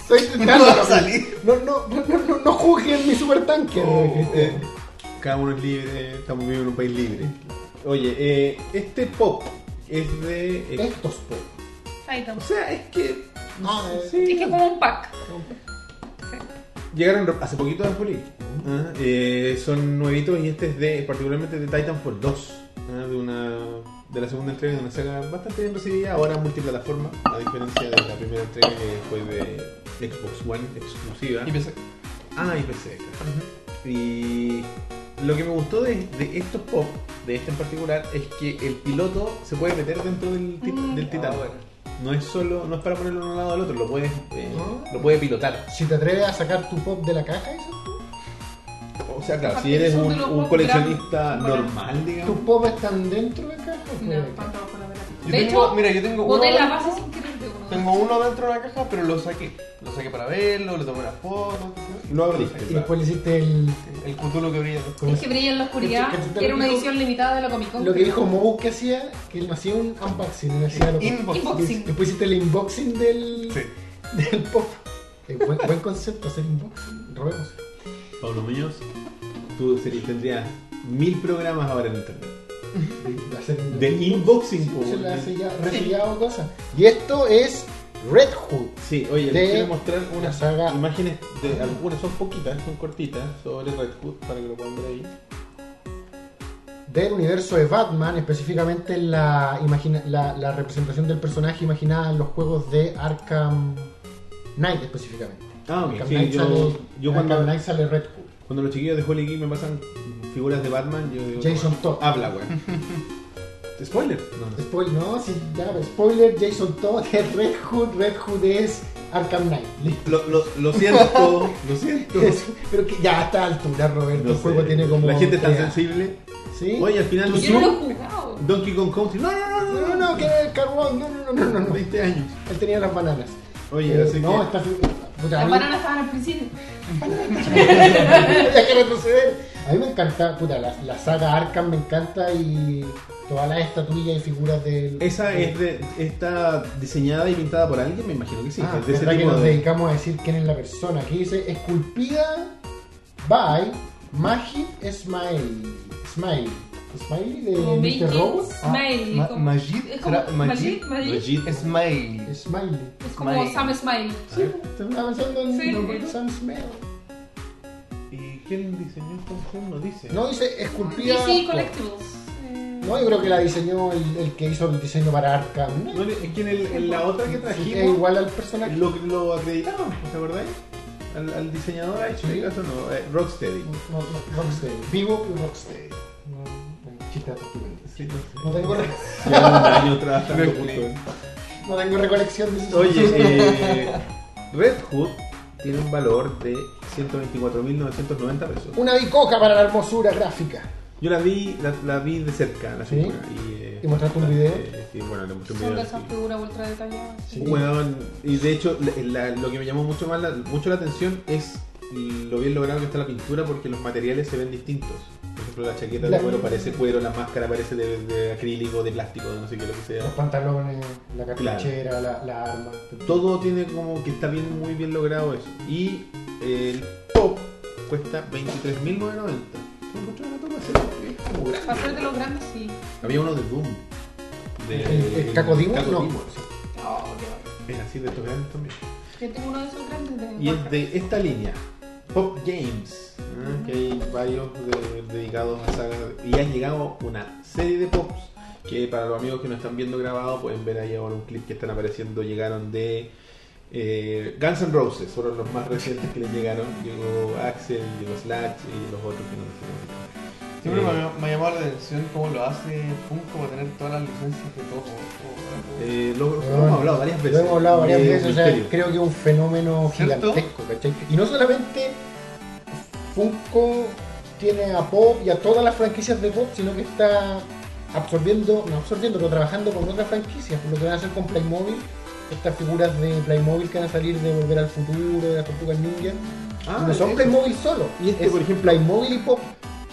Speaker 2: Estoy intentando.
Speaker 3: No va a salir.
Speaker 2: No, no, no, no, no, no juzguen mi supertanque.
Speaker 1: eh, cada uno es libre, estamos viviendo en un país libre. Oye, eh, este pop es de. eh,
Speaker 2: Estos, pues.
Speaker 4: Ahí
Speaker 1: O
Speaker 4: estamos.
Speaker 1: sea, es que.
Speaker 2: Ah, eh.
Speaker 1: sí.
Speaker 4: Es que como un pack.
Speaker 1: Llegaron ro- hace poquito a Juli. Ah, eh, son nuevitos y este es de, particularmente de Titanfall 2. ah, de una de la segunda entrega de una saga bastante bien recibida, ahora multiplataforma, a diferencia de la primera entrega que fue de Xbox One exclusiva.
Speaker 3: Y pensé,
Speaker 1: Ah, y PC. claro. Y lo que me gustó de, de estos pop, de este en particular, es que el piloto se puede meter dentro del, tit-
Speaker 4: Mm.
Speaker 1: del Titan.
Speaker 3: Ah, bueno.
Speaker 1: No es solo, no es para ponerlo de un lado al otro, lo puedes, eh,
Speaker 2: Ah.
Speaker 1: lo puedes pilotar.
Speaker 2: Si te atreves a sacar tu pop de la caja, ¿eso?
Speaker 1: O sea, claro,
Speaker 4: Aparte
Speaker 1: si eres
Speaker 4: son de
Speaker 1: un,
Speaker 4: los
Speaker 1: un
Speaker 4: pop
Speaker 1: coleccionista
Speaker 4: grandes, bueno.
Speaker 1: normal, digamos.
Speaker 2: ¿Tus pop están dentro de la caja? o fuera
Speaker 4: No,
Speaker 2: de la caja?
Speaker 4: cuando bajo la vela.
Speaker 3: yo
Speaker 4: De
Speaker 3: tengo,
Speaker 4: hecho,
Speaker 3: mira, yo tengo uno,
Speaker 4: boté la
Speaker 3: dentro,
Speaker 4: base sin querer de uno.
Speaker 3: tengo uno dentro de la caja, pero lo saqué. Lo saqué para verlo, le tomé una foto. qué sé yo.
Speaker 1: Lo abriste.
Speaker 2: Y después le hiciste el.
Speaker 3: El cutulo que brilla. ¿no?
Speaker 4: Es que brilla en la oscuridad.
Speaker 2: Que- que- que-
Speaker 4: que Era una
Speaker 2: que-
Speaker 4: edición limitada de la Comic Con.
Speaker 2: Lo que dijo Moe que hacía, que él no hacía un unboxing, él hacía lo que.
Speaker 3: Inbox.
Speaker 4: Inboxing.
Speaker 2: Después hiciste el inboxing del,
Speaker 3: Sí.
Speaker 2: del pop. Eh, buen, buen concepto hacer inboxing. Robemos.
Speaker 1: Pablo Muñoz, tú serías- tendrías mil programas ahora en internet.
Speaker 2: Hacer
Speaker 1: De inboxing, pues, po,
Speaker 2: Se le
Speaker 1: weón.
Speaker 2: hace ya resellado cosas. Y esto es Red Hood.
Speaker 1: Sí, oye,
Speaker 2: De
Speaker 1: les quiero mostrar
Speaker 2: la
Speaker 1: unas
Speaker 2: saga-
Speaker 1: imágenes de algunas, son poquitas, son cortitas, sobre Red Hood, para que lo puedan ver ahí.
Speaker 2: del universo de Batman, específicamente la, imagina- la, la representación del personaje imaginada en los juegos de Arkham Knight específicamente.
Speaker 1: Ah, ok,
Speaker 2: Arkham
Speaker 1: sí,
Speaker 2: Knight
Speaker 1: yo,
Speaker 2: sale-
Speaker 1: yo
Speaker 2: Arkham
Speaker 1: cuando,
Speaker 2: Knight sale Red Hood.
Speaker 1: cuando los chiquillos de Holy Geek me pasan figuras de Batman, yo digo...
Speaker 2: Jason
Speaker 1: "Toma,
Speaker 2: Todd.
Speaker 1: Habla,
Speaker 2: [LAUGHS]
Speaker 1: weón. Spoiler. No, no sé.
Speaker 2: Spoiler, no, sí, ya, pero spoiler, Jason Todd [LAUGHS] es Red Hood, Red Hood es Arkham Knight. Listo.
Speaker 1: Lo, lo, lo siento,
Speaker 2: [LAUGHS]
Speaker 1: lo siento.
Speaker 2: Pero que ya a esta altura, Roberto,
Speaker 1: No
Speaker 2: el
Speaker 1: sé,
Speaker 2: Este juego tiene como...
Speaker 1: La gente es tan
Speaker 2: tres-
Speaker 1: sensible.
Speaker 2: ¿Sí?
Speaker 1: Oye, al final...
Speaker 4: Yo no lo he jugado.
Speaker 1: Donkey Kong Country. No, no, no,
Speaker 2: No,
Speaker 1: no,
Speaker 2: no, no, que era el carbón, no, no, no, no, no, no.
Speaker 1: 20 años.
Speaker 2: Él tenía las bananas.
Speaker 1: Oye,
Speaker 2: Eh,
Speaker 1: así
Speaker 2: no,
Speaker 1: que...
Speaker 2: esta fi- puta, a
Speaker 4: Las
Speaker 2: mí-
Speaker 4: bananas estaban al principio.
Speaker 2: [LAUGHS] Hay que retroceder. A mí me encanta, puta, la, la saga Arkham me encanta y todas las estatuillas y figuras del.
Speaker 1: Esa es de, está diseñada y pintada por alguien, me imagino que sí.
Speaker 2: Ah,
Speaker 1: es de ese
Speaker 2: ¿verdad que
Speaker 1: tipo
Speaker 2: nos
Speaker 1: de...
Speaker 2: dedicamos a decir quién es la persona. Aquí dice esculpida by Majid Esmail. Smiley. Smiley de
Speaker 4: Como
Speaker 2: Mr.
Speaker 4: Mickey
Speaker 2: Robot. Ah,
Speaker 4: Smiley.
Speaker 3: Ma-
Speaker 4: como-
Speaker 3: Majid,
Speaker 4: Es como
Speaker 3: será
Speaker 4: Majid.
Speaker 3: Majid,
Speaker 4: Majid.
Speaker 1: Legit.
Speaker 3: Smiley.
Speaker 2: Smiley.
Speaker 4: Es como
Speaker 3: Smiley.
Speaker 4: Sam Smiley.
Speaker 1: Sí.
Speaker 2: Estaba pensando en
Speaker 4: Sí.
Speaker 2: en Sam Smith.
Speaker 1: ¿Y quién diseñó esta canción? No dice.
Speaker 2: No, dice esculpida.
Speaker 4: DC
Speaker 2: por-
Speaker 4: Collectibles. Eh,
Speaker 2: No, yo creo que la diseñó el, el que hizo el diseño para Arkham.
Speaker 1: No, es que en, el- en la otra que
Speaker 2: Es
Speaker 1: trajimos
Speaker 2: igual al personaje.
Speaker 1: lo, lo acreditaban, ¿te acordáis? Al, al diseñador, a este
Speaker 2: Sí.
Speaker 1: caso no, eh, Rocksteady.
Speaker 2: No, no, Rocksteady. Vivo y Rocksteady. No, no, chiste de tortuguentas.
Speaker 1: Sí, no sé.
Speaker 2: No tengo, re-
Speaker 1: Llevan un año trabajando
Speaker 3: No,
Speaker 1: justo. en-
Speaker 2: no tengo recolección de esos. [LAUGHS]
Speaker 1: Oye, eh, Red Hood tiene un valor de 124.990 pesos.
Speaker 2: Una bicoca para la hermosura gráfica.
Speaker 1: Yo la vi, la, la vi de cerca, la
Speaker 2: ¿Sí?
Speaker 1: figura. Y, eh,
Speaker 2: ¿Y mostraste un
Speaker 1: bastante-
Speaker 2: video?
Speaker 1: sí, bueno, le mostré un
Speaker 4: Son
Speaker 1: video.
Speaker 4: de
Speaker 1: sí.
Speaker 4: esas figuras ultra detalladas.
Speaker 2: Sí.
Speaker 1: Weón, y de hecho, la- la- lo que me llamó mucho más la, mucho la atención es lo bien logrado que está la pintura porque los materiales se ven distintos. Por ejemplo, la chaqueta
Speaker 2: La-
Speaker 1: de cuero parece cuero, la máscara parece de, de acrílico, de plástico, de no sé qué, lo que sea.
Speaker 2: Los pantalones, la cartuchera, la, la arma.
Speaker 1: Todo tiene como que está bien, muy bien logrado eso. Y el pop cuesta 23.990. Lo encuentro barato para hacer, es como grande.
Speaker 4: Para ser de los grandes, sí.
Speaker 1: Había uno de Doom.
Speaker 2: ¿El- el Cacodimo?
Speaker 1: Cacodimo,
Speaker 2: No.
Speaker 1: sí.
Speaker 4: Oh, qué bueno.
Speaker 1: Es así de estos grandes también.
Speaker 4: Yo tengo uno de esos grandes de
Speaker 1: Y es
Speaker 4: Warcraft.
Speaker 1: de esta línea, Pop Games, ¿eh? que hay varios de- dedicados a sagas. Y ha llegado una serie de pops que para los amigos que nos están viendo grabado pueden ver ahí ahora un clip que están apareciendo. Llegaron de eh, Guns N' Roses, fueron los más recientes que les llegaron. Llegó Axel, llegó Slash y los otros que no sé cómo se llaman.
Speaker 3: Siempre
Speaker 1: Eh,
Speaker 3: me, ha- me ha llamado la atención cómo lo hace Funko para tener todas las licencias de todo. todo, todo.
Speaker 1: Eh, lo, lo
Speaker 2: Bueno,
Speaker 1: hemos hablado varias veces.
Speaker 2: Lo hemos hablado varias
Speaker 1: Y es un
Speaker 2: veces, o sea,
Speaker 1: Eh, misterio.
Speaker 2: creo que es un fenómeno
Speaker 3: ¿Cierto?
Speaker 2: gigantesco, ¿cachai? Y no solamente Funko tiene a Pop y a todas las franquicias de Pop, sino que está absorbiendo, no absorbiendo, pero trabajando con otras franquicias, lo que van a hacer con Playmobil, estas figuras de Playmobil que van a salir de Volver al Futuro, de las Tortugas Ninja,
Speaker 1: Ah,
Speaker 2: no son
Speaker 1: este-
Speaker 2: Playmobil solo,
Speaker 1: y este,
Speaker 2: es
Speaker 1: por ejemplo,
Speaker 2: Playmobil y Pop.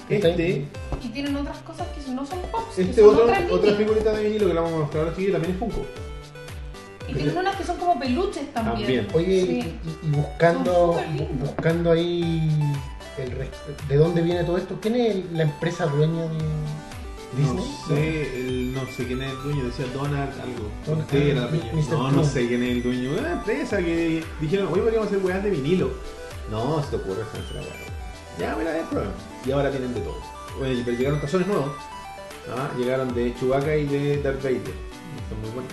Speaker 2: ¿cachai?
Speaker 1: este,
Speaker 4: Y tienen otras cosas que no son pops, que
Speaker 1: este
Speaker 4: son
Speaker 1: otro,
Speaker 4: otras
Speaker 1: otra
Speaker 4: líneas.
Speaker 1: figurita de vinilo que la vamos a mostrar ahora aquí también es Funko.
Speaker 4: Y tienen unas que son como peluches también.
Speaker 1: También.
Speaker 2: Oye,
Speaker 4: Sí.
Speaker 2: y, y buscando,
Speaker 4: Son súper lindos.
Speaker 2: buscando ahí el res- de dónde viene todo esto, ¿quién es la empresa dueña de
Speaker 1: No
Speaker 2: Disney?
Speaker 1: sé, el- no sé quién es el dueño, decía Donald algo.
Speaker 2: Donald,
Speaker 1: Sí, era el
Speaker 2: mi-
Speaker 1: apellido.
Speaker 2: Mr.
Speaker 1: No, no
Speaker 2: Trump.
Speaker 1: sé quién es el dueño. Era una empresa que dijeron, hoy podríamos hacer weas de vinilo. No, se te ocurre hacer esa wea. Ya, mira, es problema. Y ahora tienen de todo. Oye, pero llegaron tazones nuevos. Ah, Llegaron de Chewbacca y de Darth Vader. Son muy buenos.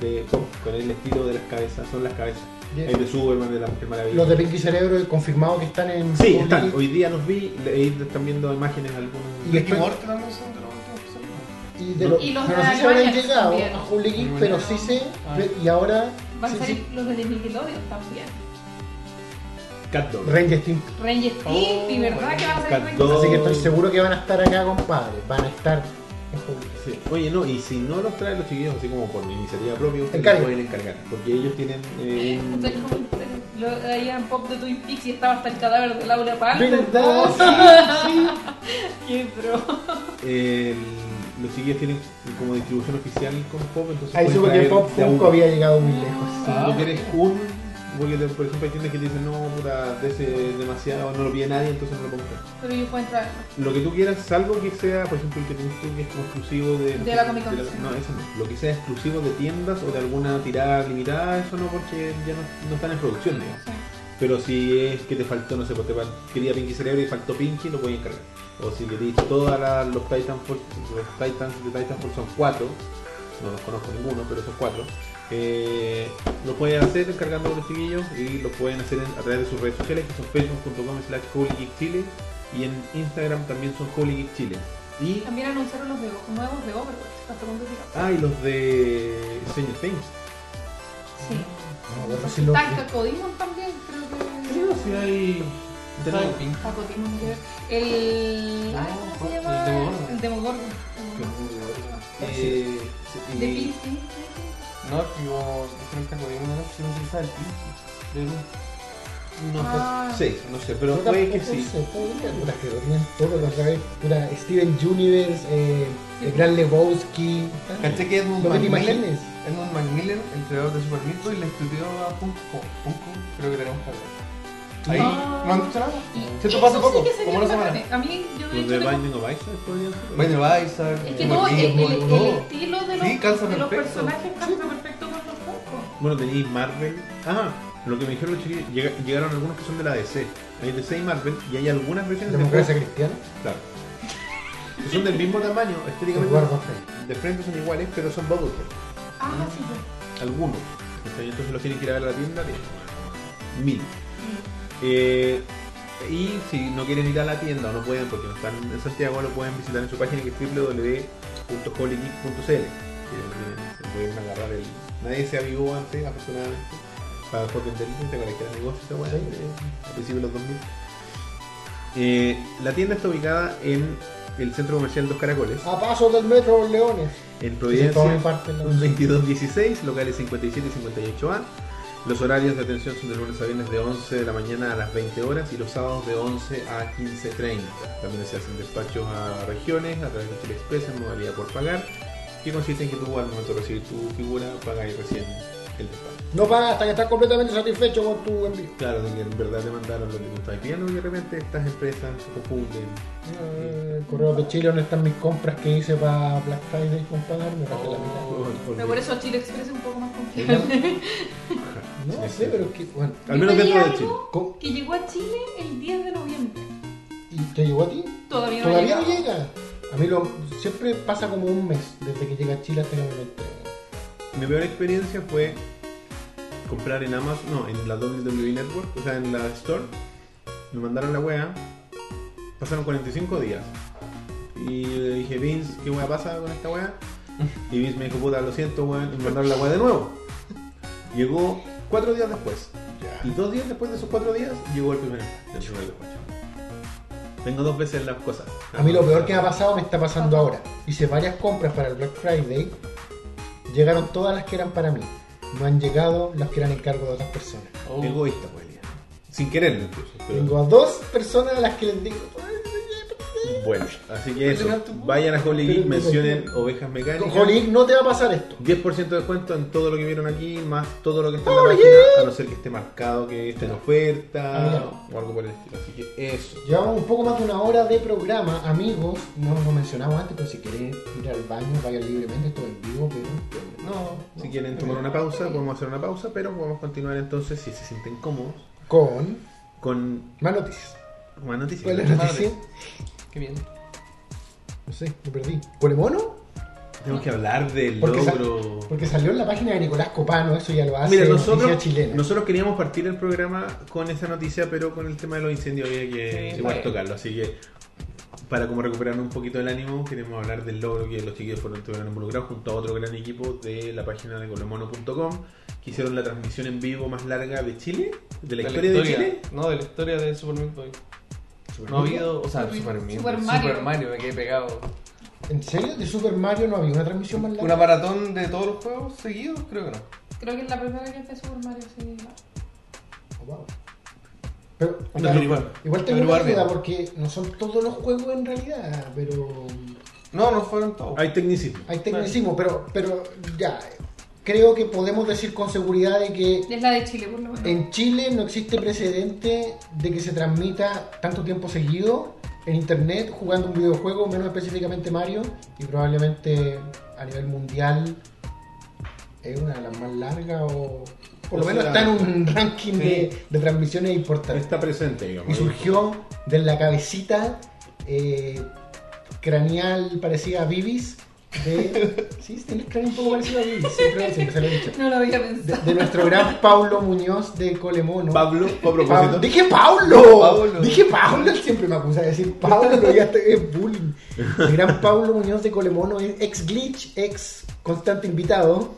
Speaker 1: De pop, con el estilo de las cabezas, son las cabezas.
Speaker 2: Bien.
Speaker 1: Hay de Superman, de la Mujer Maravilla.
Speaker 2: Los de Pinky Cerebro confirmado que están en
Speaker 1: Sí,
Speaker 2: Public-
Speaker 1: están. Hoy día los vi, ahí están viendo imágenes algunos.
Speaker 2: Y
Speaker 3: Rick y
Speaker 2: después-
Speaker 3: Morty también son de los últimos que salieron.
Speaker 2: y de los,
Speaker 4: Y los
Speaker 2: pero
Speaker 4: de
Speaker 2: no sé si habrán
Speaker 4: Albañax
Speaker 2: llegado
Speaker 4: también.
Speaker 2: a Public Geek,
Speaker 3: Muy
Speaker 2: pero
Speaker 3: bueno.
Speaker 2: sí sé,
Speaker 3: Ah.
Speaker 2: ve- y ahora
Speaker 4: Van a
Speaker 2: sí,
Speaker 4: salir
Speaker 2: sí,
Speaker 4: los de Nickelodeon también.
Speaker 1: Catdog.
Speaker 2: Ranger Team.
Speaker 4: Ranger Steve,
Speaker 3: Oh,
Speaker 4: y verdad que van a salir
Speaker 1: Cat Dog.
Speaker 4: Ranger
Speaker 2: Así que estoy seguro que van a estar acá, compadre. Van a estar en Public.
Speaker 1: Sí. Oye, no, y si no los traen los chiquillos así como por iniciativa propia, ustedes
Speaker 2: Encarguen.
Speaker 1: pueden encargar. Porque ellos tienen eh,
Speaker 4: [LAUGHS]
Speaker 1: un...
Speaker 4: Ustedes como- ustedes- lo- Ahí en Pop de Twin Peaks y estaba hasta el cadáver de Laura Palmer. [LAUGHS]
Speaker 2: ¿Verdad? Sí, sí.
Speaker 4: ¡Qué pro!
Speaker 1: el- los chiquillos tienen como distribución oficial con Pop, entonces
Speaker 2: Ahí
Speaker 1: pueden
Speaker 2: supe que
Speaker 1: traer
Speaker 2: Pop
Speaker 1: de a
Speaker 2: Funko
Speaker 1: uno.
Speaker 2: había llegado muy lejos.
Speaker 1: Si
Speaker 3: Ah,
Speaker 1: no quieres un... Porque te- por ejemplo hay tiendas que te dicen, no, puta, de ese es demasiado, no lo pide nadie, entonces no lo compras.
Speaker 4: Pero yo puedo entrar.
Speaker 1: Lo que tú quieras, salvo que sea, por ejemplo, el que tienes tú que es como exclusivo de...
Speaker 4: De la Comic Con.
Speaker 1: no, eso no. Lo que sea exclusivo de tiendas o de alguna tirada limitada, eso no, porque ya no, no están en producción, digamos.
Speaker 4: Sí.
Speaker 1: Pero si es que te faltó, no sé, pues te fal- quería Pinky Cerebro y faltó Pinky, lo puedes encargar. O si queréis todas las- los Titanfall, los Titans de Titanfall son cuatro, no los conozco ninguno, pero son cuatro. Eh, lo pueden hacer encargando los chiquillos y lo pueden hacer en- a través de sus redes sociales que son facebook.com slash holygeekchile y en Instagram también son holygeekchile. Y,
Speaker 4: También anunciaron los de, nuevos de Overwatch. Hasta cuando diga.
Speaker 1: ah, y los de Stranger Things.
Speaker 4: Sí.
Speaker 2: No, bueno, sí lo-
Speaker 4: Taco Demon también, creo
Speaker 1: Creo
Speaker 4: que.
Speaker 1: si hay...
Speaker 3: Está en
Speaker 1: tenemos-
Speaker 3: Pink.
Speaker 4: Taco Demon, creo. El. ay, ¿Cómo se llama?
Speaker 3: El Demogorgon.
Speaker 4: El Demogorgon.
Speaker 1: eh, sí,
Speaker 4: Ah, De
Speaker 1: y-
Speaker 4: Pink, sí,
Speaker 3: No, es que yo creo que lo vimos, no sé si se sabe el Pink.
Speaker 1: No
Speaker 4: Ah.
Speaker 1: sé, sí, no sé, pero
Speaker 2: Yo
Speaker 1: puede que
Speaker 2: tampoco
Speaker 1: sí.
Speaker 2: sé, podría, puta, que lo tienen todo, lo sabes. Puta, Steven Universe, eh, el gran Lebowski.
Speaker 3: pues, Caché que Edmund
Speaker 2: Lo que te
Speaker 3: Macmillan,
Speaker 2: imagines.
Speaker 3: Edmund Macmillan, el creador de Super Meat Boy, le estudió a Funko, Funko, creo que tenemos que hablar. Ahí,
Speaker 4: Ah.
Speaker 3: ¿no han visto nada?
Speaker 4: Y
Speaker 3: Se te
Speaker 4: eso
Speaker 3: pasa
Speaker 4: sí
Speaker 3: poco,
Speaker 4: que sería
Speaker 3: como una
Speaker 4: bacán.
Speaker 3: semana.
Speaker 4: A mí, yo de
Speaker 1: Los
Speaker 4: hecho,
Speaker 1: de
Speaker 4: tengo-
Speaker 1: Binding of Isaac podrían ser.
Speaker 3: Bueno, va, Isaac.
Speaker 4: Es que
Speaker 3: Edmund
Speaker 4: no, el, el-
Speaker 3: Gilmore,
Speaker 4: el
Speaker 3: todo.
Speaker 4: estilo de los,
Speaker 3: Sí, calza
Speaker 4: de los
Speaker 3: perfecto.
Speaker 4: personajes calza perfecto con los Funko.
Speaker 1: Bueno, tenéis Marvel. Ah, lo que me dijeron los chiquillos, llega- llegaron algunos que son de la DC. Hay DC y Marvel, y hay algunas versiones de
Speaker 2: Democracia
Speaker 1: Fox,
Speaker 2: cristiana.
Speaker 1: Claro. Que son del mismo tamaño, estéticamente.
Speaker 2: Eduardo Frey.
Speaker 1: De frente son iguales, pero son bubblehead.
Speaker 4: Ah, sí, yo.
Speaker 1: Algunos. Entonces entonces los tienen que ir a ver a la tienda de mil. Eh, y si no quieren ir a la tienda o no pueden porque no están en Santiago, lo pueden visitar en su página que es www.holygeek.cl. que ahí Se pueden agarrar el. Nadie se avivó antes, afortunadamente, para Hot Intelligence, para que era negocio esa weá,
Speaker 2: Sí.
Speaker 1: eh, a principios de los 2000. Eh, la tienda está ubicada en el centro comercial Dos Caracoles,
Speaker 2: A paso del metro Los Leones.
Speaker 1: en
Speaker 2: Ah. Sí, todo me
Speaker 1: Providencia.
Speaker 2: parte la-
Speaker 1: 2216, locales 57 y 58A. Los horarios de atención son de lunes a viernes de 11 de la mañana a las 20 horas y los sábados de 11 a 15.30. También se hacen despachos a regiones a través de Chile Express en modalidad por pagar, que consiste en que tú al momento de recibir tu figura pagas recién el despacho.
Speaker 2: No pagas hasta que estás completamente satisfecho con tu envío.
Speaker 1: Claro, de que en verdad te mandaron lo que tú estabas pidiendo y de repente estas empresas se confunden.
Speaker 2: Eh, Correo de Chile, ¿dónde están mis compras que hice para Black Friday con pagar? Me gasté la mitad.
Speaker 1: Por- por-
Speaker 4: Pero por eso Chile Express es un poco más complicado.
Speaker 2: No
Speaker 1: Sí,
Speaker 2: sé,
Speaker 1: sí.
Speaker 2: pero es que, bueno.
Speaker 1: Al menos
Speaker 4: Yo pedí
Speaker 1: dentro de Chile.
Speaker 4: algo
Speaker 2: ¿cómo?
Speaker 4: [LAUGHS] Que llegó a Chile el 10 de noviembre.
Speaker 2: ¿Y te llegó a ti?
Speaker 4: Todavía no
Speaker 2: Todavía
Speaker 4: ha
Speaker 2: no
Speaker 4: llegado.
Speaker 2: llega. A mí lo, siempre pasa como un mes desde que llega a Chile hasta que me lo entregan.
Speaker 1: Mi peor experiencia fue comprar en Amazon, no, en la WWE Network, o sea, en la Store. Me mandaron la wea, pasaron 45 días. Y le dije, Vince, ¿qué wea pasa con esta wea? Y Vince me dijo, puta, lo siento, weón, y me mandaron la wea de nuevo. Llegó cuatro días después. Y dos días después de esos cuatro días, llegó el primer del primer despacho. Tengo dos veces las cosas.
Speaker 2: A mí lo peor que me ha pasado me está pasando ahora. Hice varias compras para el Black Friday. Llegaron todas las que eran para mí. No han llegado las que eran encargo de otras personas.
Speaker 3: Oh.
Speaker 1: Egoísta, weón. Sin querer, incluso. pero-
Speaker 2: Tengo a dos personas a las que les digo.
Speaker 1: Bueno, así que eso.
Speaker 3: Pero tú-
Speaker 1: Vayan a Holy Geek,
Speaker 2: pero tú-
Speaker 1: mencionen ovejas mecánicas.
Speaker 2: Jolín, no te va a pasar esto.
Speaker 1: 10% de descuento en todo lo que vieron aquí, más todo lo que está en la
Speaker 2: Holy
Speaker 1: página, a no ser que esté marcado que esté en oferta
Speaker 2: Ah,
Speaker 1: o algo por el estilo. Así que eso.
Speaker 2: Llevamos un poco más de una hora de programa, amigos. No lo mencionamos antes, pero si quieren ir al baño, vayan libremente, esto es en vivo, pero.
Speaker 1: No, si quieren tomar una pausa, podemos hacer una pausa, pero podemos continuar entonces si se sienten cómodos
Speaker 2: Con
Speaker 1: con
Speaker 2: más noticias.
Speaker 1: más noticias.
Speaker 2: ¿Cuál es
Speaker 3: la
Speaker 2: la
Speaker 3: madre?
Speaker 2: noticia?
Speaker 3: Qué bien.
Speaker 2: No sé, me perdí. ¿Polemono?
Speaker 1: Tenemos que hablar del
Speaker 2: Porque sa-
Speaker 1: logro.
Speaker 2: Porque salió en la página de Nicolás Copano, eso ya lo hace
Speaker 1: Mira,
Speaker 2: noticia
Speaker 1: nosotros,
Speaker 2: chilena.
Speaker 1: nosotros queríamos partir el programa con esa noticia, pero con el tema de los incendios había que
Speaker 3: Sí,
Speaker 1: igual
Speaker 3: está bien.
Speaker 1: tocarlo. Así que, para como recuperar un poquito el ánimo, queremos hablar del logro que los chiquillos fueron estuvieron involucrados junto a otro gran equipo de la página de colomono.com que hicieron la transmisión en vivo más larga de Chile, de la, historia, de Chile.
Speaker 3: No, de la historia de Super Meat Boy.
Speaker 2: Super
Speaker 3: No ha
Speaker 2: Mario.
Speaker 3: habido, o sea,
Speaker 4: Super-
Speaker 3: Super, Meat
Speaker 4: Super
Speaker 3: Boy,
Speaker 4: Mario.
Speaker 3: Super Mario, me quedé pegado.
Speaker 2: ¿En serio? ¿De Super Mario no había una transmisión más larga?
Speaker 3: ¿Una maratón de todos los juegos seguidos? Creo que no.
Speaker 4: Creo que es la primera que fue Super Mario. Sí.
Speaker 2: Oh, wow. Pero,
Speaker 1: pero igual.
Speaker 2: igual tengo
Speaker 3: Pero
Speaker 2: una
Speaker 3: igual bien.
Speaker 2: duda porque no son todos los juegos en realidad, pero
Speaker 3: No, no fueron todos.
Speaker 1: Hay tecnicismo.
Speaker 2: hay tecnicismo, pero, pero ya, creo que podemos decir con seguridad de que
Speaker 4: Es la de Chile, por lo menos.
Speaker 2: En Chile no existe precedente de que se transmita tanto tiempo seguido en internet jugando un videojuego, menos específicamente Mario, y probablemente a nivel mundial es una de las más largas o por lo
Speaker 1: O
Speaker 2: menos
Speaker 1: sea,
Speaker 2: está en un [LAUGHS] ranking
Speaker 1: sí.
Speaker 2: de, de transmisiones importantes.
Speaker 1: Está presente, digamos.
Speaker 2: Y surgió de la cabecita eh, craneal parecida a Bibis. De... [LAUGHS] Sí, tiene el cráneo un poco parecido a Bibis, siempre, siempre se lo he dicho.
Speaker 4: No lo había
Speaker 2: De, [LAUGHS]
Speaker 4: pensado.
Speaker 2: de nuestro gran Paulo Muñoz de Colemono.
Speaker 1: Pablo, a
Speaker 2: Pa-
Speaker 1: propósito.
Speaker 2: dije Pablo.
Speaker 3: Pablo.
Speaker 2: Dije Pablo. Él [LAUGHS] siempre me acusa de decir Pablo. Ya te- es bullying. El gran Pablo Muñoz de Colemono es ex glitch, ex constante invitado.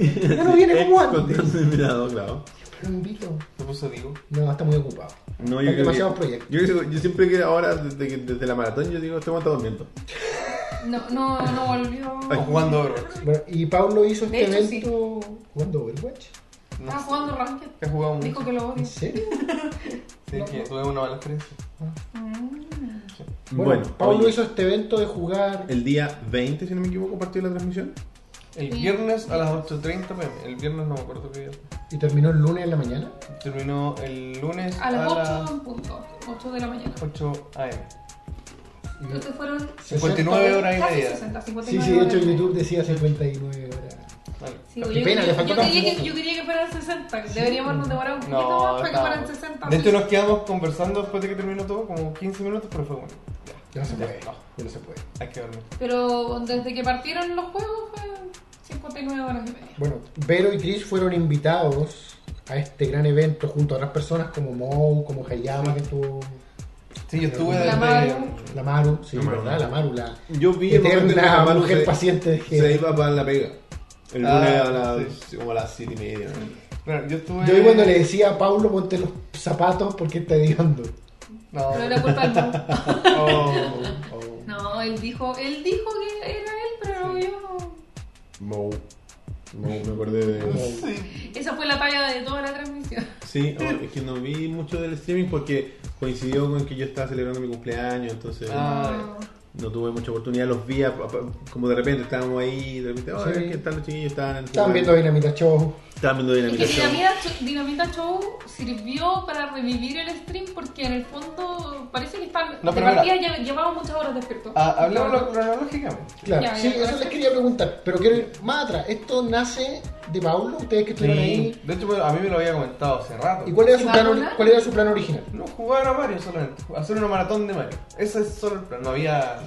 Speaker 2: Ya no viene como
Speaker 1: Ex-
Speaker 2: antes.
Speaker 1: contaminado, claro.
Speaker 2: Lo invito.
Speaker 3: Se puso digo.
Speaker 2: No, está muy ocupado.
Speaker 1: No,
Speaker 2: Hay
Speaker 1: yo, creo que-
Speaker 2: demasiados proyectos.
Speaker 1: yo, creo que- yo siempre que ahora, desde, que- desde la maratón, yo digo, este guante está durmiendo.
Speaker 4: No, no, no volvió.
Speaker 1: Ay.
Speaker 3: O jugando Overwatch.
Speaker 2: Bueno, y Pablo hizo
Speaker 4: De
Speaker 2: este
Speaker 4: hecho, sí.
Speaker 2: evento jugando Overwatch.
Speaker 3: No
Speaker 4: Estaba jugando Ranked.
Speaker 3: sé, he jugado mucho.
Speaker 4: Ah, Dijo que lo
Speaker 2: ¿En
Speaker 4: odia.
Speaker 2: serio?
Speaker 3: Sí, que tuve una mala experiencia.
Speaker 4: Mm.
Speaker 2: Bueno, Pablo
Speaker 1: oye.
Speaker 2: hizo este evento de jugar.
Speaker 1: El día 20, si no me equivoco, partió la transmisión.
Speaker 3: El
Speaker 4: Sí.
Speaker 3: viernes a las 8.30 pm. El viernes no me acuerdo qué día.
Speaker 2: Y terminó el lunes en la mañana.
Speaker 3: Terminó el lunes
Speaker 4: A las 8 en punto. 8 de la mañana.
Speaker 3: 8 am.
Speaker 4: Entonces fueron
Speaker 3: 59 horas y
Speaker 4: casi
Speaker 3: media.
Speaker 4: 60, 59
Speaker 2: Sí, sí, de hecho
Speaker 4: horas.
Speaker 2: en YouTube decía 59 horas.
Speaker 3: Vale.
Speaker 4: Sí, yo,
Speaker 2: Qué pena, le
Speaker 4: yo-
Speaker 2: faltó
Speaker 4: yo quería
Speaker 2: tampoco.
Speaker 4: que, yo quería que fueran 60. Deberíamos nos demorar un poquito más para que
Speaker 3: está
Speaker 4: fueran
Speaker 3: bueno.
Speaker 4: 60.
Speaker 3: De hecho, nos quedamos conversando después de que terminó todo, como 15 minutos, pero fue bueno. Ya,
Speaker 2: Ya no se puede.
Speaker 3: No.
Speaker 2: Ya no se puede.
Speaker 3: hay que dormir.
Speaker 4: Pero desde que partieron los juegos fue 59 horas y media.
Speaker 2: Bueno, Vero y Trish fueron invitados a este gran evento junto a otras personas como Mo, como Hayama, que estuvo.
Speaker 3: Sí, yo estuve
Speaker 2: La
Speaker 3: desde.
Speaker 4: Maru.
Speaker 2: La Maru, sí,
Speaker 1: La Maru.
Speaker 2: ¿verdad? La Maru, la
Speaker 1: Yo vi el momento en que
Speaker 2: eterna
Speaker 1: Maru
Speaker 2: mujer
Speaker 1: se-
Speaker 2: paciente de
Speaker 1: Se
Speaker 2: G.
Speaker 1: iba para la pega. El
Speaker 3: Ah,
Speaker 1: lunes a las, como a las 7 y media.
Speaker 3: Claro, yo estuve.
Speaker 2: Yo vi cuando le decía a Paulo, ponte los zapatos porque está hediondo.
Speaker 3: No.
Speaker 4: Pero era culpa del
Speaker 2: [LAUGHS]
Speaker 4: mundo.
Speaker 3: Oh.
Speaker 2: Oh.
Speaker 4: No, él dijo, él dijo que era él, pero yo no.
Speaker 1: Mou. Mou, me acordé de.
Speaker 3: Sí.
Speaker 4: Esa fue la talla de toda la transmisión.
Speaker 1: Sí, oh, es que no vi mucho del streaming porque coincidió con que yo estaba celebrando mi cumpleaños, entonces
Speaker 3: Ah.
Speaker 4: No.
Speaker 1: No tuve mucha oportunidad, los vi a- a- como de repente estábamos ahí, de repente, oh,
Speaker 2: Sí.
Speaker 1: ¿qué están los chiquillos? Estaban,
Speaker 2: Estaban viendo Dinamita Show.
Speaker 1: Estaban viendo
Speaker 4: Es
Speaker 1: Dinamita
Speaker 4: que
Speaker 1: Show.
Speaker 4: Dinamita, Cho- Dinamita Show sirvió para revivir el stream porque en el fondo parece que están.
Speaker 3: No,
Speaker 4: de
Speaker 3: pero mira.
Speaker 4: partida ya llevaba muchas horas despierto.
Speaker 3: Ah, hablemoslo cronológicamente.
Speaker 2: Claro,
Speaker 4: Ya,
Speaker 2: sí,
Speaker 4: ya,
Speaker 2: eso
Speaker 4: ya.
Speaker 2: les quería preguntar, pero quiero ir más atrás. ¿Esto nace de Paulo? Ustedes que estuvieron
Speaker 3: Sí.
Speaker 2: ahí.
Speaker 3: De hecho, a mí me lo había comentado hace rato.
Speaker 2: ¿Y cuál era, su
Speaker 4: ¿Y
Speaker 2: plan,
Speaker 4: Paula?
Speaker 2: ori- cuál era su plan original?
Speaker 3: No, jugar a Mario solamente. Hacer una maratón de Mario. Ese es solo el plan. No había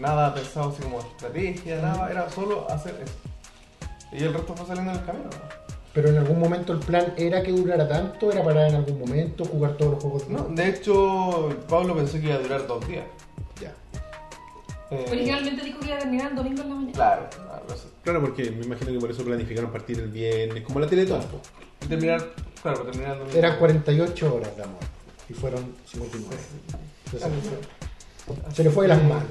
Speaker 3: nada pensado así como estrategia, nada. Era solo hacer eso. Y el resto fue saliendo del camino.
Speaker 2: Pero en algún momento el plan era que durara tanto, era parar en algún momento, jugar todos los juegos.
Speaker 3: No, de hecho, Pablo pensó que iba a durar dos días.
Speaker 2: ya.
Speaker 3: Eh,
Speaker 4: Originalmente dijo que iba a terminar el domingo en la mañana.
Speaker 3: Claro, algo así.
Speaker 1: Claro, porque me imagino que por eso planificaron partir el viernes, como la Teletón. po.
Speaker 3: Y terminar, claro, terminar el
Speaker 2: Eran 48 horas de amor y fueron 59. Entonces,
Speaker 3: Ah,
Speaker 2: se le fue de las manos.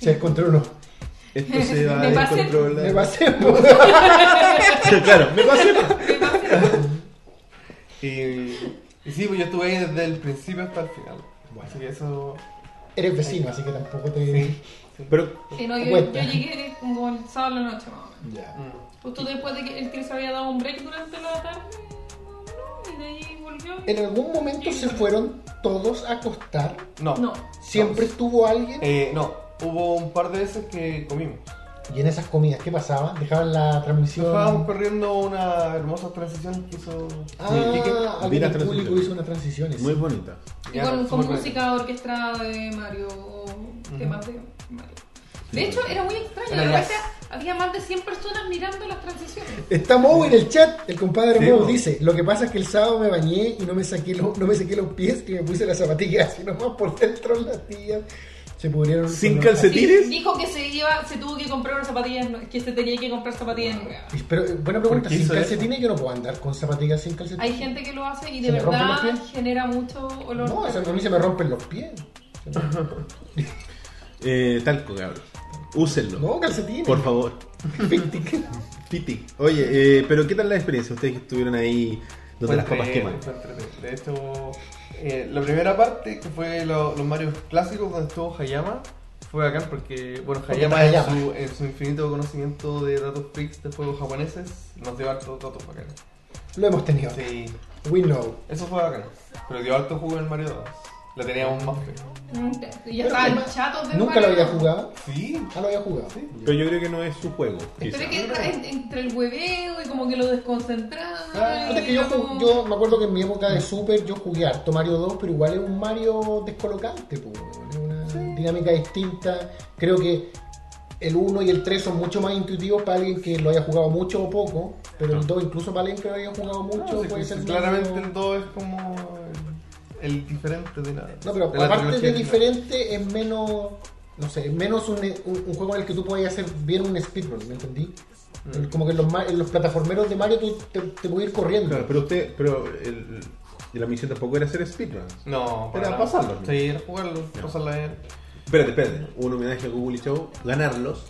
Speaker 2: Se encontró uno.
Speaker 1: Esto se va
Speaker 4: Me
Speaker 1: a
Speaker 4: pasé.
Speaker 1: descontrolar.
Speaker 2: Me pasé. pues.
Speaker 1: claro, me pasé.
Speaker 3: Y, y sí, pues yo estuve ahí desde el principio hasta el final.
Speaker 2: Bueno.
Speaker 3: Así que eso.
Speaker 2: Eres vecino, así que tampoco te.
Speaker 3: Sí. sí.
Speaker 1: Pero
Speaker 4: Sí, Eh, no, yo, yo
Speaker 2: Cuenta.
Speaker 4: llegué como el sábado en la noche, más o menos.
Speaker 2: Ya.
Speaker 3: Mm.
Speaker 4: Justo después de que el tío se había dado un break durante la tarde, no, y de ahí volvió. y-
Speaker 2: En algún momento se fueron todos a acostar.
Speaker 3: No.
Speaker 4: No,
Speaker 2: Siempre estuvo alguien.
Speaker 3: Eh, no, hubo un par de veces que comimos.
Speaker 2: Y en esas comidas, ¿qué pasaba? Dejaban la transmisión.
Speaker 1: Ah.
Speaker 3: Estábamos corriendo una hermosa transición que hizo.
Speaker 2: Ah,
Speaker 1: Iquique.
Speaker 2: alguien
Speaker 1: Vi las
Speaker 2: del público
Speaker 1: transiciones.
Speaker 2: hizo una transición.
Speaker 1: muy bonita.
Speaker 4: y
Speaker 3: Ya,
Speaker 4: con, con
Speaker 3: súper
Speaker 4: música orquestada de Mario, o temas de Mario. De hecho, era muy extraño,
Speaker 3: Era
Speaker 4: de
Speaker 3: jazz.
Speaker 4: repente había más de 100 personas mirando las transiciones.
Speaker 2: Está Mou en el chat, el compadre
Speaker 1: Sí,
Speaker 2: Mou
Speaker 1: po.
Speaker 2: dice, lo que pasa es que el sábado me bañé y no me saqué los, no me saqué los pies y me puse las zapatillas así nomás por dentro las tías. Se pudrieron.
Speaker 1: Sin
Speaker 2: con los-
Speaker 4: Sí,
Speaker 1: calcetín. ¿Tires?
Speaker 4: dijo que se iba, se tuvo que comprar unas zapatillas, nue- que se tenía que comprar zapatillas nuevas.
Speaker 2: Y- Pero eh, buena pregunta,
Speaker 3: ¿Por qué
Speaker 2: sin
Speaker 3: hizo eso?
Speaker 2: calcetines yo no puedo andar con zapatillas sin calcetines.
Speaker 4: Hay gente que lo hace y
Speaker 2: ¿Se
Speaker 4: de
Speaker 2: me rompen los
Speaker 4: verdad
Speaker 2: pies?
Speaker 4: genera mucho olor.
Speaker 2: No, o sea, a mí se me rompen los pies.
Speaker 1: Eh, talco, cabrón. Úsenlo.
Speaker 2: No, calcetines.
Speaker 1: Por favor. Piti. Oye, eh, pero ¿qué tal la experiencia? Ustedes que estuvieron ahí donde
Speaker 3: Fue
Speaker 1: las papas queman.
Speaker 3: entretenido, fue entretenido. De hecho, eh, la primera parte, que fue lo- los Mario clásicos donde estuvo Hayama, fue bacán porque, bueno,
Speaker 2: Porque
Speaker 3: Hayama en
Speaker 2: Hayama.
Speaker 3: su, en su infinito conocimiento de datos freaks de juegos japoneses, nos dio hartos datos bacanes.
Speaker 2: [LAUGHS] Lo hemos tenido.
Speaker 3: Sí,
Speaker 2: We know.
Speaker 3: eso fue bacán. Pero dio harto jugo en Mario 2. La teníamos más fe.
Speaker 4: Nunca- Y ya
Speaker 2: Pero
Speaker 4: estaban
Speaker 2: además,
Speaker 4: chatos de
Speaker 2: Nunca lo
Speaker 4: Mario.
Speaker 2: había jugado.
Speaker 3: Sí,
Speaker 2: Ah, lo había jugado.
Speaker 1: Pero yo creo que no es su juego.
Speaker 4: Pero
Speaker 1: quizá.
Speaker 4: es que entra en- entre el hueveo y como que lo desconcentraron.
Speaker 3: Ah,
Speaker 2: Puta, es que yo, ju- yo me acuerdo que en mi época de Super yo jugué harto Mario 2, pero igual es un Mario descolocante, po, weón. es una dinámica distinta. Creo que el 1 y el 3 son mucho más intuitivos para alguien que lo haya jugado mucho o poco, pero el 2 incluso para alguien que lo haya jugado mucho
Speaker 3: No, Ah, sí,
Speaker 2: puede
Speaker 3: sí,
Speaker 2: ser
Speaker 3: claramente
Speaker 2: medio-
Speaker 3: el 2 es como el, el diferente de la.
Speaker 2: No, pero
Speaker 3: de la
Speaker 2: aparte
Speaker 3: trilogía
Speaker 2: de
Speaker 3: original.
Speaker 2: diferente es menos, no sé, es menos un, un- un juego en el que tú podías hacer bien un speedrun, ¿me entendí?
Speaker 3: Mm.
Speaker 2: El- Como que en los, ma- en los plataformeros de Mario tú te, te puedes ir corriendo.
Speaker 1: Claro, pero usted, pero el- la misión tampoco era hacer speedruns.
Speaker 3: No,
Speaker 1: Era
Speaker 3: nada.
Speaker 1: pasarlo.
Speaker 3: Sí, era jugarlo, pasarlo bien.
Speaker 1: Espérate, espérate. Un homenaje a Google y Show, ganarlos.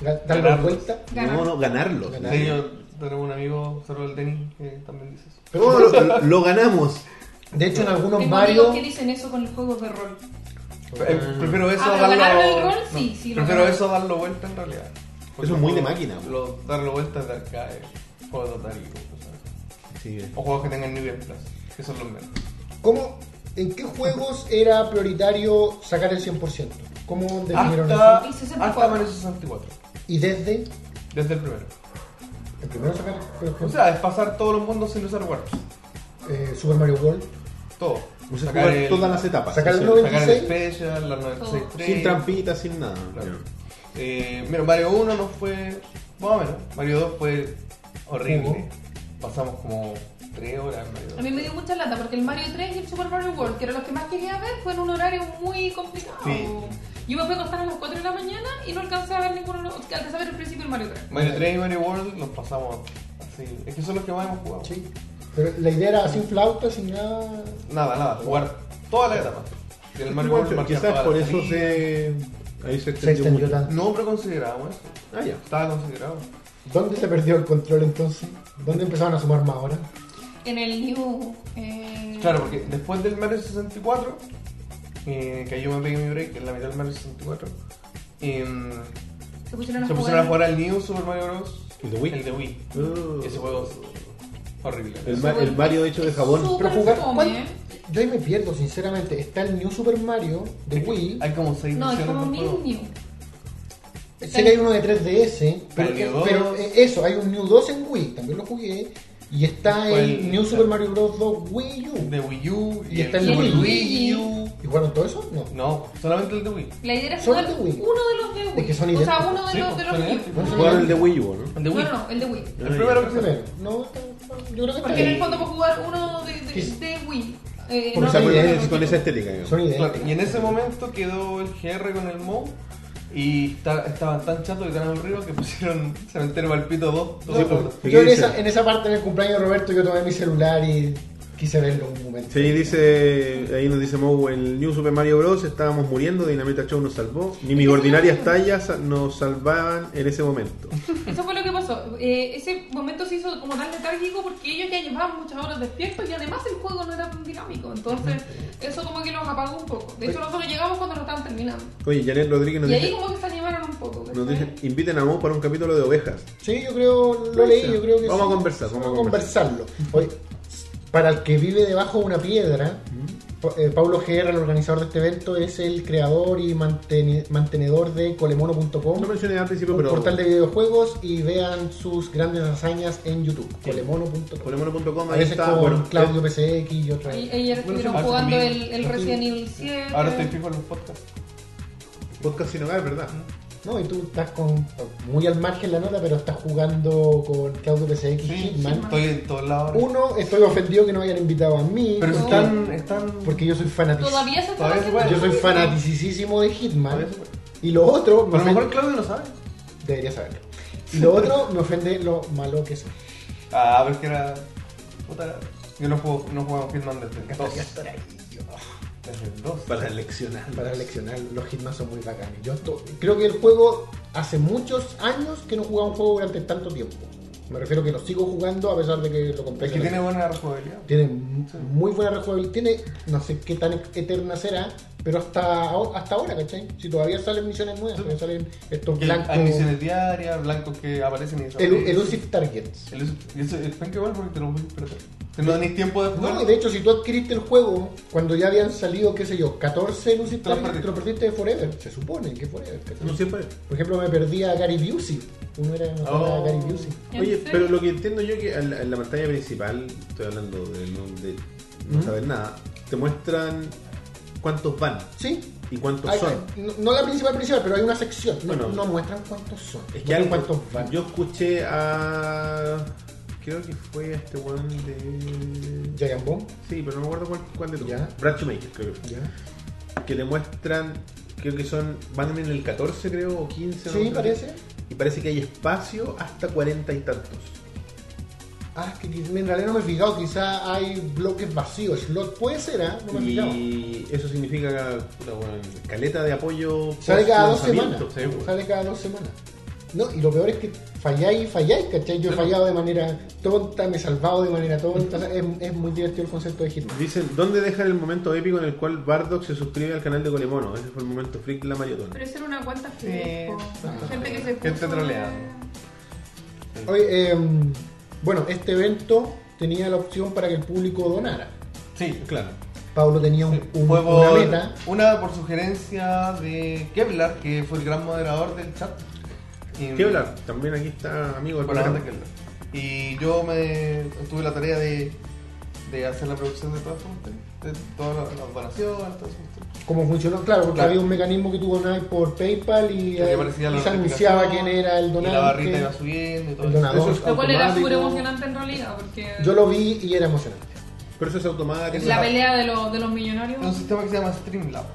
Speaker 2: Ga- Darle
Speaker 3: ganarlos.
Speaker 2: vuelta.
Speaker 4: Ganar.
Speaker 1: No, no, ganarlos.
Speaker 2: Ganar.
Speaker 3: Sí, yo tengo un amigo, solo el Denis, que también dice eso.
Speaker 1: No, lo, lo- lo ganamos.
Speaker 2: De hecho, en algunos
Speaker 4: Tengo
Speaker 2: Mario.
Speaker 4: amigos que dicen eso con los juegos de rol.
Speaker 3: Eh, prefiero eso
Speaker 4: Ah,
Speaker 3: a
Speaker 4: pero
Speaker 3: darlo.
Speaker 4: ganarlo el rol,
Speaker 3: no,
Speaker 4: sí, sí, lo
Speaker 3: prefiero
Speaker 4: ganó.
Speaker 3: eso a darlo vuelta en realidad. Porque
Speaker 1: Eso es muy de
Speaker 3: lo-
Speaker 1: máquina, po.
Speaker 3: Lo, darlo vuelta es de arcade, juegos de Atari, cosas.
Speaker 1: Sí,
Speaker 3: O juegos que tengan nivel plus, que son los menos.
Speaker 2: ¿Cómo, ¿En qué juegos era prioritario sacar el 100%? ¿Cómo definieron
Speaker 3: Hasta,
Speaker 2: eso?
Speaker 4: Y 64.
Speaker 3: hasta Mario 64,
Speaker 2: Y desde
Speaker 3: desde el primero.
Speaker 2: el primero sacar pero,
Speaker 3: O sea, es pasar todos los mundos sin usar warps.
Speaker 2: eh, Super Mario World,
Speaker 3: Todo.
Speaker 1: O sea,
Speaker 3: Sacar
Speaker 1: jugar
Speaker 3: el-
Speaker 1: todas las etapas.
Speaker 2: sacar el
Speaker 1: Sí.
Speaker 2: nuevo-
Speaker 3: Sacar el
Speaker 2: 96.
Speaker 3: Special, las
Speaker 4: Todo.
Speaker 3: 96
Speaker 1: Sin trampitas, sin nada.
Speaker 3: Claro. Eh, mira, Mario 1 no fue. Más o menos. Mario 2 fue horrible. Pasamos como 3 horas en Mario 2.
Speaker 4: A mí me dio mucha lata porque el Mario 3 y el Super Mario World, que eran los que más quería ver, fue en un horario muy complicado.
Speaker 3: Sí.
Speaker 4: Yo me fui a acostar a las 4 de la mañana y no alcancé a ver ninguno, de los- alcancé a ver el principio del Mario 3.
Speaker 3: Mario 3 y Mario World los pasamos así. Es que son los que más hemos jugado.
Speaker 2: sí. Pero la idea era sin flauta, sin nada.
Speaker 3: Nada, nada. Jugar toda la etapa. Y el Mario
Speaker 1: Bueno,
Speaker 3: World
Speaker 1: pero
Speaker 3: marcar
Speaker 1: Este quizás
Speaker 3: todas
Speaker 1: por
Speaker 3: las
Speaker 1: eso
Speaker 3: líneas.
Speaker 1: se. Ahí se
Speaker 2: Se
Speaker 1: extendió
Speaker 2: extendió
Speaker 1: mucho.
Speaker 2: tanto.
Speaker 3: No, pero considerábamos eso.
Speaker 1: Ah, ya.
Speaker 3: Estaba considerado.
Speaker 2: ¿Dónde se perdió el control entonces? ¿Dónde empezaron a sumar más horas?
Speaker 4: En el New. Eh...
Speaker 3: Claro, porque después del Mario 64, eh, que ahí yo me pegué mi break en la mitad del Mario 64, Y, mm,
Speaker 4: Se pusieron a
Speaker 3: se pusieron a jugar al New Super Mario Bros.
Speaker 1: El de Wii.
Speaker 3: El de Wii.
Speaker 1: Oh.
Speaker 3: Ese juego es horrible.
Speaker 1: El, ma- el Mario hecho de jabón.
Speaker 4: Súper
Speaker 2: Pero jugar-
Speaker 4: fome.
Speaker 2: ¿cuál- Yo ahí me pierdo, sinceramente. Está el New Super Mario de Wii.
Speaker 3: Hay como 6
Speaker 4: No, es como
Speaker 3: juego.
Speaker 4: Minion.
Speaker 2: Sé que hay uno de 3DS, pero,
Speaker 3: Hay de
Speaker 2: pero
Speaker 3: dos.
Speaker 2: eh, eso, hay un New 2 en Wii, también lo jugué. Y está
Speaker 3: ¿Cuál?
Speaker 2: el New Super Mario Bros. 2 Wii U.
Speaker 3: De Wii U
Speaker 2: Y está el
Speaker 3: Super
Speaker 2: Wii.
Speaker 3: Wii U.
Speaker 2: ¿Y jugaron todo eso? No.
Speaker 3: No, solamente el de Wii.
Speaker 4: La idea era
Speaker 2: Son
Speaker 4: jugar
Speaker 2: de
Speaker 4: uno
Speaker 2: Wii.
Speaker 4: de los de Wii.
Speaker 2: Es que son
Speaker 4: o sea,
Speaker 2: idénticos.
Speaker 4: uno de
Speaker 3: Sí,
Speaker 4: los
Speaker 3: pues,
Speaker 4: de los
Speaker 3: son
Speaker 4: Wii.
Speaker 3: idénticos.
Speaker 1: Jugaron el de Wii U, ¿no? Ah,
Speaker 3: El de
Speaker 4: No,
Speaker 3: Wii.
Speaker 4: no, el de Wii.
Speaker 3: El primero que
Speaker 2: El
Speaker 3: se
Speaker 2: primero. No, está- yo creo que está
Speaker 4: Porque en el
Speaker 2: bien.
Speaker 4: fondo para jugar uno de, de,
Speaker 2: Sí.
Speaker 4: de Wii. Eh,
Speaker 2: Por
Speaker 1: O
Speaker 4: no
Speaker 1: sea,
Speaker 4: de-
Speaker 1: con,
Speaker 2: idea,
Speaker 4: de-
Speaker 1: ese- con esa estética. digamos.
Speaker 2: Son ideas.
Speaker 3: Claro, y en ese momento quedó el GR con el Mo y ta- estaban tan chatos y tan aburridos que [LAUGHS] pusieron Cementerio Palpito 2.
Speaker 1: Sí,
Speaker 3: todos
Speaker 1: pues.
Speaker 3: juntos.
Speaker 2: Yo en
Speaker 1: dice?
Speaker 2: esa, en esa parte del cumpleaños de Roberto yo tomé mi celular y quise verlo un momento.
Speaker 1: Sí, dice, ahí nos dice Mou, el New Super Mario Bros. Estábamos muriendo, Dinamita Show nos salvó. Ni mis ordinarias tallas nos salvaban en ese momento.
Speaker 4: Eso fue lo que pasó. Eh, ese momento se hizo como tan letárgico porque ellos ya llevaban muchas horas despiertos y además el juego no era tan dinámico. Entonces, eso como que los apagó un poco. De hecho, nosotros llegamos cuando lo estaban terminando.
Speaker 1: Oye, Janet Rodríguez nos
Speaker 4: Y ahí
Speaker 1: dice,
Speaker 4: como que se animaron un poco. ¿cachai?
Speaker 1: nos dice, inviten a Mou para un capítulo de ovejas.
Speaker 2: Sí, yo creo, lo leí, yo creo que
Speaker 1: Vamos
Speaker 2: sí.
Speaker 1: a conversar, vamos a
Speaker 2: conversarlo. Oye, para el que vive debajo de una piedra, Pa- eh, Pablo Guerra, el organizador de este evento, es el creador y manteni- mantenedor de colemono.com,
Speaker 1: No mencioné al principio,
Speaker 2: un
Speaker 1: pero
Speaker 2: portal de videojuegos, y vean sus grandes hazañas en YouTube, colemono.com.
Speaker 1: polemono.com,
Speaker 2: A
Speaker 1: ahí
Speaker 2: veces
Speaker 1: está.
Speaker 2: con
Speaker 1: Bueno,
Speaker 2: Claudio PCX y otras.
Speaker 4: Ahí- Ayer
Speaker 3: Bueno,
Speaker 4: estuvieron
Speaker 3: ahora
Speaker 4: jugando
Speaker 3: también.
Speaker 4: el, el Resident Evil 7.
Speaker 3: Ahora estoy fijo en los podcasts.
Speaker 1: es podcast sin hogar, ¿verdad?
Speaker 2: No, y tú estás con muy al margen la nota, pero estás jugando con Claudio PCX
Speaker 3: Sí,
Speaker 2: Hitman.
Speaker 3: estoy en todos lados. ahora.
Speaker 2: Uno, estoy ofendido que no hayan invitado a mí.
Speaker 3: Pero si
Speaker 4: No.
Speaker 2: porque-
Speaker 3: están, están.
Speaker 2: Porque yo soy fanático.
Speaker 4: Todavía se está
Speaker 3: Todavía se
Speaker 4: haciendo
Speaker 3: puede.
Speaker 2: Yo soy
Speaker 4: ruido.
Speaker 2: fanaticisísimo de
Speaker 3: A
Speaker 2: Hitman.
Speaker 3: ver, pues.
Speaker 2: Y lo otro.
Speaker 3: A lo mejor
Speaker 2: ofende-
Speaker 3: Claudio lo sabe.
Speaker 2: Debería saberlo. Y lo otro me ofende lo malo que es.
Speaker 3: Ah, a ver que era. Puta, yo no juego, no jugaba Hitman desde el 2.
Speaker 2: Gastaría estar ahí. yo,
Speaker 3: Desde el 2.
Speaker 1: Para leccionar.
Speaker 2: Para leccionar, los Hitman son muy bacanes. Yo to- creo que el juego hace muchos años que no jugaba un juego durante tanto tiempo. Me refiero que lo sigo jugando a pesar de que lo compré.
Speaker 3: Es que
Speaker 2: en la
Speaker 3: tiene buena rejugabilidad.
Speaker 2: Tiene mu- muy buena rejugabilidad. Tiene, no sé qué tan eterna será, pero hasta, ahora- hasta ahora, ¿cachai? Si todavía salen misiones nuevas, todavía salen estos
Speaker 3: Que Hay
Speaker 2: blancos.
Speaker 3: misiones diarias, blancos que aparecen y
Speaker 2: El,
Speaker 3: desaparecen.
Speaker 2: elusive Targets.
Speaker 3: El uso- y eso es tan que bueno porque te lo voy a despertar. Te no tenéis tiempo de jugar.
Speaker 2: No, y de hecho, si tú adquiriste el juego cuando ya habían salido, qué sé yo, 14 Elusive
Speaker 3: Te lo
Speaker 2: Targets,
Speaker 3: perdiste.
Speaker 2: te lo perdiste de Forever. Se supone que Forever. ¿cachai?
Speaker 1: No siempre.
Speaker 2: Por ejemplo, me perdí a Gary Busey. Uno era
Speaker 3: Oh.
Speaker 2: a Gary Busey.
Speaker 4: ¿En
Speaker 1: Oye,
Speaker 4: serio?
Speaker 1: pero lo que entiendo yo que en la, en la pantalla principal, estoy hablando de no, de
Speaker 2: ¿Mm?
Speaker 1: no saber nada, te muestran cuántos van
Speaker 2: Sí.
Speaker 1: y cuántos
Speaker 2: Hay-
Speaker 1: son.
Speaker 2: no, no la principal principal, pero hay una sección. No,
Speaker 1: Bueno.
Speaker 2: no muestran cuántos son.
Speaker 1: Es que
Speaker 2: muestran
Speaker 1: algo-
Speaker 2: cuántos van.
Speaker 1: yo escuché a. Creo que fue a este weón de.
Speaker 2: Giant Bomb.
Speaker 1: Sí, pero no me acuerdo cuál, cuál de todos.
Speaker 2: Ya.
Speaker 1: Brad Shoemaker, creo que fue.
Speaker 2: Ya.
Speaker 1: Que te muestran. Creo que son. Van en el 14, creo, o 15. no
Speaker 2: Sí,
Speaker 1: sé.
Speaker 2: parece.
Speaker 1: Y parece que hay espacio hasta 40 y tantos.
Speaker 2: Ah, es que quizá- en realidad no me he fijado, quizá hay bloques vacíos, slot puede ser, ¿ah? No me he fijado.
Speaker 1: y eso significa. Puta, weón, caleta de apoyo.
Speaker 2: Sale cada dos semanas.
Speaker 1: post-lanzamiento. Sí, weón.
Speaker 2: Sale cada dos semanas. No, y lo peor es que falláis y falláis, ¿cachai? Yo he fallado de manera tonta, me he salvado de manera tonta. [LAUGHS] o sea, es, es muy divertido el concepto de Hitman.
Speaker 1: Dicen, ¿dónde dejan el momento épico en el cual Bardock se suscribe al canal de Colemono? Ese fue el momento freak de la maratona.
Speaker 4: Pero eso era una cuanta
Speaker 3: Sí,
Speaker 4: feliz, po.
Speaker 3: exacto.
Speaker 4: Gente que se
Speaker 3: Gente
Speaker 4: puso-
Speaker 3: troleando.
Speaker 2: Oye, eh, bueno, este evento tenía la opción para que el público donara.
Speaker 3: Sí,
Speaker 1: Claro.
Speaker 2: Pablo tenía un, un-
Speaker 3: fue
Speaker 2: una
Speaker 3: por-
Speaker 2: meta.
Speaker 3: una por sugerencia de Kevlar, que fue el gran moderador del chat. Y-
Speaker 1: ¿Qué hablar? También aquí está amigo del
Speaker 3: Por la banda
Speaker 1: programa.
Speaker 3: Kevlar. Y yo me tuve la tarea de, de hacer la producción de todas estas cuestiones, de todas las las donaciones, todas esas cuestiones.
Speaker 2: ¿Cómo funcionó? Claro, porque
Speaker 3: Claro.
Speaker 2: había un mecanismo que tú donabas por PayPal y,
Speaker 3: Y
Speaker 2: eh,
Speaker 3: aparecía la
Speaker 2: y se anunciaba quién
Speaker 3: notificación,
Speaker 2: era el
Speaker 3: Y
Speaker 2: donante.
Speaker 3: la barrita iba subiendo y todo
Speaker 2: el
Speaker 3: eso.
Speaker 2: donador.
Speaker 1: Eso es-
Speaker 4: Lo cual era
Speaker 1: Automático.
Speaker 4: súper emocionante en realidad porque
Speaker 2: Yo lo vi y era emocionante.
Speaker 1: Pero eso es automático.
Speaker 4: la pelea de, los de los millonarios.
Speaker 3: Es un sistema que se llama Streamlabs.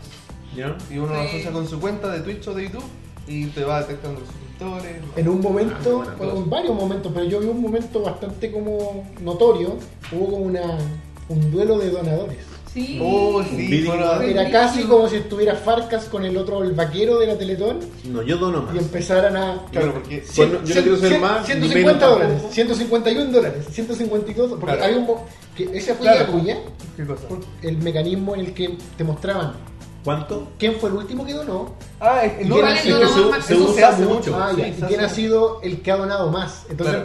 Speaker 1: ¿Ya?
Speaker 3: Y uno lo
Speaker 4: Sí.
Speaker 3: asocia con su cuenta de Twitch o de YouTube y te va detectando los suscriptores.
Speaker 2: En un
Speaker 1: Ah,
Speaker 2: momento,
Speaker 1: buena
Speaker 2: bueno,
Speaker 1: cosa.
Speaker 2: en varios momentos, pero yo vi un momento bastante como notorio, hubo como una, un duelo de donadores.
Speaker 4: Sí.
Speaker 3: Oh,
Speaker 1: Bidding
Speaker 3: sí,
Speaker 1: war.
Speaker 3: fuera-
Speaker 2: Era casi como si estuviera Farcas con el otro, el vaquero de la Teletón,
Speaker 1: No, yo dono más.
Speaker 2: y empezaran a...
Speaker 3: Claro, porque
Speaker 1: Sí, Bueno, pues, yo no quiero ser más, ni
Speaker 2: 150
Speaker 1: menos
Speaker 2: dólares,
Speaker 1: tampoco.
Speaker 2: 151 dólares, 152, porque
Speaker 3: Claro.
Speaker 2: había un... mo- Que esa fue
Speaker 3: Claro.
Speaker 2: la tuya,
Speaker 3: ¿Qué cosa?
Speaker 2: por el mecanismo en el que te mostraban
Speaker 1: ¿Cuánto?
Speaker 2: ¿Quién fue el último que donó?
Speaker 3: Ah, es,
Speaker 2: Y
Speaker 3: no,
Speaker 2: quién
Speaker 3: es
Speaker 2: ha
Speaker 3: que
Speaker 2: sido-
Speaker 4: es que
Speaker 1: se-
Speaker 3: eso
Speaker 1: se usa
Speaker 3: hace
Speaker 1: mucho.
Speaker 2: Ah, ya.
Speaker 3: Sí,
Speaker 2: ¿Y
Speaker 3: se
Speaker 2: quién ha
Speaker 3: hace-
Speaker 2: sido el que ha donado más? Entonces
Speaker 3: Claro.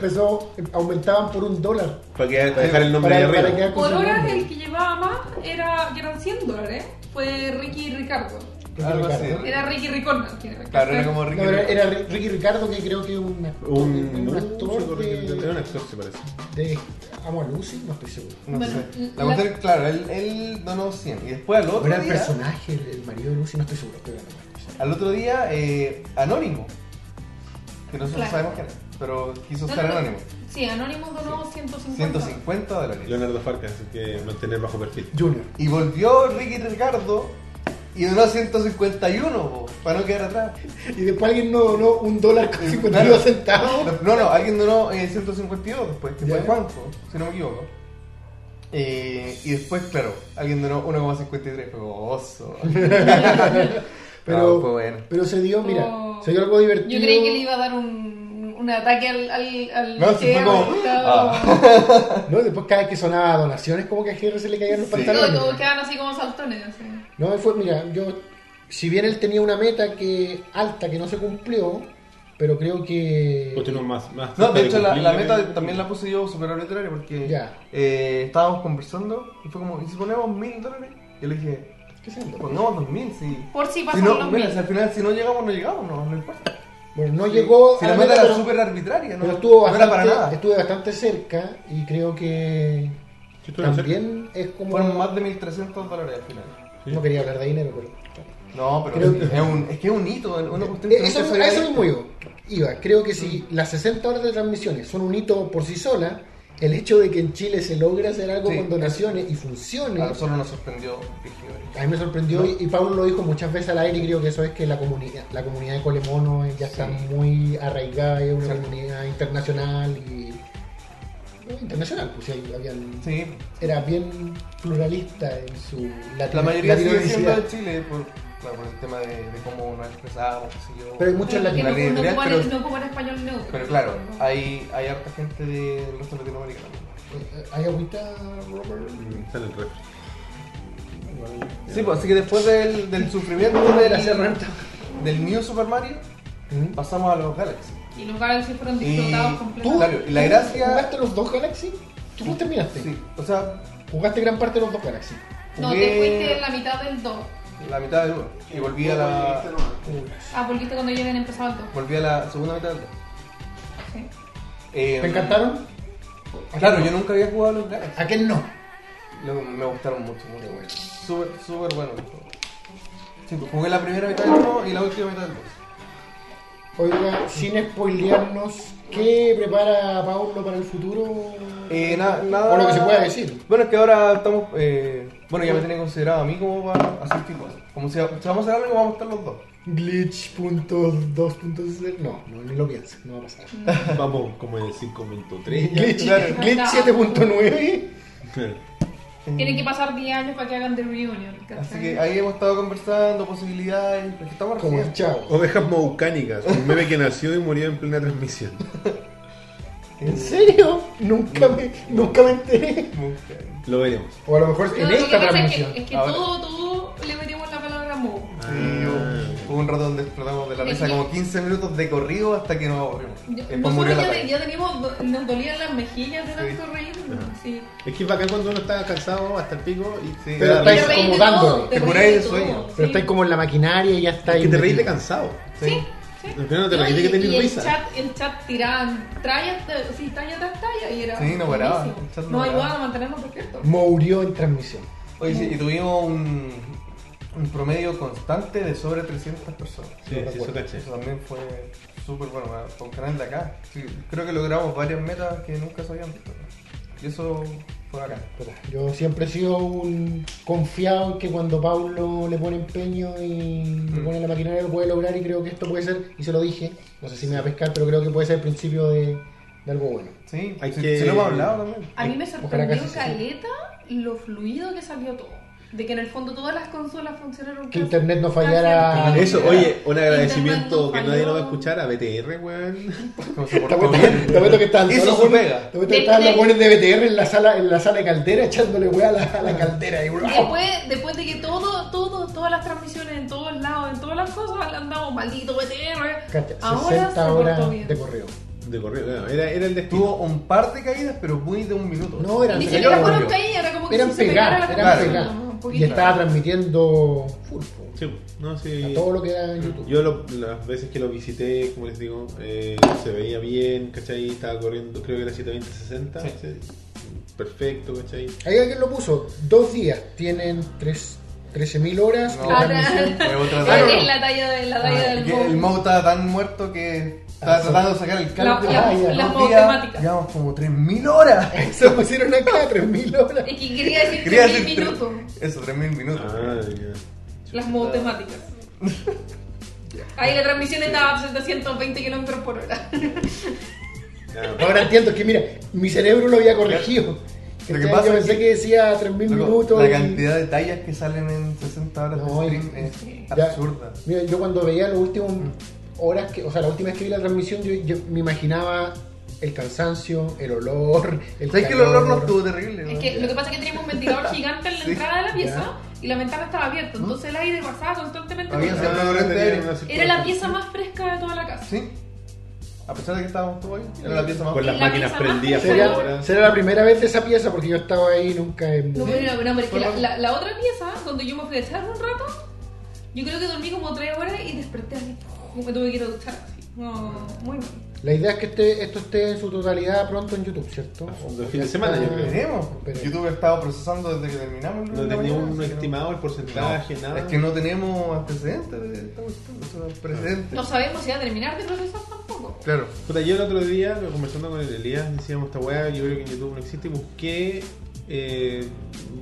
Speaker 2: empezó, aumentaban por un dólar.
Speaker 1: Para, que, para dejar el nombre
Speaker 2: Para-
Speaker 1: ahí
Speaker 2: para
Speaker 1: arriba.
Speaker 2: que-
Speaker 4: Por
Speaker 2: Cosa
Speaker 4: hora
Speaker 2: grande.
Speaker 4: el que llevaba más era, que eran 100 dólares. Fue Ricky Ricardo.
Speaker 3: Algo así.
Speaker 2: Ricardo.
Speaker 4: Era Ricky Ricordo. que era-
Speaker 3: Claro, era como
Speaker 2: No,
Speaker 3: Ricky.
Speaker 2: era, era Ricky Ricardo que creo que un actor,
Speaker 1: Un,
Speaker 2: un
Speaker 1: músico,
Speaker 2: actor
Speaker 1: era un
Speaker 2: de,
Speaker 1: actor, se parece.
Speaker 2: de Amo a Lucy, no estoy seguro.
Speaker 3: No
Speaker 4: Bueno,
Speaker 3: sé.
Speaker 4: la-
Speaker 3: La cuestión es, claro, él, él donó 100. Y después al
Speaker 2: O
Speaker 3: otro
Speaker 2: era el
Speaker 3: día.
Speaker 2: personaje, el, el marido de Lucy, no estoy seguro. Estoy hablando mal.
Speaker 3: Al otro día, eh, Anónimo. Que nosotros
Speaker 4: Claro.
Speaker 3: sabemos quién es. Pero quiso
Speaker 4: No,
Speaker 3: ser
Speaker 4: no, no.
Speaker 3: Anónimo.
Speaker 4: Sí, Anonymous donó 150.
Speaker 3: 150 dólares.
Speaker 1: Leonardo Farkas, así que mantener bajo perfil.
Speaker 3: [LAUGHS]
Speaker 2: Junior.
Speaker 3: Y volvió Ricky Ricardo y donó 151, po, para no quedar atrás.
Speaker 2: Y después alguien no donó un dólar con 52
Speaker 3: Claro.
Speaker 2: centavos.
Speaker 3: No, no, alguien donó eh, 152 después, que fue
Speaker 2: Ya.
Speaker 3: Juanjo, si no me equivoco. Eh, y después, claro, alguien donó 1,53, fue como oso.
Speaker 2: [LAUGHS] Pero,
Speaker 3: No, fue bueno.
Speaker 2: pero se dio, mira,
Speaker 4: Oh.
Speaker 2: se dio algo divertido.
Speaker 4: Yo creí que le iba a dar un, un ataque al. al, al
Speaker 3: No, sí, fue como- ah.
Speaker 4: estaba-
Speaker 2: No, después cada vez que sonaba donaciones, como que a GR se le caían los
Speaker 3: Sí.
Speaker 4: No,
Speaker 2: pantalones.
Speaker 4: todos quedaban así como saltones. así.
Speaker 2: No, fue, mira, yo, si bien él tenía una meta que alta que no se cumplió, pero creo que...
Speaker 1: Pues tenemos más, más
Speaker 3: No,
Speaker 1: cerca
Speaker 3: de hecho la, la
Speaker 1: cumplirle.
Speaker 3: meta también la puse yo super arbitraria porque
Speaker 2: Ya.
Speaker 3: eh, estábamos conversando y fue como, ¿y si ponemos mil dólares? Yo le dije,
Speaker 2: ¿Qué se llama?
Speaker 3: pongamos dos mil, sí.
Speaker 4: Por si
Speaker 3: Si
Speaker 4: pasan
Speaker 3: no,
Speaker 4: los
Speaker 3: mira,
Speaker 4: mil.
Speaker 3: si al final si no llegamos, no llegamos, no, no importa.
Speaker 2: Bueno, no llegó
Speaker 3: Si
Speaker 2: a
Speaker 3: la meta era
Speaker 2: pero-
Speaker 3: súper arbitraria, no,
Speaker 2: pero estuvo
Speaker 3: no era
Speaker 2: bastante,
Speaker 3: para nada.
Speaker 2: estuve bastante cerca y creo que
Speaker 1: Sí, estuve
Speaker 2: también es como...
Speaker 3: Fueron más de 1300 dólares al final.
Speaker 2: No quería hablar de dinero, pero...
Speaker 3: No, pero
Speaker 2: Creo que-
Speaker 3: es, un, es que es un hito, una cuestión
Speaker 2: Eh,
Speaker 3: que
Speaker 2: Eso,
Speaker 3: nunca se Mm.
Speaker 2: a
Speaker 3: había
Speaker 2: eso
Speaker 3: visto.
Speaker 2: mismo iba. Iba, creo que si las 60 horas de transmisiones son un hito por sí sola, el hecho de que en Chile se logre hacer algo
Speaker 3: Sí.
Speaker 2: con donaciones y funcione,
Speaker 3: A nosotros nos sorprendió. brígido.
Speaker 2: a mí me sorprendió y- y Pablo lo dijo muchas veces al aire y creo que eso es que la comunidad, la comunidad de Colemono eh, ya está muy arraigada, es una
Speaker 3: Sí.
Speaker 2: comunidad internacional y... no, internacional, pues sí, hay- habían-
Speaker 3: Sí,
Speaker 2: era bien pluralista en su
Speaker 3: la
Speaker 2: latino-
Speaker 3: mayoría sigue siendo
Speaker 2: latinoamericidad.
Speaker 3: de Chile por, claro, por el tema de, de cómo nos expresamos, qué sé yo.
Speaker 2: Pero hay muchos
Speaker 4: Pero que
Speaker 2: latinos.
Speaker 4: no-
Speaker 3: latinos.
Speaker 4: no ocupan el-
Speaker 3: Pero-
Speaker 4: No ocupan español neutro.
Speaker 3: Pero claro, ah. hay, hay harta gente del resto de Latinoamérica.
Speaker 2: Eh, ¿Hay agüita, Robert?
Speaker 1: Mm, Sale el refri.
Speaker 3: Sí, pues así que después del, del sufrimiento
Speaker 2: de
Speaker 3: del,
Speaker 2: la Serranta.
Speaker 3: del New Super Mario,
Speaker 2: ¿Mm?
Speaker 3: pasamos a los Galaxy.
Speaker 4: Y los Galaxy fueron
Speaker 3: Y
Speaker 4: disfrutados
Speaker 3: tú,
Speaker 4: completamente.
Speaker 3: claro, y la gracia...
Speaker 2: ¿Jugaste los dos Galaxy? ¿Tú no terminaste?
Speaker 3: Sí, o sea,
Speaker 2: Jugaste gran parte de los dos Galaxy.
Speaker 4: No,
Speaker 3: jugué
Speaker 4: te fuiste en la mitad del 2.
Speaker 3: la mitad de uno y volví a la,
Speaker 4: Ah, porque cuando yo habían empezado el 2.
Speaker 3: volví a la segunda mitad del dos.
Speaker 4: Sí.
Speaker 3: Eh,
Speaker 2: ¿Te encantaron?
Speaker 3: Claro, yo nunca había jugado a los Galaxy.
Speaker 2: ¿A qué no?
Speaker 3: Lo- me gustaron mucho, muy bueno. Súper, súper bueno. Sí, pues jugué la primera mitad del 1 y la última mitad del 2.
Speaker 2: Oiga, sin spoilearnos, ¿qué prepara Paulo para el futuro?
Speaker 3: Eh, na- nada.
Speaker 2: O lo que se pueda decir.
Speaker 3: Bueno, es que ahora estamos. eh, bueno, ya me tienen considerado a mí como para hacer tipo. Como si, si vamos a hacer algo, vamos a estar los dos.
Speaker 2: Glitch.2.0 No, no, ni lo pienses, no va a pasar.
Speaker 1: Vamos como en el 5.3.
Speaker 2: Glitch,
Speaker 3: claro.
Speaker 2: Glitch 7.9
Speaker 4: Tienen que pasar 10 años para que hagan The Reunion. ¿cachai?
Speaker 3: Así que ahí hemos estado conversando posibilidades. porque estamos
Speaker 2: como el
Speaker 3: recién.
Speaker 2: chavo.
Speaker 1: Ovejas maucánicas, un meme que nació y murió en plena transmisión.
Speaker 2: ¿En serio? Nunca me, nunca me enteré.
Speaker 3: Busca.
Speaker 1: Lo veremos.
Speaker 2: O a lo mejor
Speaker 4: No,
Speaker 2: en
Speaker 4: lo que
Speaker 2: esta
Speaker 4: pasa es
Speaker 2: transmisión.
Speaker 4: que, es que
Speaker 3: Ahora.
Speaker 4: todo, todo le metimos la palabra mo.
Speaker 3: Sí,
Speaker 2: ah.
Speaker 3: hubo- hubo un rato donde explotamos de la risa como 15 minutos de corrido hasta que nos aburrimos. Después murió
Speaker 4: Nosotros
Speaker 3: la
Speaker 4: ya,
Speaker 3: tarde.
Speaker 4: ya teníamos, do- nos dolían las mejillas de tanto
Speaker 3: Sí.
Speaker 4: reír.
Speaker 1: Ajá.
Speaker 4: Sí.
Speaker 1: Es que es bacán cuando uno está cansado hasta el pico y
Speaker 3: Sí,
Speaker 2: Pero
Speaker 3: era
Speaker 4: Pero
Speaker 2: estáis
Speaker 3: risa.
Speaker 4: reís
Speaker 2: como
Speaker 4: de
Speaker 2: dándole.
Speaker 4: todo,
Speaker 3: Te
Speaker 4: reís
Speaker 3: curáis
Speaker 4: de
Speaker 3: el
Speaker 4: todo,
Speaker 3: sueña.
Speaker 2: Pero
Speaker 4: sí.
Speaker 2: estáis como en la maquinaria y ya
Speaker 1: Es
Speaker 2: estáis.
Speaker 1: que te reís de
Speaker 2: metido.
Speaker 1: cansado.
Speaker 4: Sí, sí.
Speaker 1: Al final no te
Speaker 4: No,
Speaker 1: reís de
Speaker 4: y-
Speaker 1: que tenés
Speaker 4: y
Speaker 1: risa.
Speaker 4: El chat, el chat tiraban trallas, de- sí, talla tras talla y era.
Speaker 3: Sí, no paraba,
Speaker 4: buenísimo.
Speaker 3: el chat no
Speaker 4: Nos
Speaker 3: paraba.
Speaker 4: ayudaban a mantenernos despiertos.
Speaker 2: Murió en transmisión.
Speaker 3: Oye, sí, y tuvimos un, un promedio constante de sobre 300 personas.
Speaker 1: Sí, sí, eso caché.
Speaker 3: Eso también fue súper bueno bueno, con canal de acá. Sí, creo que logramos varias metas que nunca se habían visto. Y eso fue acá.
Speaker 2: Puta, Yo siempre he sido un confiado en que cuando Paulo le pone empeño y le
Speaker 3: Mm.
Speaker 2: pone la maquinaria lo puede lograr y creo que esto puede ser, y se lo dije, no sé si me va a pescar, pero creo que puede ser el principio de, de algo bueno.
Speaker 3: Sí,
Speaker 1: Hay
Speaker 3: sí,
Speaker 1: que-
Speaker 3: sí lo hemos hablado también.
Speaker 4: A mí me
Speaker 2: Ojalá
Speaker 4: sorprendió
Speaker 2: casi sí.
Speaker 4: Caleta lo fluido que salió todo. de que en el fondo todas las consolas funcionaron
Speaker 2: Que
Speaker 4: casi-
Speaker 2: internet no fallara.
Speaker 4: casi al
Speaker 1: Eso,
Speaker 4: tiempo.
Speaker 1: oye, un agradecimiento que
Speaker 4: Internet no
Speaker 1: nadie nos va a
Speaker 4: falló.
Speaker 1: escuchar a BTR, weón.
Speaker 3: No se
Speaker 2: Te
Speaker 3: portó
Speaker 2: apuesto
Speaker 3: bien.
Speaker 2: te apuesto que estaban
Speaker 3: Hizo
Speaker 2: todos
Speaker 3: su
Speaker 2: los buenos-
Speaker 3: pega.
Speaker 2: te apuesto que estaban los
Speaker 4: Después-
Speaker 2: buenos de BTR en la sala, en la sala de caldera echándole weá a la, a la caldera y
Speaker 4: Después, después de que todo, todo, todas las transmisiones en todos lados, en todas las cosas, le han dado maldito BTR.
Speaker 2: Cacha,
Speaker 4: Ahora
Speaker 2: 60
Speaker 4: se portó
Speaker 2: horas
Speaker 4: bien.
Speaker 2: de correo.
Speaker 1: De correo, bueno, era, era el destino.
Speaker 3: Tuvo un par de caídas, pero muy de un minuto.
Speaker 2: No, eran pegadas.
Speaker 4: Ni siquiera
Speaker 1: pegaron,
Speaker 4: fueron
Speaker 1: yo.
Speaker 4: caídas, era como que
Speaker 2: Eran
Speaker 4: si se pegara
Speaker 2: pegadas,
Speaker 4: la
Speaker 2: eran
Speaker 4: consola,
Speaker 2: pegadas.
Speaker 4: ¿no? Un
Speaker 2: Y
Speaker 4: poquito.
Speaker 2: estaba transmitiendo full, po,
Speaker 1: Sí, no, sí.
Speaker 2: a todo lo que era en YouTube.
Speaker 1: Yo lo- las veces que lo visité, como les digo, eh, se veía bien, ¿cachai? Estaba corriendo, creo que era 720-60.
Speaker 3: Sí.
Speaker 1: Perfecto, ¿cachai?
Speaker 2: Ahí alguien lo puso, dos días, tienen tres, 13.000 horas.
Speaker 3: No.
Speaker 2: la
Speaker 3: [LAUGHS]
Speaker 4: Ah,
Speaker 2: transmisión-
Speaker 3: Fue otra
Speaker 4: Es-
Speaker 3: vez.
Speaker 4: es la talla, de, la talla
Speaker 3: Ah,
Speaker 4: del
Speaker 3: que el
Speaker 4: Mo.
Speaker 3: mouse estaba tan muerto que estaba
Speaker 2: Ah, sí.
Speaker 3: tratando de sacar el cálculo.
Speaker 2: la- la
Speaker 3: Dos
Speaker 4: mouse
Speaker 3: días,
Speaker 4: temática.
Speaker 3: Llevamos como 3.000
Speaker 4: [LAUGHS]
Speaker 3: horas.
Speaker 2: [LAUGHS] Se pusieron acá 3.000 horas.
Speaker 4: Es que quería
Speaker 3: [LAUGHS]
Speaker 4: decir
Speaker 3: Quería
Speaker 4: que mil
Speaker 3: decir tres-
Speaker 4: minutos.
Speaker 3: Eso, 3.000 minutos.
Speaker 1: Ah, ya.
Speaker 4: Las motemáticas. Ahí la transmisión estaba a 120 kilómetros por hora.
Speaker 1: Ya, Ah,
Speaker 2: Ahora entiendo que, mira, mi cerebro lo había corregido.
Speaker 3: Lo que
Speaker 2: Entonces,
Speaker 3: pasa
Speaker 2: yo
Speaker 3: es
Speaker 2: pensé
Speaker 3: que-
Speaker 2: que decía 3.000
Speaker 3: Loco,
Speaker 2: minutos.
Speaker 3: la
Speaker 2: y-
Speaker 3: cantidad de tallas que salen en 60 horas
Speaker 2: No,
Speaker 3: de
Speaker 2: y-
Speaker 3: stream es
Speaker 2: Ya,
Speaker 3: absurda.
Speaker 2: Mira, yo cuando veía las últimas
Speaker 3: Mm.
Speaker 2: horas, que, o sea, la última vez que vi la transmisión, yo, yo me imaginaba el cansancio, el olor, el
Speaker 3: ¿Sabes que el
Speaker 2: calor.
Speaker 3: olor no estuvo terrible?
Speaker 4: Es
Speaker 3: ¿no?
Speaker 4: que lo que pasa es que teníamos un ventilador gigante en la
Speaker 3: Sí,
Speaker 4: entrada de la pieza y la ventana estaba abierta, entonces el aire pasaba constantemente.
Speaker 3: Había
Speaker 4: por-
Speaker 3: siempre corriente de aire.
Speaker 1: tenía una
Speaker 4: Era la pieza más fresca de toda la casa.
Speaker 3: Sí. A pesar de que estábamos todos ahí, era la pieza más.
Speaker 1: Con las
Speaker 4: Y la
Speaker 1: máquinas
Speaker 4: pieza
Speaker 1: prendidas
Speaker 4: más-
Speaker 1: por
Speaker 4: Sería-
Speaker 1: ahora.
Speaker 2: Será la primera vez de esa pieza porque yo estaba ahí nunca en.
Speaker 4: No, pero, pero, pero es que la, la- la otra pieza, donde yo me fui a echar un rato, yo creo que dormí como 3 horas y desperté así. Me tuve que ir a duchar así. No, muy mal.
Speaker 2: La idea es que este, esto esté en su totalidad pronto en YouTube, ¿cierto?
Speaker 1: el fin de semana, yo creo.
Speaker 3: Tenemos.
Speaker 2: Pero-
Speaker 3: YouTube ha estado procesando desde que terminamos.
Speaker 1: No
Speaker 3: el lunes de la
Speaker 1: tenía
Speaker 3: mañana,
Speaker 1: un
Speaker 3: así que no-
Speaker 1: estimado el porcentaje,
Speaker 3: No,
Speaker 1: nada.
Speaker 3: Es que no tenemos antecedentes de esta cuestión, o sea, precedentes.
Speaker 4: No sabemos si va a terminar de procesar tampoco.
Speaker 3: Claro.
Speaker 1: Puta, yo el otro día, conversando con el Elías, decíamos esta weá, yo creo que en YouTube no existe, y busqué eh,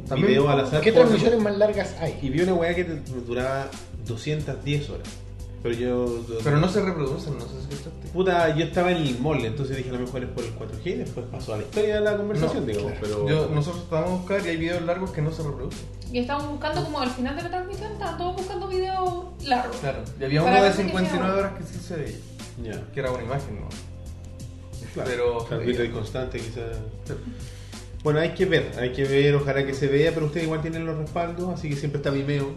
Speaker 3: También,
Speaker 1: video al azar.
Speaker 2: ¿Qué
Speaker 1: por-
Speaker 2: transmisiones más largas hay?
Speaker 1: Y vi una weá que te- duraba 210 horas. Pero yo.
Speaker 3: Pero no se reproducen, no sé si escuchaste.
Speaker 1: Puta, yo estaba en el mall, entonces dije a lo mejor es por el 4G y después pasó a la historia de la conversación,
Speaker 3: No,
Speaker 1: digamos. Pero.
Speaker 3: Yo, nosotros estábamos a buscar y hay videos largos que no se reproducen.
Speaker 4: Y estábamos buscando, como al final de la transmisión, estaban todos buscando videos largos.
Speaker 3: Claro. Y había
Speaker 4: Para
Speaker 3: uno de
Speaker 4: ver si
Speaker 3: 59
Speaker 4: quedaba.
Speaker 3: horas que sí se veía,
Speaker 1: Ya.
Speaker 3: que era una imagen, ¿no?
Speaker 1: Claro,
Speaker 3: Pero- eh,
Speaker 1: claro, Bitcoin constante quizás. Bueno, hay que ver, hay que ver, ojalá que se vea, pero ustedes igual tienen los respaldos, así que siempre está Vimeo.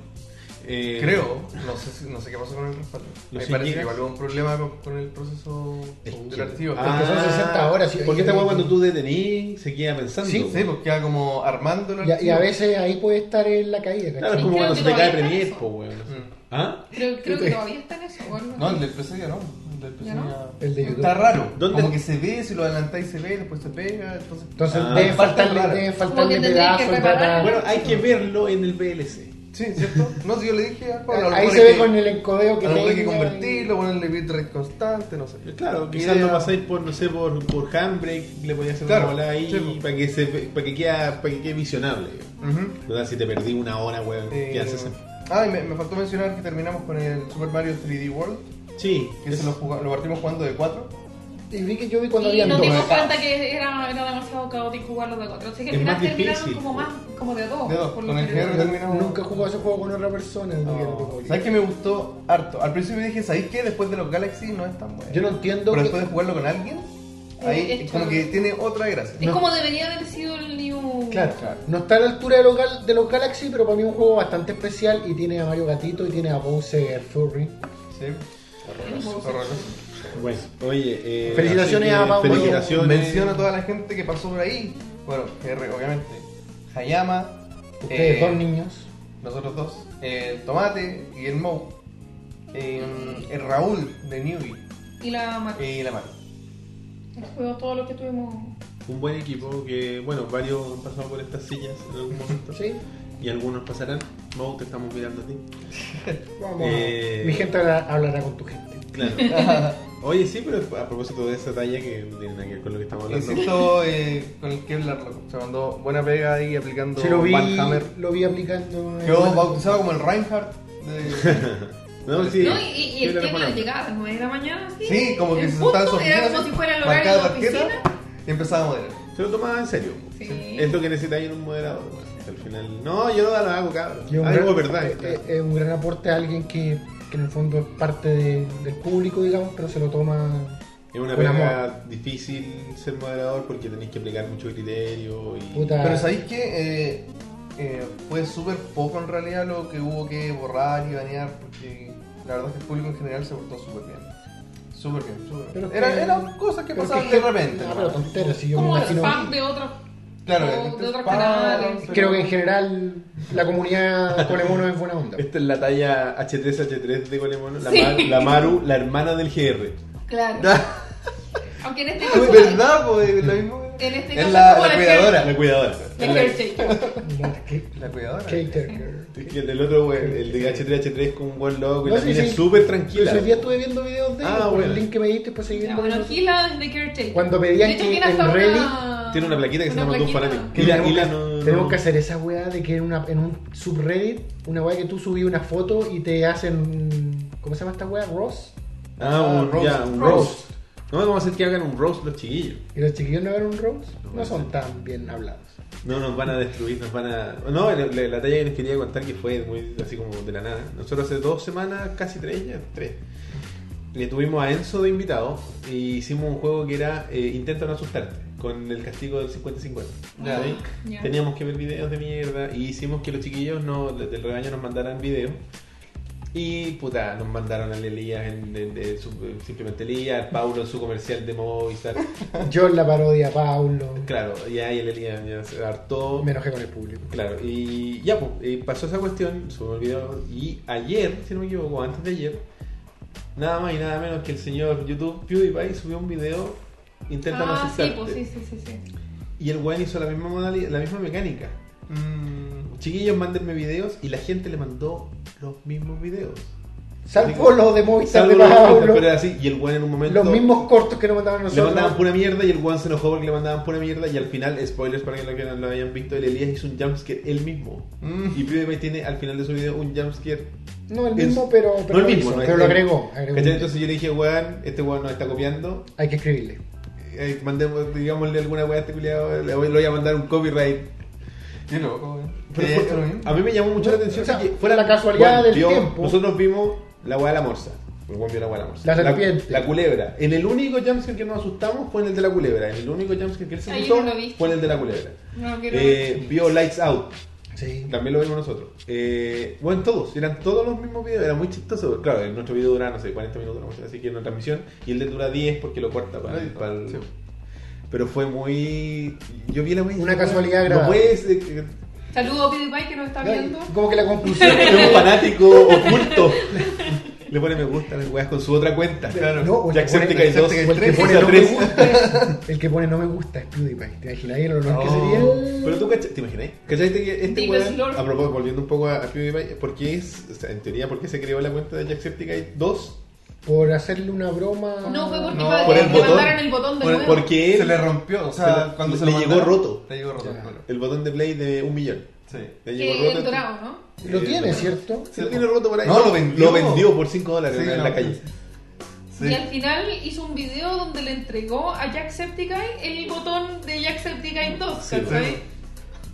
Speaker 1: Eh,
Speaker 3: Creo, no sé, si- no sé qué pasó con el respaldo.
Speaker 1: ¿Los
Speaker 3: Me
Speaker 1: cien
Speaker 3: parece que
Speaker 1: gigas?
Speaker 3: igual hubo un problema con, con el proceso
Speaker 1: Es que-
Speaker 3: del archivo.
Speaker 1: Ah,
Speaker 2: Porque son 60 horas, sí.
Speaker 1: Porque esta weá cuando tú detenís se queda pensando.
Speaker 2: Sí,
Speaker 3: Sí, pues queda como armando el
Speaker 2: Y a,
Speaker 3: archivo.
Speaker 2: y a veces ahí puede estar en la caída, ¿cachai?
Speaker 1: Claro, es
Speaker 4: Sí,
Speaker 1: como
Speaker 4: creo
Speaker 1: cuando
Speaker 4: que
Speaker 1: se te cae
Speaker 4: todavía está
Speaker 1: Premiere,
Speaker 4: eso.
Speaker 1: po, weón.
Speaker 3: Mm.
Speaker 1: ¿Ah?
Speaker 4: Creo, creo que todavía está en eso, o algo
Speaker 3: No, el
Speaker 4: así.
Speaker 3: del PC ya no. El del PC
Speaker 4: ¿Ya no?
Speaker 3: ya-
Speaker 2: El de YouTube.
Speaker 3: Está raro.
Speaker 1: ¿Dónde?
Speaker 3: Como que se ve, si lo adelantáis se ve, después se pega, entonces...
Speaker 2: Entonces
Speaker 1: Ah.
Speaker 2: deben faltarle,
Speaker 3: Claro.
Speaker 2: deben
Speaker 4: Como que
Speaker 2: faltarle
Speaker 4: tendrían que
Speaker 2: pedazos.
Speaker 4: reparar.
Speaker 2: ¿verdad?
Speaker 1: Bueno, hay que verlo en el BLC.
Speaker 3: Sí, ¿cierto? No, si yo le dije ah, pues, a Pablo... a lo
Speaker 2: Ahí
Speaker 3: mejor
Speaker 2: se
Speaker 3: hay
Speaker 2: ve
Speaker 3: que-
Speaker 2: con el encodeo que
Speaker 3: A lo mejor hay que
Speaker 2: tenga y-
Speaker 3: convertirlo, ponerle bitrate constante, no sé.
Speaker 1: Claro,
Speaker 3: Idea.
Speaker 1: quizás lo pasáis por, no sé, por, por handbrake, le podías hacer
Speaker 3: Claro,
Speaker 1: una bola ahí
Speaker 3: sí, pues. po.
Speaker 1: para que se ve- para que queda, para que quede visionable.
Speaker 3: Ujú.
Speaker 1: ¿Verdad? Si te perdí una hora, weón, ¿qué
Speaker 3: Eh,
Speaker 1: haces?
Speaker 3: Ah, y me, me faltó mencionar que terminamos con el Super Mario 3D World,
Speaker 1: Sí,
Speaker 3: que se
Speaker 1: [LAUGHS]
Speaker 3: lo, jugamos- lo partimos jugando de 4.
Speaker 2: Y vi que yo vi cuando
Speaker 4: y
Speaker 2: habían
Speaker 4: nos
Speaker 2: dos.
Speaker 4: dimos cuenta que era, era demasiado caótico jugarlo de cuatro. Así que al
Speaker 1: Es
Speaker 4: final
Speaker 1: más
Speaker 4: terminaron
Speaker 1: difícil.
Speaker 4: como más, como de dos.
Speaker 3: pues. De dos,
Speaker 4: por lo
Speaker 3: con el
Speaker 4: general.
Speaker 3: GR terminamos...
Speaker 2: Nunca he jugado ese juego con otra persona. el día del Monopoly.
Speaker 3: ¿Sabes que me gustó harto? Al principio dije, ¿sabéis qué? Después de los Galaxy no es tan bueno.
Speaker 2: Yo no entiendo
Speaker 3: Pero
Speaker 2: que-
Speaker 3: después de jugarlo con alguien, ahí
Speaker 4: Eh, es
Speaker 3: como
Speaker 4: chulo.
Speaker 3: que tiene otra gracia.
Speaker 4: Es
Speaker 2: No.
Speaker 4: como debería haber sido el New.
Speaker 2: Claro, no está a la altura de los, gal- de los Galaxy, pero para mí es un juego bastante especial y tiene a Mario Gatito y tiene a Bowser Furry.
Speaker 3: Sí.
Speaker 4: Hermoso.
Speaker 1: bueno, oye, eh,
Speaker 2: Felicitaciones
Speaker 1: así que
Speaker 2: a Pau Bueno,
Speaker 1: Felicitaciones.
Speaker 3: Menciona a toda la gente que pasó por ahí. Bueno, GR, obviamente. Hayama.
Speaker 2: Ustedes
Speaker 3: eh,
Speaker 2: dos niños.
Speaker 3: Nosotros dos. El Tomate y el Mo. eh, el Raúl de Newbie. eh,
Speaker 4: Y la maté.
Speaker 3: Y la mano.
Speaker 4: Fue todo lo que tuvimos.
Speaker 1: Un buen equipo que, bueno, varios han pasado por estas sillas en algún momento.
Speaker 2: Sí,
Speaker 1: Y algunos pasarán. Mau, te estamos mirando a ti.
Speaker 2: vamos.
Speaker 1: Eh.
Speaker 2: Mi gente habla- hablará con tu gente.
Speaker 1: Claro.
Speaker 3: [LAUGHS]
Speaker 1: Oye, sí, pero a propósito de esa talla que no tiene nada que ver con lo que estamos hablando.
Speaker 3: Insisto, eh, con el Kevlar, loco. Se mandó buena pega ahí aplicando
Speaker 2: Sí, lo vi,
Speaker 3: Banhammer.
Speaker 2: lo vi aplicando. en-
Speaker 3: Quedó bautizado como el Reinhardt.
Speaker 4: [LAUGHS]
Speaker 3: de-
Speaker 1: No, sí.
Speaker 4: no, y, y- y
Speaker 1: Sí,
Speaker 4: el
Speaker 1: lo
Speaker 4: tema
Speaker 1: reconozco.
Speaker 4: llegaba a las 9 de la mañana. así,
Speaker 3: Sí, como que
Speaker 4: en
Speaker 3: se
Speaker 4: punto,
Speaker 3: sentaban en su
Speaker 4: Era
Speaker 3: oficina,
Speaker 4: como si fuera el
Speaker 3: marcaba
Speaker 4: horario de la
Speaker 3: tarjeta
Speaker 4: oficina.
Speaker 2: Ah.
Speaker 3: y empezaba a modelar.
Speaker 1: Se lo tomaba en serio.
Speaker 4: Sí.
Speaker 1: Es lo que necesitáis en un moderador. bueno. Al final, no, yo no lo hago, cabrón.
Speaker 2: Y es un
Speaker 1: Algo
Speaker 2: gran-
Speaker 1: verdad.
Speaker 2: eh, eh, es un gran aporte a alguien que, que en el fondo es parte de- del público, digamos, pero se lo toma.
Speaker 1: Es una
Speaker 2: un
Speaker 1: pega difícil ser moderador porque tenéis que aplicar mucho criterio y.
Speaker 2: Puta.
Speaker 3: Pero ¿sabéis que eh, fue súper poco en realidad lo que hubo que borrar y banear? Porque la verdad es que el público en general se portó súper bien. Súper bien, súper
Speaker 2: Pero
Speaker 3: bien.
Speaker 2: es que-
Speaker 3: Era- Eran cosas que
Speaker 2: pero
Speaker 3: pasaban
Speaker 2: que-
Speaker 3: de repente.
Speaker 2: No,
Speaker 3: ¿no?
Speaker 2: pero tonteras, si yo me
Speaker 4: Como los
Speaker 2: imagino.
Speaker 4: fans de otros.
Speaker 3: Claro,
Speaker 4: o
Speaker 3: este
Speaker 4: de otros
Speaker 3: spam,
Speaker 4: canales.
Speaker 3: pero-
Speaker 2: Creo
Speaker 3: [LAUGHS]
Speaker 2: que en general la comunidad colemono es buena onda.
Speaker 1: Esta es la talla H3H3 de Golemono. La,
Speaker 4: Sí.
Speaker 1: Mar- la Maru, la hermana del GR.
Speaker 4: Claro. Aunque en este
Speaker 3: Uy,
Speaker 4: caso.
Speaker 3: ¿Verdad? Pues, lo mismo.
Speaker 4: En este
Speaker 3: Es
Speaker 4: caso
Speaker 3: la-
Speaker 4: como
Speaker 3: la cuidadora.
Speaker 1: La cuidadora.
Speaker 4: La caretaker.
Speaker 2: La- ¿Qué?
Speaker 3: La cuidadora.
Speaker 2: ¿Qué Taker?
Speaker 1: Es que El del otro, güey, el de H3H3 es como un buen loco y
Speaker 2: No,
Speaker 1: la
Speaker 2: sí,
Speaker 1: mina
Speaker 2: sí.
Speaker 1: es súper
Speaker 2: Yo
Speaker 1: tranquila.
Speaker 2: hoy día estuve viendo videos de
Speaker 1: Ah,
Speaker 2: ellos por
Speaker 1: bueno.
Speaker 2: el link que me diste para seguir
Speaker 4: Ya,
Speaker 2: viendo.
Speaker 4: Bueno,
Speaker 2: videos.
Speaker 4: Gila es de caretaker.
Speaker 2: Cuando pedían
Speaker 4: De hecho,
Speaker 2: que
Speaker 4: tiene
Speaker 2: en
Speaker 4: hasta una-
Speaker 2: Reddit
Speaker 1: Tiene una plaquita que se
Speaker 4: una
Speaker 1: llama Dos
Speaker 4: plaquita.
Speaker 1: Fanáticos.
Speaker 2: Que
Speaker 1: Y la-
Speaker 2: tenemos,
Speaker 1: y la
Speaker 2: que,
Speaker 1: no-
Speaker 2: tenemos
Speaker 1: no-
Speaker 2: que hacer esa weá de que en, una, en un subreddit, una weá que tú subís una foto y te hacen. ¿Cómo se llama esta weá? Ross.
Speaker 1: Ah, un
Speaker 3: Ah, roast.
Speaker 1: ya, un roast.
Speaker 2: Roast.
Speaker 1: No vamos a hacer que hagan un roast los chiquillos.
Speaker 2: Y los chiquillos no eran un Ross.
Speaker 1: No,
Speaker 2: No son tan bien hablados.
Speaker 1: No nos van a destruir, nos van a. No, la, la- la talla que les quería contar que fue muy así como de la nada. Nosotros hace dos semanas, casi tres, ya, tres. Le tuvimos a Enzo de invitado y hicimos un juego que era eh, Intenta no asustarte, con el castigo del 50-50.
Speaker 3: Ya.
Speaker 1: ¿sí?
Speaker 4: Ya.
Speaker 1: Teníamos que ver videos de mierda y hicimos que los chiquillos no, del rebaño nos mandaran videos. Y puta, nos mandaron al Elías, en, en- en su- simplemente Elías, al Paulo en su comercial de Movistar.
Speaker 2: Yo en la parodia, Paulo.
Speaker 1: Claro, ya y el Elías ya se hartó.
Speaker 2: Me enojé con el público.
Speaker 1: Claro, y ya, pues, eh, pasó esa cuestión, se me olvidó, y ayer, si no me equivoco, antes de ayer, nada más y nada menos que el señor YouTube PewDiePie subió un video intentando
Speaker 4: Ah, sí,
Speaker 1: asustarte.
Speaker 4: pues sí, sí, sí. sí.
Speaker 1: Y el weón hizo la misma modalidad, la misma mecánica.
Speaker 3: Mm,
Speaker 1: Chiquillos, mándenme videos, y la gente le mandó los mismos videos.
Speaker 2: Salvo los de Movistar
Speaker 1: Salvo
Speaker 2: de
Speaker 1: los otros,
Speaker 2: Paulo.
Speaker 1: pero era así, y el weón en un momento...
Speaker 2: Los mismos cortos que nos mandaban
Speaker 1: Le mandaban
Speaker 2: nosotros.
Speaker 1: pura mierda y el Juan se enojó porque le mandaban pura mierda y al final, spoilers para que lo, que no lo hayan visto, el Elías hizo un jumpscare él mismo.
Speaker 3: mm.
Speaker 1: Y PewDiePie tiene al final de su video un jumpscare
Speaker 2: No, el mismo, pero, pero,
Speaker 1: el
Speaker 2: lo,
Speaker 1: mismo,
Speaker 2: hizo,
Speaker 1: no es
Speaker 2: pero lo
Speaker 1: el-
Speaker 2: agregó. agregó
Speaker 1: ¿Cachai?
Speaker 2: un-
Speaker 1: Entonces yo le dije, weón, este weón nos está copiando.
Speaker 2: Hay que escribirle.
Speaker 1: Eh, mandemos, digámosle alguna weá a este culiado. Le voy, le voy a mandar un copyright.
Speaker 3: Qué loco, eh.
Speaker 1: Pero
Speaker 3: Eh,
Speaker 1: fue-
Speaker 3: lo mismo.
Speaker 1: a mí me llamó mucho la atención
Speaker 2: O sea,
Speaker 1: que
Speaker 2: la casualidad
Speaker 1: weón,
Speaker 2: del
Speaker 1: vio-
Speaker 2: tiempo.
Speaker 1: Nosotros vimos la weá de la morsa. El weón vio la weá de la morsa.
Speaker 2: La serpiente.
Speaker 1: La, culebra. En el único jumpscare que nos asustamos fue en el de la culebra. En el único jumpscare que él se
Speaker 4: Ah, yo
Speaker 1: asustó
Speaker 4: no lo vi.
Speaker 1: fue en el de la culebra.
Speaker 4: No, quiero
Speaker 1: Eh, vio Lights Out.
Speaker 2: Sí.
Speaker 1: También lo vimos nosotros. Eh, bueno, todos, eran todos los mismos videos, era muy chistoso. Claro, en nuestro video dura, no sé, 40 minutos, una cosa así que en la transmisión, y el de dura 10 porque lo corta para,
Speaker 3: Ahí está,
Speaker 1: para el-
Speaker 3: sí.
Speaker 1: Pero fue muy... Yo vi la wea y
Speaker 2: Una
Speaker 1: dije,
Speaker 2: casualidad
Speaker 1: No
Speaker 2: grabada".
Speaker 1: puedes... eh, eh,
Speaker 4: Saludos a PewDiePie que nos está viendo.
Speaker 2: Como que la conclusión.
Speaker 4: [LAUGHS]
Speaker 1: es un fanático oculto. Le pone me gusta a las weas con su otra cuenta.
Speaker 3: Claro.
Speaker 2: No, pues, o el
Speaker 1: Ya
Speaker 2: que pone-
Speaker 1: acepte que hay dos.
Speaker 2: o el que
Speaker 1: tres,
Speaker 2: pone
Speaker 1: o sea,
Speaker 2: no me
Speaker 1: tres.
Speaker 2: gusta, el que pone no me gusta es PewDiePie. ¿Te imaginas el olor que
Speaker 3: No.
Speaker 2: sería?
Speaker 1: Oh. Pero tú, cachai- ¿te imagináis? ¿Cachaste que este
Speaker 4: Digo, es
Speaker 1: weón,
Speaker 4: lol.
Speaker 1: a propósito, volviendo un poco a, a PewDiePie, ¿por qué es, o sea, en teoría, por qué se creó la cuenta de Jacksepticeye 2?
Speaker 2: Por hacerle una broma.
Speaker 4: No, fue porque
Speaker 3: No,
Speaker 4: para
Speaker 1: por
Speaker 4: que
Speaker 1: el
Speaker 4: le
Speaker 1: botón.
Speaker 4: mandaran el botón de
Speaker 1: Por-
Speaker 4: nuevo.
Speaker 1: porque él
Speaker 3: Se le rompió, o sea,
Speaker 1: se le-
Speaker 3: cuando se
Speaker 1: le
Speaker 3: lo
Speaker 1: llegó
Speaker 3: mandaron,
Speaker 1: roto.
Speaker 3: Le llegó roto,
Speaker 2: Ya.
Speaker 3: claro.
Speaker 1: El botón de play de un millón.
Speaker 3: Sí.
Speaker 1: Le llegó
Speaker 4: Que el
Speaker 1: roto.
Speaker 4: dorado, ¿no?
Speaker 2: Lo
Speaker 1: Eh,
Speaker 2: tiene,
Speaker 1: no.
Speaker 2: ¿cierto?
Speaker 1: Se lo tiene roto por ahí.
Speaker 3: No, lo vendió.
Speaker 1: Lo vendió por 5 dólares
Speaker 3: Sí,
Speaker 1: en
Speaker 3: no. pues.
Speaker 1: la calle.
Speaker 3: Sí.
Speaker 4: Y al final hizo un video donde le entregó a Jacksepticeye el botón de Jacksepticeye 2,
Speaker 1: Sí,
Speaker 4: ¿cachai?
Speaker 1: sí.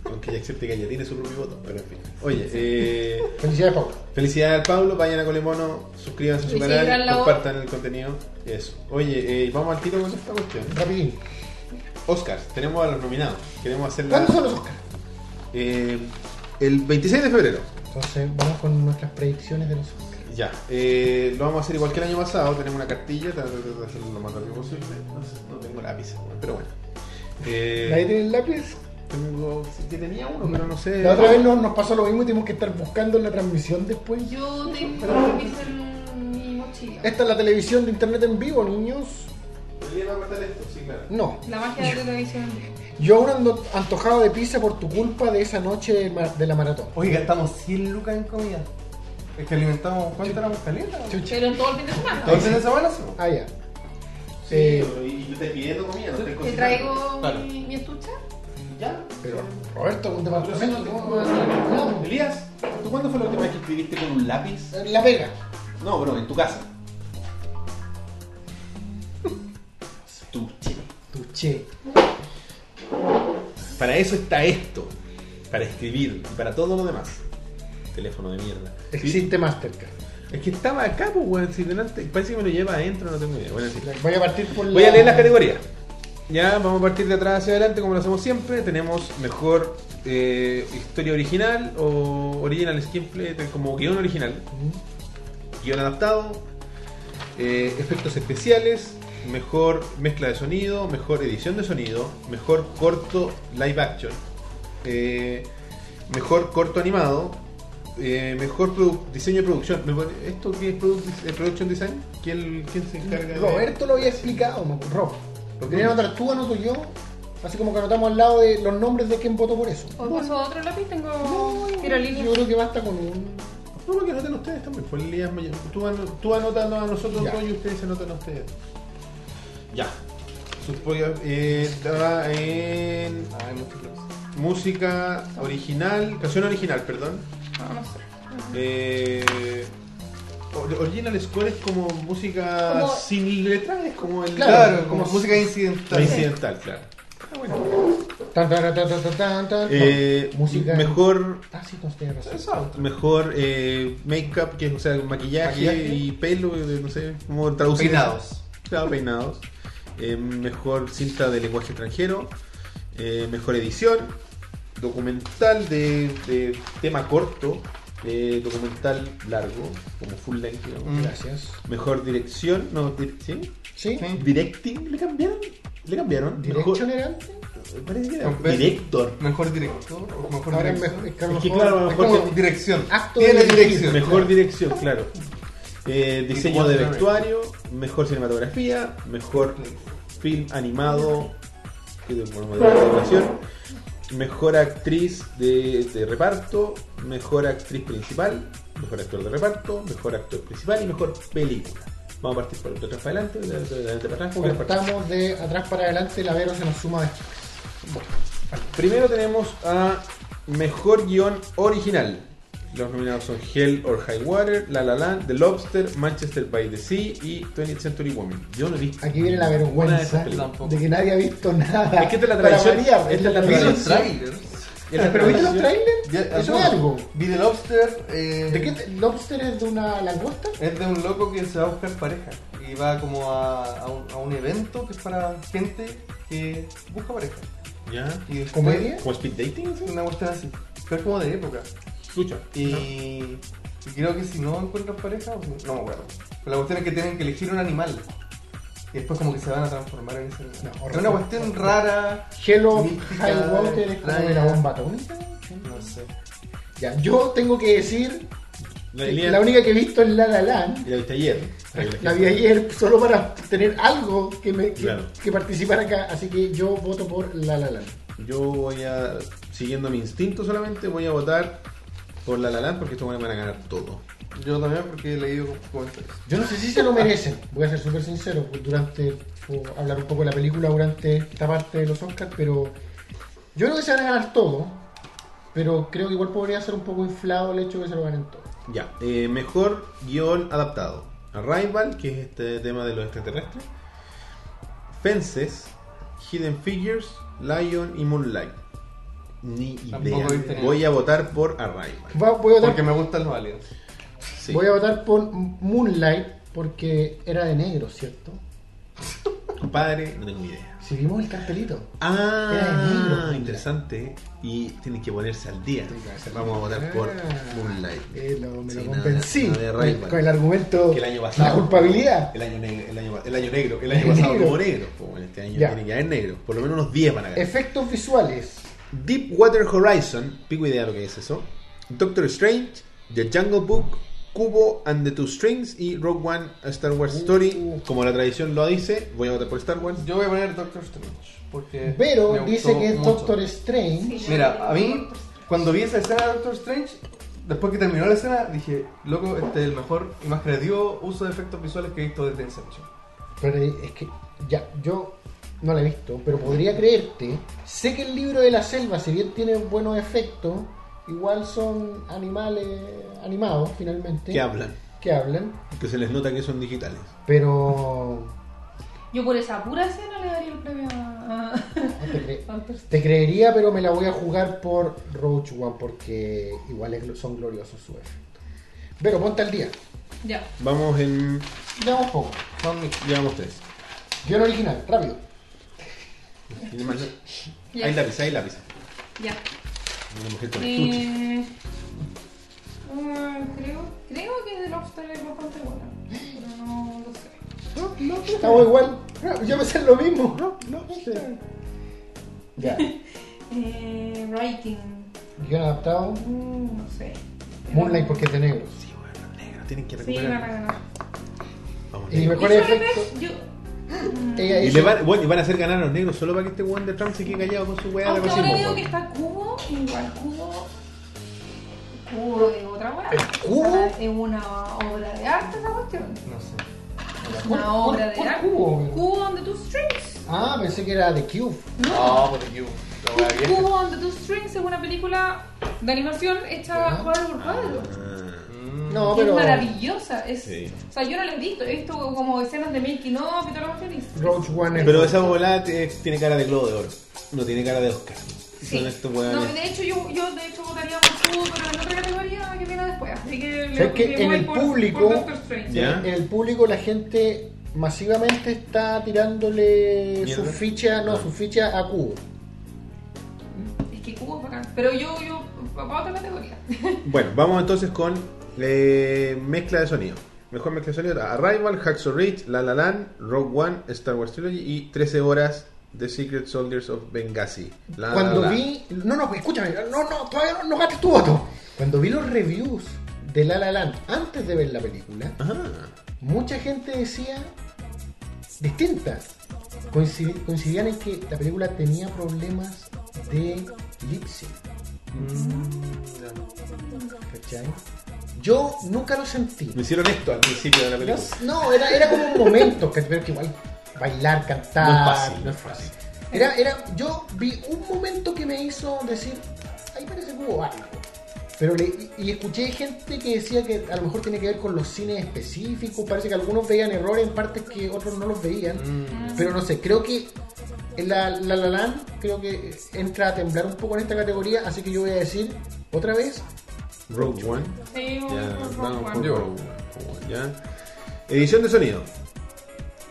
Speaker 1: Aunque Jacksepticeye ya tiene su propio botón, pero en fin. Oye, eh,
Speaker 2: Felicidades, Pablo.
Speaker 1: felicidades al Pablo, vayan a Colemono, suscríbanse a su
Speaker 4: Y sigan la
Speaker 1: canal,
Speaker 4: voz.
Speaker 1: compartan el contenido. Eso. Oye, eh, vamos al tiro con esta cuestión.
Speaker 2: Rapidín.
Speaker 1: Oscars, tenemos a los nominados. Queremos hacer la-
Speaker 2: ¿Cuándo son los Oscars?
Speaker 1: Eh, el 26 de febrero.
Speaker 2: Entonces, vamos con nuestras predicciones de los Oscars.
Speaker 1: Ya, eh, lo vamos a hacer igual que el año pasado. Tenemos una cartilla, tratar de hacerlo lo más rápido posible. No, sé, no tengo lápiz, pero bueno. Eh,
Speaker 2: ¿Nadie tiene el lápiz?
Speaker 1: Tengo, sí que tenía uno, pero no sé.
Speaker 2: La otra vez no- nos pasó lo mismo y tuvimos que estar buscando en la transmisión después.
Speaker 4: Yo tengo que revisar mi mochila.
Speaker 3: Eh.
Speaker 2: Esta es la televisión de internet en vivo, niños.
Speaker 1: ¿Podría cortar esto? Sí, claro.
Speaker 2: No.
Speaker 4: La magia de la televisión.
Speaker 2: Yo ahora ando antojado de pizza por tu culpa de esa noche de ma- de la maratón.
Speaker 3: Oye, gastamos 100 lucas en comida. Es que alimentamos, ¿cuánto éramos calientes?
Speaker 2: Chucha.
Speaker 4: Pero en todo el fin de semana.
Speaker 3: Todo el fin de semana, sí. pues.
Speaker 2: Ah, ya.
Speaker 1: Sí,
Speaker 2: Eh,
Speaker 1: y yo te pidiendo comida, no estoy
Speaker 4: Te
Speaker 1: cocinando.
Speaker 4: traigo
Speaker 3: Claro.
Speaker 4: mi, mi estucha.
Speaker 1: Ya.
Speaker 2: Pero, Roberto,
Speaker 1: Pero si
Speaker 2: un
Speaker 1: no
Speaker 2: departamento.
Speaker 1: te-
Speaker 2: ¿cómo?
Speaker 1: Elías, ¿tú cuándo fue la última vez que escribiste con un lápiz?
Speaker 2: No, La pega.
Speaker 1: No, bueno, en tu casa. [LAUGHS] Tu chile.
Speaker 2: Tu che.
Speaker 1: Para eso está esto. Para escribir y para todo lo demás. Teléfono de mierda.
Speaker 2: Existe Mastercard.
Speaker 1: Es que estaba acá, pues, weón. Si delante, parece que me lo lleva adentro, no tengo idea. Bueno, en fin.
Speaker 2: Voy a partir por
Speaker 1: Voy
Speaker 2: la-
Speaker 1: a leer las categorías. Ya, vamos a partir de atrás hacia adelante, como lo hacemos siempre. Tenemos mejor eh, historia original o original screenplay, te- como guión original,
Speaker 2: Ujú.
Speaker 1: guión adaptado, eh, efectos especiales, mejor mezcla de sonido, mejor edición de sonido, mejor corto live action, eh, mejor corto animado, eh, mejor produ- diseño de producción. Me pone- ¿Esto qué es produ- eh, production design? ¿Quién, quién se encarga de-
Speaker 2: Roberto lo había explicado, me acuerdo. Rob. Lo
Speaker 1: Rob.
Speaker 2: que anotar tú, anoto yo. Así como que anotamos al lado de los nombres de quien votó por eso.
Speaker 4: ¿O paso a otro lápiz? Tengo pirolina.
Speaker 2: Yo creo que basta con un.
Speaker 1: No, porque anoten ustedes también, pues Elías Mayor. Tú, an- tú anotando a nosotros
Speaker 2: Ya.
Speaker 1: dos y ustedes anotan a ustedes. Ya. Supongo eh, estaba en
Speaker 3: Ah, hay muchos clubs.
Speaker 1: música original, canción original, perdón.
Speaker 4: Ah, No, no sé.
Speaker 1: Eh, or- original score es como música
Speaker 4: Como-
Speaker 1: sin letra, es como el
Speaker 2: Claro,
Speaker 3: Claro, como
Speaker 2: como
Speaker 3: música
Speaker 1: la
Speaker 3: incidental.
Speaker 1: incidental, claro.
Speaker 2: Tan, tan, tan, tan, tan, tan, tan. Ah,
Speaker 1: Eh,
Speaker 2: Música-
Speaker 1: Mejor
Speaker 2: Tácitos tiene razón.
Speaker 3: Eso, otro.
Speaker 1: mejor eh, make-up, que es o sea, maquillaje,
Speaker 2: Maquillaje.
Speaker 1: y pelo, eh, no sé cómo traducir.
Speaker 3: Peinados.
Speaker 1: Claro, peinados. Eh, mejor cinta de lenguaje extranjero, eh, mejor edición, documental de, de tema corto, eh, documental largo, como full length, digamos.
Speaker 3: Mm.
Speaker 2: Gracias.
Speaker 1: Mejor dirección, no, di- ¿sí?
Speaker 2: ¿Sí?
Speaker 3: Sí.
Speaker 1: Directing, ¿le cambiaron? ¿Le cambiaron? Mejor- eh,
Speaker 2: ¿Direction era antes?
Speaker 1: parece que era
Speaker 3: Con ver-
Speaker 1: director.
Speaker 3: Mejor director o mejor
Speaker 2: Ahora es
Speaker 3: dirección.
Speaker 2: mejor. Es que a lo
Speaker 1: Es que
Speaker 2: mejor-
Speaker 1: claro, a lo
Speaker 2: es
Speaker 1: mejor
Speaker 2: como-
Speaker 1: que-
Speaker 3: Dirección.
Speaker 2: Acto
Speaker 3: Tiene
Speaker 2: de
Speaker 3: dirección.
Speaker 1: Mejor dirección, claro. Eh, diseño de vestuario, mejor cinematografía, mejor film animado, que de- bueno, de animación, mejor actriz de, de reparto, mejor actriz principal, mejor actor de reparto, mejor actor principal y mejor película. Vamos a partir por de atrás para adelante, de adelante de adelante para atrás. como quieras partir.
Speaker 2: Cortamos de atrás para adelante, la Vero se nos suma después.
Speaker 1: Primero tenemos a mejor guión original. Los nominados son Hell or High Water, La La Land, The Lobster, Manchester by the Sea y 20th Century Woman. Yo no he visto.
Speaker 2: Aquí viene la
Speaker 1: ninguna de
Speaker 2: vergüenza
Speaker 1: esas películas.
Speaker 3: tampoco.
Speaker 2: de que nadie ha visto nada.
Speaker 1: Es que esta es la
Speaker 2: Para
Speaker 1: tradición,
Speaker 2: variar,
Speaker 1: esta es la
Speaker 3: Vi los
Speaker 1: tradición.
Speaker 3: trailers.
Speaker 1: Esta es la
Speaker 2: ¿Pero viste los
Speaker 1: tradición.
Speaker 2: trailers?
Speaker 3: Ya,
Speaker 2: Eso es algo.
Speaker 3: Vi The Lobster. eh,
Speaker 2: ¿De qué? te- ¿Lobster es de una langosta?
Speaker 3: Es de un loco que se va a buscar pareja y va como a, a un, a un evento que es para gente que busca pareja.
Speaker 1: ¿Ya?
Speaker 3: Y después-
Speaker 2: ¿Comedia?
Speaker 1: ¿Como speed dating? sí?
Speaker 3: Una cuestión así, pero es como de época.
Speaker 1: Escucha.
Speaker 3: Y, y creo que si no encuentran pareja, o si- no me acuerdo. Pero la cuestión es que tienen que elegir un animal y después como que se van a transformar en ese animal.
Speaker 2: No,
Speaker 3: es una cuestión rara,
Speaker 2: Hello,
Speaker 3: Mística,
Speaker 2: High Water es como de la bomba atómica.
Speaker 3: no sé.
Speaker 2: Ya, yo tengo que decir,
Speaker 1: La,
Speaker 2: que
Speaker 1: Elías-
Speaker 2: la única que he visto es La La Land.
Speaker 1: y la viste ayer.
Speaker 2: La vi ayer solo para tener algo que, me, que,
Speaker 1: Claro.
Speaker 2: que participar acá, así que yo voto por La La Land.
Speaker 1: Yo voy a, siguiendo mi instinto solamente, voy a votar por La La Land porque estos van a ganar todo.
Speaker 3: Yo también porque he leído comentarios.
Speaker 2: Yo no sé si se lo merecen, voy a ser súper sincero, durante, o hablar un poco de la película durante esta parte de los Oscars, pero yo creo que se van a ganar todo, pero creo que igual podría ser un poco inflado el hecho de que se lo ganen todo.
Speaker 1: Ya, eh, mejor guión adaptado. Arrival, que es este tema de los extraterrestres. Fences, Hidden Figures, Lion y Moonlight. Ni idea.
Speaker 3: Tampoco viste ni-
Speaker 1: Voy a votar por Arrival.
Speaker 2: Va- voy, a votar,
Speaker 3: Porque me gustan los aliens.
Speaker 1: Sí.
Speaker 2: voy a votar por Moonlight porque era de negro, ¿cierto?
Speaker 1: Compadre, no tengo idea.
Speaker 2: Si vimos el cartelito. Era de negro,
Speaker 1: Ah,
Speaker 2: Moonlight.
Speaker 1: interesante. Y tienen que ponerse al día.
Speaker 2: Tienen que ponerse al
Speaker 1: Vamos a
Speaker 2: día.
Speaker 1: votar por
Speaker 2: Ah,
Speaker 1: Moonlight.
Speaker 2: eh, lo- me
Speaker 1: Sí,
Speaker 2: lo
Speaker 1: nada,
Speaker 2: convencí
Speaker 1: nada de
Speaker 2: con-
Speaker 1: Arrival.
Speaker 2: con el argumento
Speaker 1: Que el año
Speaker 2: la
Speaker 1: pasado.
Speaker 2: culpabilidad.
Speaker 1: El año, negro, el, año, el año negro, el
Speaker 2: El
Speaker 1: año pasado
Speaker 2: negro.
Speaker 1: como negro. Pues bueno, este año
Speaker 2: Ya.
Speaker 1: tiene que haber negro. Por lo menos unos 10 van a ganar.
Speaker 2: Efectos visuales.
Speaker 1: Deep Water Horizon, pico idea lo que es eso. Doctor Strange, The Jungle Book, Cubo and the Two Strings y Rogue One A Star Wars Story. Como la tradición lo dice, voy a votar por Star Wars.
Speaker 3: Yo voy a poner Doctor Strange
Speaker 1: Eh,
Speaker 3: porque me
Speaker 2: Pero
Speaker 3: gustó
Speaker 2: dice que es
Speaker 3: mucho.
Speaker 2: Doctor Strange.
Speaker 4: Sí.
Speaker 3: Mira, a mí, cuando vi esa escena de Doctor Strange, después que terminó la escena, dije, loco, este es el mejor y más creativo uso de efectos visuales que he visto desde Inception.
Speaker 2: Pero es que, ya, yo no la he visto, pero podría creerte. Sé que el libro de la selva, si bien tiene buenos efectos, igual son animales animados finalmente.
Speaker 1: Que hablan,
Speaker 2: Que hablan.
Speaker 1: que se les nota que son digitales.
Speaker 2: Pero
Speaker 4: Yo por esa pura escena le daría el premio a...
Speaker 2: No
Speaker 4: [LAUGHS]
Speaker 2: te cre-
Speaker 4: a Doctor Strange.
Speaker 2: Te creería, pero me la voy a jugar por Roach One porque igual es- son gloriosos sus efectos. Pero ponte al día.
Speaker 4: Ya.
Speaker 1: Vamos en.
Speaker 2: Veamos poco.
Speaker 1: Llevamos tres.
Speaker 2: Guión original, rápido.
Speaker 1: ¿Tiene más?
Speaker 4: Ya.
Speaker 1: Hay lápiz, hay lápiz.
Speaker 4: Ya.
Speaker 1: Una mujer con estuche.
Speaker 4: Eh, ah, creo, creo que The Lobster es bastante buena. Pero no lo sé.
Speaker 2: Estamos igual. Yo pensé en lo mismo. Ya.
Speaker 4: Eh, writing.
Speaker 2: Guión adaptado.
Speaker 4: Mm, no sé.
Speaker 2: Moonlight porque es de negros.
Speaker 1: Sí, bueno, negro, tienen que
Speaker 4: Sí, van a
Speaker 1: recuperar.
Speaker 4: ganar.
Speaker 1: Vamos,
Speaker 2: Y
Speaker 1: negro.
Speaker 2: mejor
Speaker 4: ¿Y Soledad?
Speaker 2: efecto.
Speaker 4: Yo. mm,
Speaker 2: Ella
Speaker 1: Y
Speaker 2: hizo-
Speaker 1: le van, bueno, y van a hacer ganar a los negros solo para que este weón de Trump se quede callado con su weá de
Speaker 4: Aunque
Speaker 1: racismo.
Speaker 4: ahora digo
Speaker 1: weón.
Speaker 4: que está Cubo, igual Cubo. Cubo de otra weá.
Speaker 2: Cubo?
Speaker 4: O sea, Es una obra de arte esa cuestión.
Speaker 3: No sé.
Speaker 4: Es
Speaker 2: ¿Cuál-
Speaker 4: una obra
Speaker 2: cuál-
Speaker 4: de
Speaker 2: cuál
Speaker 4: arte.
Speaker 2: cubo?
Speaker 4: Cubo on the two strings.
Speaker 2: Ah, pensé que era de Cube.
Speaker 3: No, por aquí. La wea vieja.
Speaker 4: Cubo on the two strings es una película de animación hecha
Speaker 2: Ya.
Speaker 4: cuadro por cuadro.
Speaker 1: Ah,
Speaker 3: Mm.
Speaker 2: No,
Speaker 4: Que
Speaker 2: pero.
Speaker 4: Es maravillosa. Es,
Speaker 1: Sí.
Speaker 4: O sea, yo no la he visto. He visto como escenas de making of y toda la cuestión. y-
Speaker 2: Roach One es-
Speaker 1: Pero esa volada t- eh, tiene cara de globo de oro. No tiene cara de Oscar.
Speaker 4: Sí.
Speaker 1: Son estos
Speaker 4: No,
Speaker 1: weones.
Speaker 4: de hecho, yo, yo de hecho votaría por Cubo, pero en otra categoría que viene después. Así que le,
Speaker 2: ¿Sabes qué?
Speaker 4: le
Speaker 2: En
Speaker 4: voy
Speaker 2: el
Speaker 4: por,
Speaker 2: público-
Speaker 4: por Doctor Strange.
Speaker 1: Ya.
Speaker 2: En el público, la gente masivamente está tirándole su
Speaker 1: ¿Mierda?
Speaker 2: ficha, no, su ficha a Cubo.
Speaker 4: Es que Cubo es bacán. Pero yo, yo, para
Speaker 2: [LAUGHS]
Speaker 4: otra categoría.
Speaker 1: Bueno, vamos entonces con eh, mezcla de sonido. Mejor mezcla de sonido: Arrival, Hacksaw Ridge, La La Land, Rogue One, Star Wars Trilogy y 13 horas de Secret Soldiers of Benghazi. La La
Speaker 2: Cuando
Speaker 1: Land.
Speaker 2: vi. No, no, escúchame, no, no, todavía no, no gastes tu voto. Cuando vi los reviews de La La Land antes de ver la película,
Speaker 1: Ah,
Speaker 2: mucha gente decía distintas. Coincidi- coincidían en que la película tenía problemas de lip sync,
Speaker 1: Mm.
Speaker 2: ¿cachai? Yo nunca lo sentí.
Speaker 1: me hicieron esto al principio de la
Speaker 2: No,
Speaker 1: película.
Speaker 2: no, era, era como un momento, que, pero que igual bailar, cantar,
Speaker 1: No es fácil,
Speaker 2: no es fácil. Era, era, yo vi un momento que me hizo decir, ahí parece que hubo algo. Pero le, y- y escuché gente que decía que a lo mejor tiene que ver con los cines específicos, parece que algunos veían errores en partes que otros no los veían.
Speaker 3: Mm.
Speaker 2: Pero no sé, creo que la, la La Land creo que entra a temblar un poco en esta categoría, así que yo voy a decir otra vez,
Speaker 1: Rogue One.
Speaker 4: Sí, voy
Speaker 1: Ya,
Speaker 4: por
Speaker 1: vamos
Speaker 4: Rogue
Speaker 1: por
Speaker 4: One.
Speaker 3: Yo.
Speaker 1: Rogue One, ya. Edición de sonido.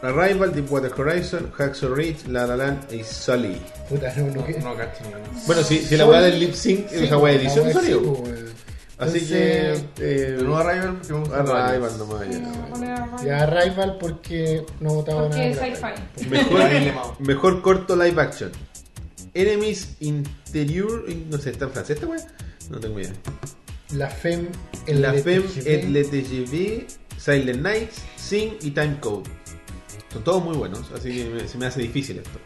Speaker 1: Arrival, Deepwater Horizon, Hacksaw Ridge, La La Land y Sully.
Speaker 2: puta, no, no,
Speaker 3: No,
Speaker 2: que-
Speaker 3: no cacho ni uno.
Speaker 1: Bueno, si, si la
Speaker 2: Sully-
Speaker 1: weá del lip sync es
Speaker 2: Sí,
Speaker 1: la weá de
Speaker 2: la
Speaker 1: edición de
Speaker 2: weá sí,
Speaker 1: sonido.
Speaker 2: po, weón.
Speaker 1: Así que.
Speaker 2: Entonces,
Speaker 1: Eh,
Speaker 3: Pero no Arrival porque me gusta
Speaker 1: Arrival nomás.
Speaker 4: Sí, me voy a
Speaker 1: ya.
Speaker 4: poner a-
Speaker 2: Ya Rival porque no votaba
Speaker 4: Porque
Speaker 2: nada.
Speaker 4: es
Speaker 2: de
Speaker 4: sci-fi.
Speaker 2: Arrival.
Speaker 1: Mejor, mejor corto live action. Enemies Interior. eh, No sé, ¿está en francés esta weá? No tengo idea.
Speaker 2: La FEM, el
Speaker 1: La Femme,
Speaker 2: LTGB,
Speaker 1: el LTGB, Silent Nights, Sing y Time Code. Son todos muy buenos, así que me- se me hace difícil esto.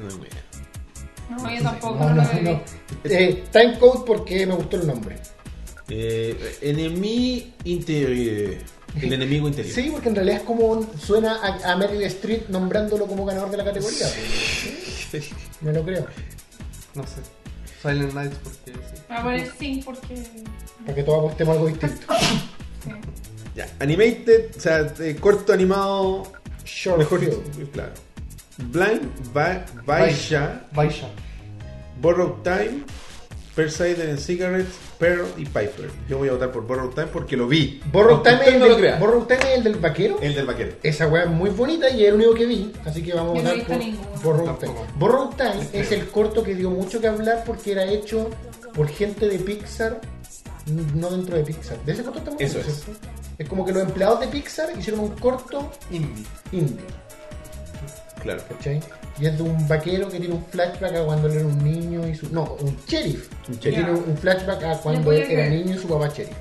Speaker 1: No tengo idea.
Speaker 4: No, yo tampoco,
Speaker 2: No,
Speaker 4: no,
Speaker 2: no,
Speaker 4: lo
Speaker 2: no.
Speaker 4: vi.
Speaker 2: Eh, time Code porque me gustó el nombre.
Speaker 1: Eh, enemy Interior.
Speaker 2: [LAUGHS]
Speaker 1: El enemigo interior.
Speaker 2: Sí, porque en realidad es como un- suena a, a Meryl Streep nombrándolo como ganador de la categoría. Me lo creo.
Speaker 3: No sé. Silent Nights porque sí.
Speaker 4: Me voy a poner sí porque.
Speaker 2: Para que todos apostemos algo distinto.
Speaker 4: sí.
Speaker 1: Ya, animated, o sea, eh, corto animado.
Speaker 2: Short
Speaker 1: mejor.
Speaker 2: Film.
Speaker 1: Claro. Blind, Ba- Baisha,
Speaker 3: Baisha.
Speaker 1: Borrowed Time, Persider and Cigarettes, Pearl y Piper. Yo voy a votar por Borrowed Time porque lo vi.
Speaker 2: Borrowed
Speaker 1: Aunque
Speaker 2: Time es
Speaker 1: usted
Speaker 2: el
Speaker 1: no lo
Speaker 2: del-
Speaker 1: crea.
Speaker 2: Borrowed Time es el del vaquero.
Speaker 1: El del vaquero.
Speaker 2: Esa weá es muy bonita y es el único que vi, así que vamos
Speaker 4: Yo no
Speaker 2: a
Speaker 4: he visto
Speaker 2: votar
Speaker 4: ninguno.
Speaker 2: por Borrowed Time.
Speaker 3: Tampoco.
Speaker 2: Borrowed Time es el corto que dio mucho que hablar porque era hecho por gente de Pixar, n- no dentro de Pixar. De ese corto estamos
Speaker 1: Eso
Speaker 2: hablando,
Speaker 1: es.
Speaker 2: ¿cierto? Es como que los empleados de Pixar hicieron un corto
Speaker 3: Indie.
Speaker 2: indie,
Speaker 1: Claro.
Speaker 2: ¿cachai? Y es de un vaquero que tiene un flashback a cuando él era un niño y su... No, un sheriff.
Speaker 1: Un
Speaker 2: Que
Speaker 1: sheriff.
Speaker 2: tiene un flashback a cuando
Speaker 4: voy a
Speaker 2: él era
Speaker 4: creer.
Speaker 2: niño y su papá sheriff.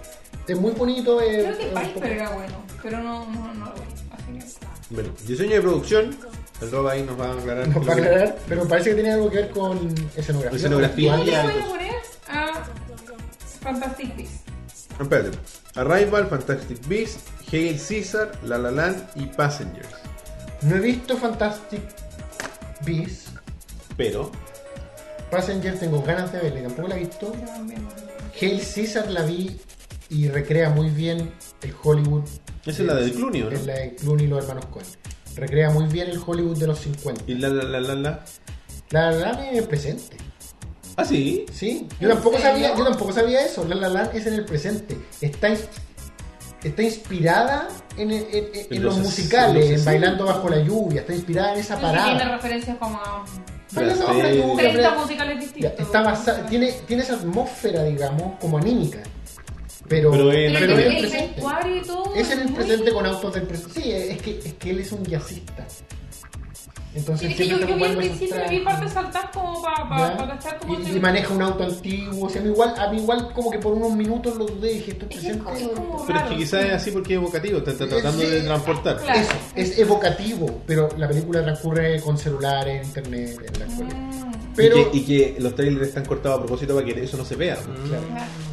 Speaker 2: Es muy bonito. es-
Speaker 4: Creo que
Speaker 2: es un poco-
Speaker 4: Piper era bueno, pero no, no, no lo vi. Así que.
Speaker 1: Bueno, diseño de producción. El Rob ahí nos va a aclarar.
Speaker 2: Nos va a aclarar, pero me parece que tiene algo que ver con escenografía.
Speaker 1: Escenografía.
Speaker 4: Yo le
Speaker 1: Ya,
Speaker 4: voy a
Speaker 1: entonces.
Speaker 4: poner a Fantastic Beasts.
Speaker 1: Espérate. Arrival, Fantastic Beasts, Hail Caesar, La La Land y Passengers.
Speaker 2: No he visto Fantastic Beasts.
Speaker 1: Pero,
Speaker 2: Passenger tengo ganas de verla y tampoco la he visto.
Speaker 4: Yo también.
Speaker 2: Hail Caesar la vi y recrea muy bien el Hollywood.
Speaker 1: esa es la del Clunio, ¿no?
Speaker 2: Es la de Clooney y los hermanos Cohen. Recrea muy bien el Hollywood de los 50.
Speaker 1: Y la la la la la.
Speaker 2: La La Land es en el presente.
Speaker 1: Ah, sí.
Speaker 2: Sí, yo
Speaker 4: ¿En
Speaker 2: tampoco
Speaker 4: serio?
Speaker 2: sabía, yo tampoco sabía eso. La La Land es en el presente. Está, ins- está inspirada en, en- en- en los,
Speaker 1: los ses-
Speaker 2: musicales,
Speaker 1: en los
Speaker 2: en Bailando
Speaker 1: 60.
Speaker 2: bajo la lluvia. Está inspirada en esa
Speaker 4: Tiene
Speaker 2: parada.
Speaker 4: referencias como a
Speaker 2: Bailando bajo la
Speaker 1: Brasil.
Speaker 2: lluvia,
Speaker 4: 30
Speaker 2: pero-
Speaker 4: musicales
Speaker 2: ya,
Speaker 4: distintos.
Speaker 2: está basa- tiene, tiene esa atmósfera, digamos, como anímica. Pero,
Speaker 1: Pero en
Speaker 4: Pero
Speaker 1: Pero
Speaker 4: el,
Speaker 1: es
Speaker 4: el vestuario y todo.
Speaker 2: Es en el
Speaker 4: muy-
Speaker 2: presente con autos del presente. Sí, es que, es que él es un jazzista. Entonces
Speaker 4: Es que yo,
Speaker 2: siempre está
Speaker 4: yo vi al
Speaker 2: ocupando esos
Speaker 4: principio, vi
Speaker 2: trajes.
Speaker 4: parte saltar como para
Speaker 2: ¿Ya?
Speaker 4: gastar como
Speaker 2: y,
Speaker 4: ese-
Speaker 2: y maneja un auto antiguo. O sea, a mí igual, a mí igual como que por unos minutos lo dudé y dije, esto es
Speaker 4: Es que es
Speaker 2: presente.
Speaker 4: como- es como
Speaker 1: Pero es
Speaker 4: raro,
Speaker 1: que quizás
Speaker 4: sí.
Speaker 1: es así porque es evocativo, te está tratando de
Speaker 2: Sí.
Speaker 1: transportar.
Speaker 4: Claro.
Speaker 2: Eso, es evocativo, pero la película transcurre con celulares, internet, en la escuela.
Speaker 4: Mm,
Speaker 2: Pero,
Speaker 1: Y, que, y que los trailers están cortados a propósito para que eso no se vea.
Speaker 2: claro.
Speaker 4: claro.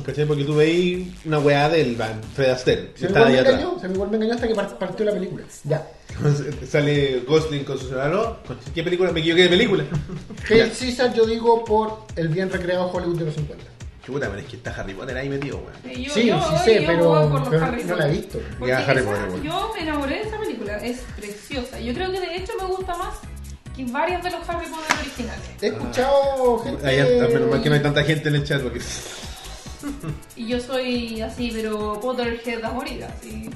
Speaker 1: ¿Cachai? Porque tú veis una weá del van Fred Astaire.
Speaker 2: se
Speaker 1: está
Speaker 2: me igual me
Speaker 1: allá atrás.
Speaker 2: engañó, se me igual me engañó hasta que par- partió la película. Ya.
Speaker 1: [LAUGHS] Sale Gosling con su celular. ¿no? ¿Qué película? Me equivoqué de película. [LAUGHS]
Speaker 2: Hail Caesar yo digo por el bien recreado Hollywood de los 50.
Speaker 1: Chuta, pero es que está Harry Potter ahí metido, weón.
Speaker 4: Sí, yo-
Speaker 2: sí,
Speaker 4: yo-
Speaker 2: sí
Speaker 4: yo
Speaker 2: sé,
Speaker 4: voy por
Speaker 2: pero,
Speaker 4: los
Speaker 2: pero
Speaker 4: Harry
Speaker 2: no la
Speaker 4: Potter.
Speaker 2: he visto.
Speaker 4: Porque
Speaker 1: Ya, Harry
Speaker 4: esa-
Speaker 1: Potter, bueno.
Speaker 4: Yo me enamoré de esa película, es preciosa. Yo creo que de hecho me gusta más que varias de los Harry Potter originales.
Speaker 2: He escuchado gente...
Speaker 1: Ah. Ahí está, menos mal que no hay tanta gente en el chat porque.
Speaker 4: Y yo soy así, pero Potterhead a morir, así.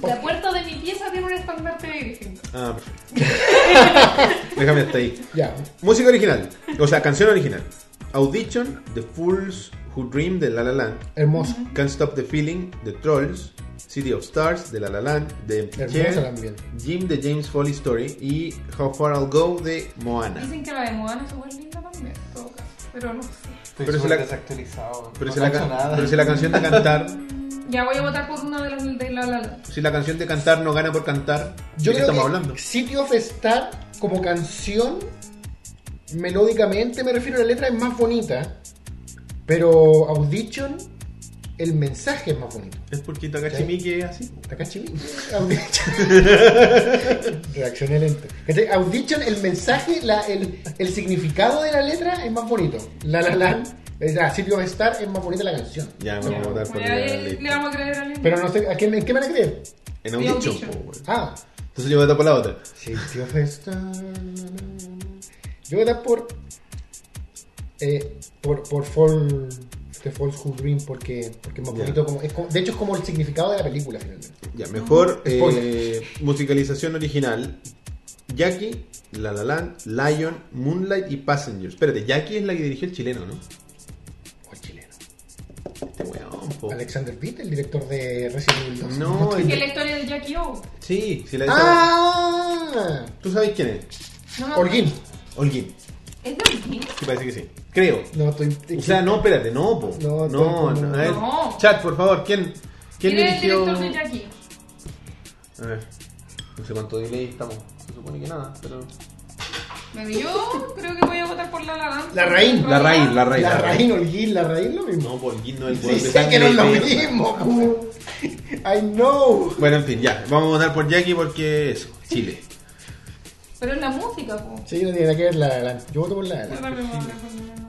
Speaker 2: ¿Por
Speaker 4: La
Speaker 2: qué?
Speaker 4: puerta de mi pieza tiene un estandarte de Gryffindor.
Speaker 2: [LAUGHS]
Speaker 1: Ah, perfecto. Déjame hasta ahí.
Speaker 2: Ya,
Speaker 1: Música original, o sea, canción original. Audition, The Fools Who Dream de La La Land,
Speaker 2: hermosa.
Speaker 1: Can't Stop the Feeling de Trolls, City of Stars de La La Land, de Empty
Speaker 2: Hermosa
Speaker 1: Chair,
Speaker 2: también.
Speaker 1: Jim de James Foley Story y How Far I'll Go de Moana.
Speaker 4: Dicen que la de Moana es súper linda también, en todo caso, pero no sé.
Speaker 3: Estoy
Speaker 1: Pero
Speaker 3: pero
Speaker 1: si la-
Speaker 3: desactualizado.
Speaker 1: Pero,
Speaker 3: no
Speaker 1: si la,
Speaker 3: cacho
Speaker 1: ca-
Speaker 3: nada.
Speaker 1: pero si la canción de cantar,
Speaker 4: Ya voy a votar por una de las de la la la.
Speaker 1: si la canción de cantar no gana por cantar, ¿de qué
Speaker 2: Yo creo
Speaker 1: estamos
Speaker 2: que
Speaker 1: hablando?
Speaker 2: City of Star como canción, melódicamente me refiero, la letra es más bonita, pero Audition, el mensaje es más bonito.
Speaker 1: Es porque Takashi que es así.
Speaker 2: Takashi
Speaker 1: [LAUGHS]
Speaker 2: Miike, Audition. Reaccioné lento. Este, Audition, el mensaje, la- el, el significado de la letra es más bonito. La La Land, eh, ah, City of Star es más bonita la canción.
Speaker 1: Ya, vamos a votar por
Speaker 4: Bueno, ahí Le
Speaker 1: la
Speaker 4: vamos a creer a
Speaker 2: Pero no sé, ¿a quién, ¿en qué me van a creer?
Speaker 1: En
Speaker 4: The
Speaker 1: Audition.
Speaker 4: Audition.
Speaker 1: po, weón.
Speaker 2: Ah,
Speaker 1: Entonces yo voto por la otra.
Speaker 2: City of Star. Yo era por. Eh, por, por Fall. The Falls Who Dream, porque, porque es más
Speaker 1: Ya.
Speaker 2: bonito. Como, es como- de hecho, es como el significado de la película, finalmente.
Speaker 1: Ya, mejor eh,
Speaker 2: Spoiler.
Speaker 1: musicalización original. Jackie, La La Land, Lion, Moonlight y Passenger. Espérate, Jackie es la que dirigió el chileno, ¿no?
Speaker 2: O el chileno.
Speaker 1: Este weón, po.
Speaker 2: Alexander Pitt, el director de Resident Evil 2. [LAUGHS]
Speaker 1: No,
Speaker 4: Es que
Speaker 1: el-
Speaker 4: la historia de Jackie O.
Speaker 1: Sí, sí la
Speaker 2: ¡Ah!
Speaker 1: ¿Tú sabes quién es?
Speaker 4: No me
Speaker 2: Holguín.
Speaker 1: Holguín.
Speaker 4: ¿Es de Holguín?
Speaker 1: Sí, parece que sí. Creo.
Speaker 2: No, estoy.
Speaker 1: O sea, no, espérate, no, po.
Speaker 2: No,
Speaker 1: No,
Speaker 2: estoy
Speaker 1: no,
Speaker 2: como-
Speaker 1: a ver.
Speaker 4: No.
Speaker 1: Chat, por favor, ¿quién, quién
Speaker 4: ¿Quién es el
Speaker 1: dirigió?
Speaker 4: director de Jackie?
Speaker 1: A ver. No sé cuánto delay estamos. Se supone que nada, pero.
Speaker 4: Bueno, yo creo que voy a votar por la la Land.
Speaker 2: La Rain.
Speaker 1: La raíz, la raíz.
Speaker 2: la Rain, Holguín, la Rain, lo mismo.
Speaker 1: No, pues, po, Holguín no es el
Speaker 2: sí,
Speaker 1: weón de
Speaker 2: sé que no
Speaker 1: sangre
Speaker 2: es lo
Speaker 1: verde.
Speaker 2: mismo. pu. I know.
Speaker 1: Bueno, en fin, ya. Vamos a votar por Jackie porque eso, Chile.
Speaker 4: Pero es la música, po.
Speaker 2: Sí, no tiene nada que ver la La Land. Yo voto por la La
Speaker 4: Yo
Speaker 2: Land.
Speaker 4: también voy a votar por la la Land.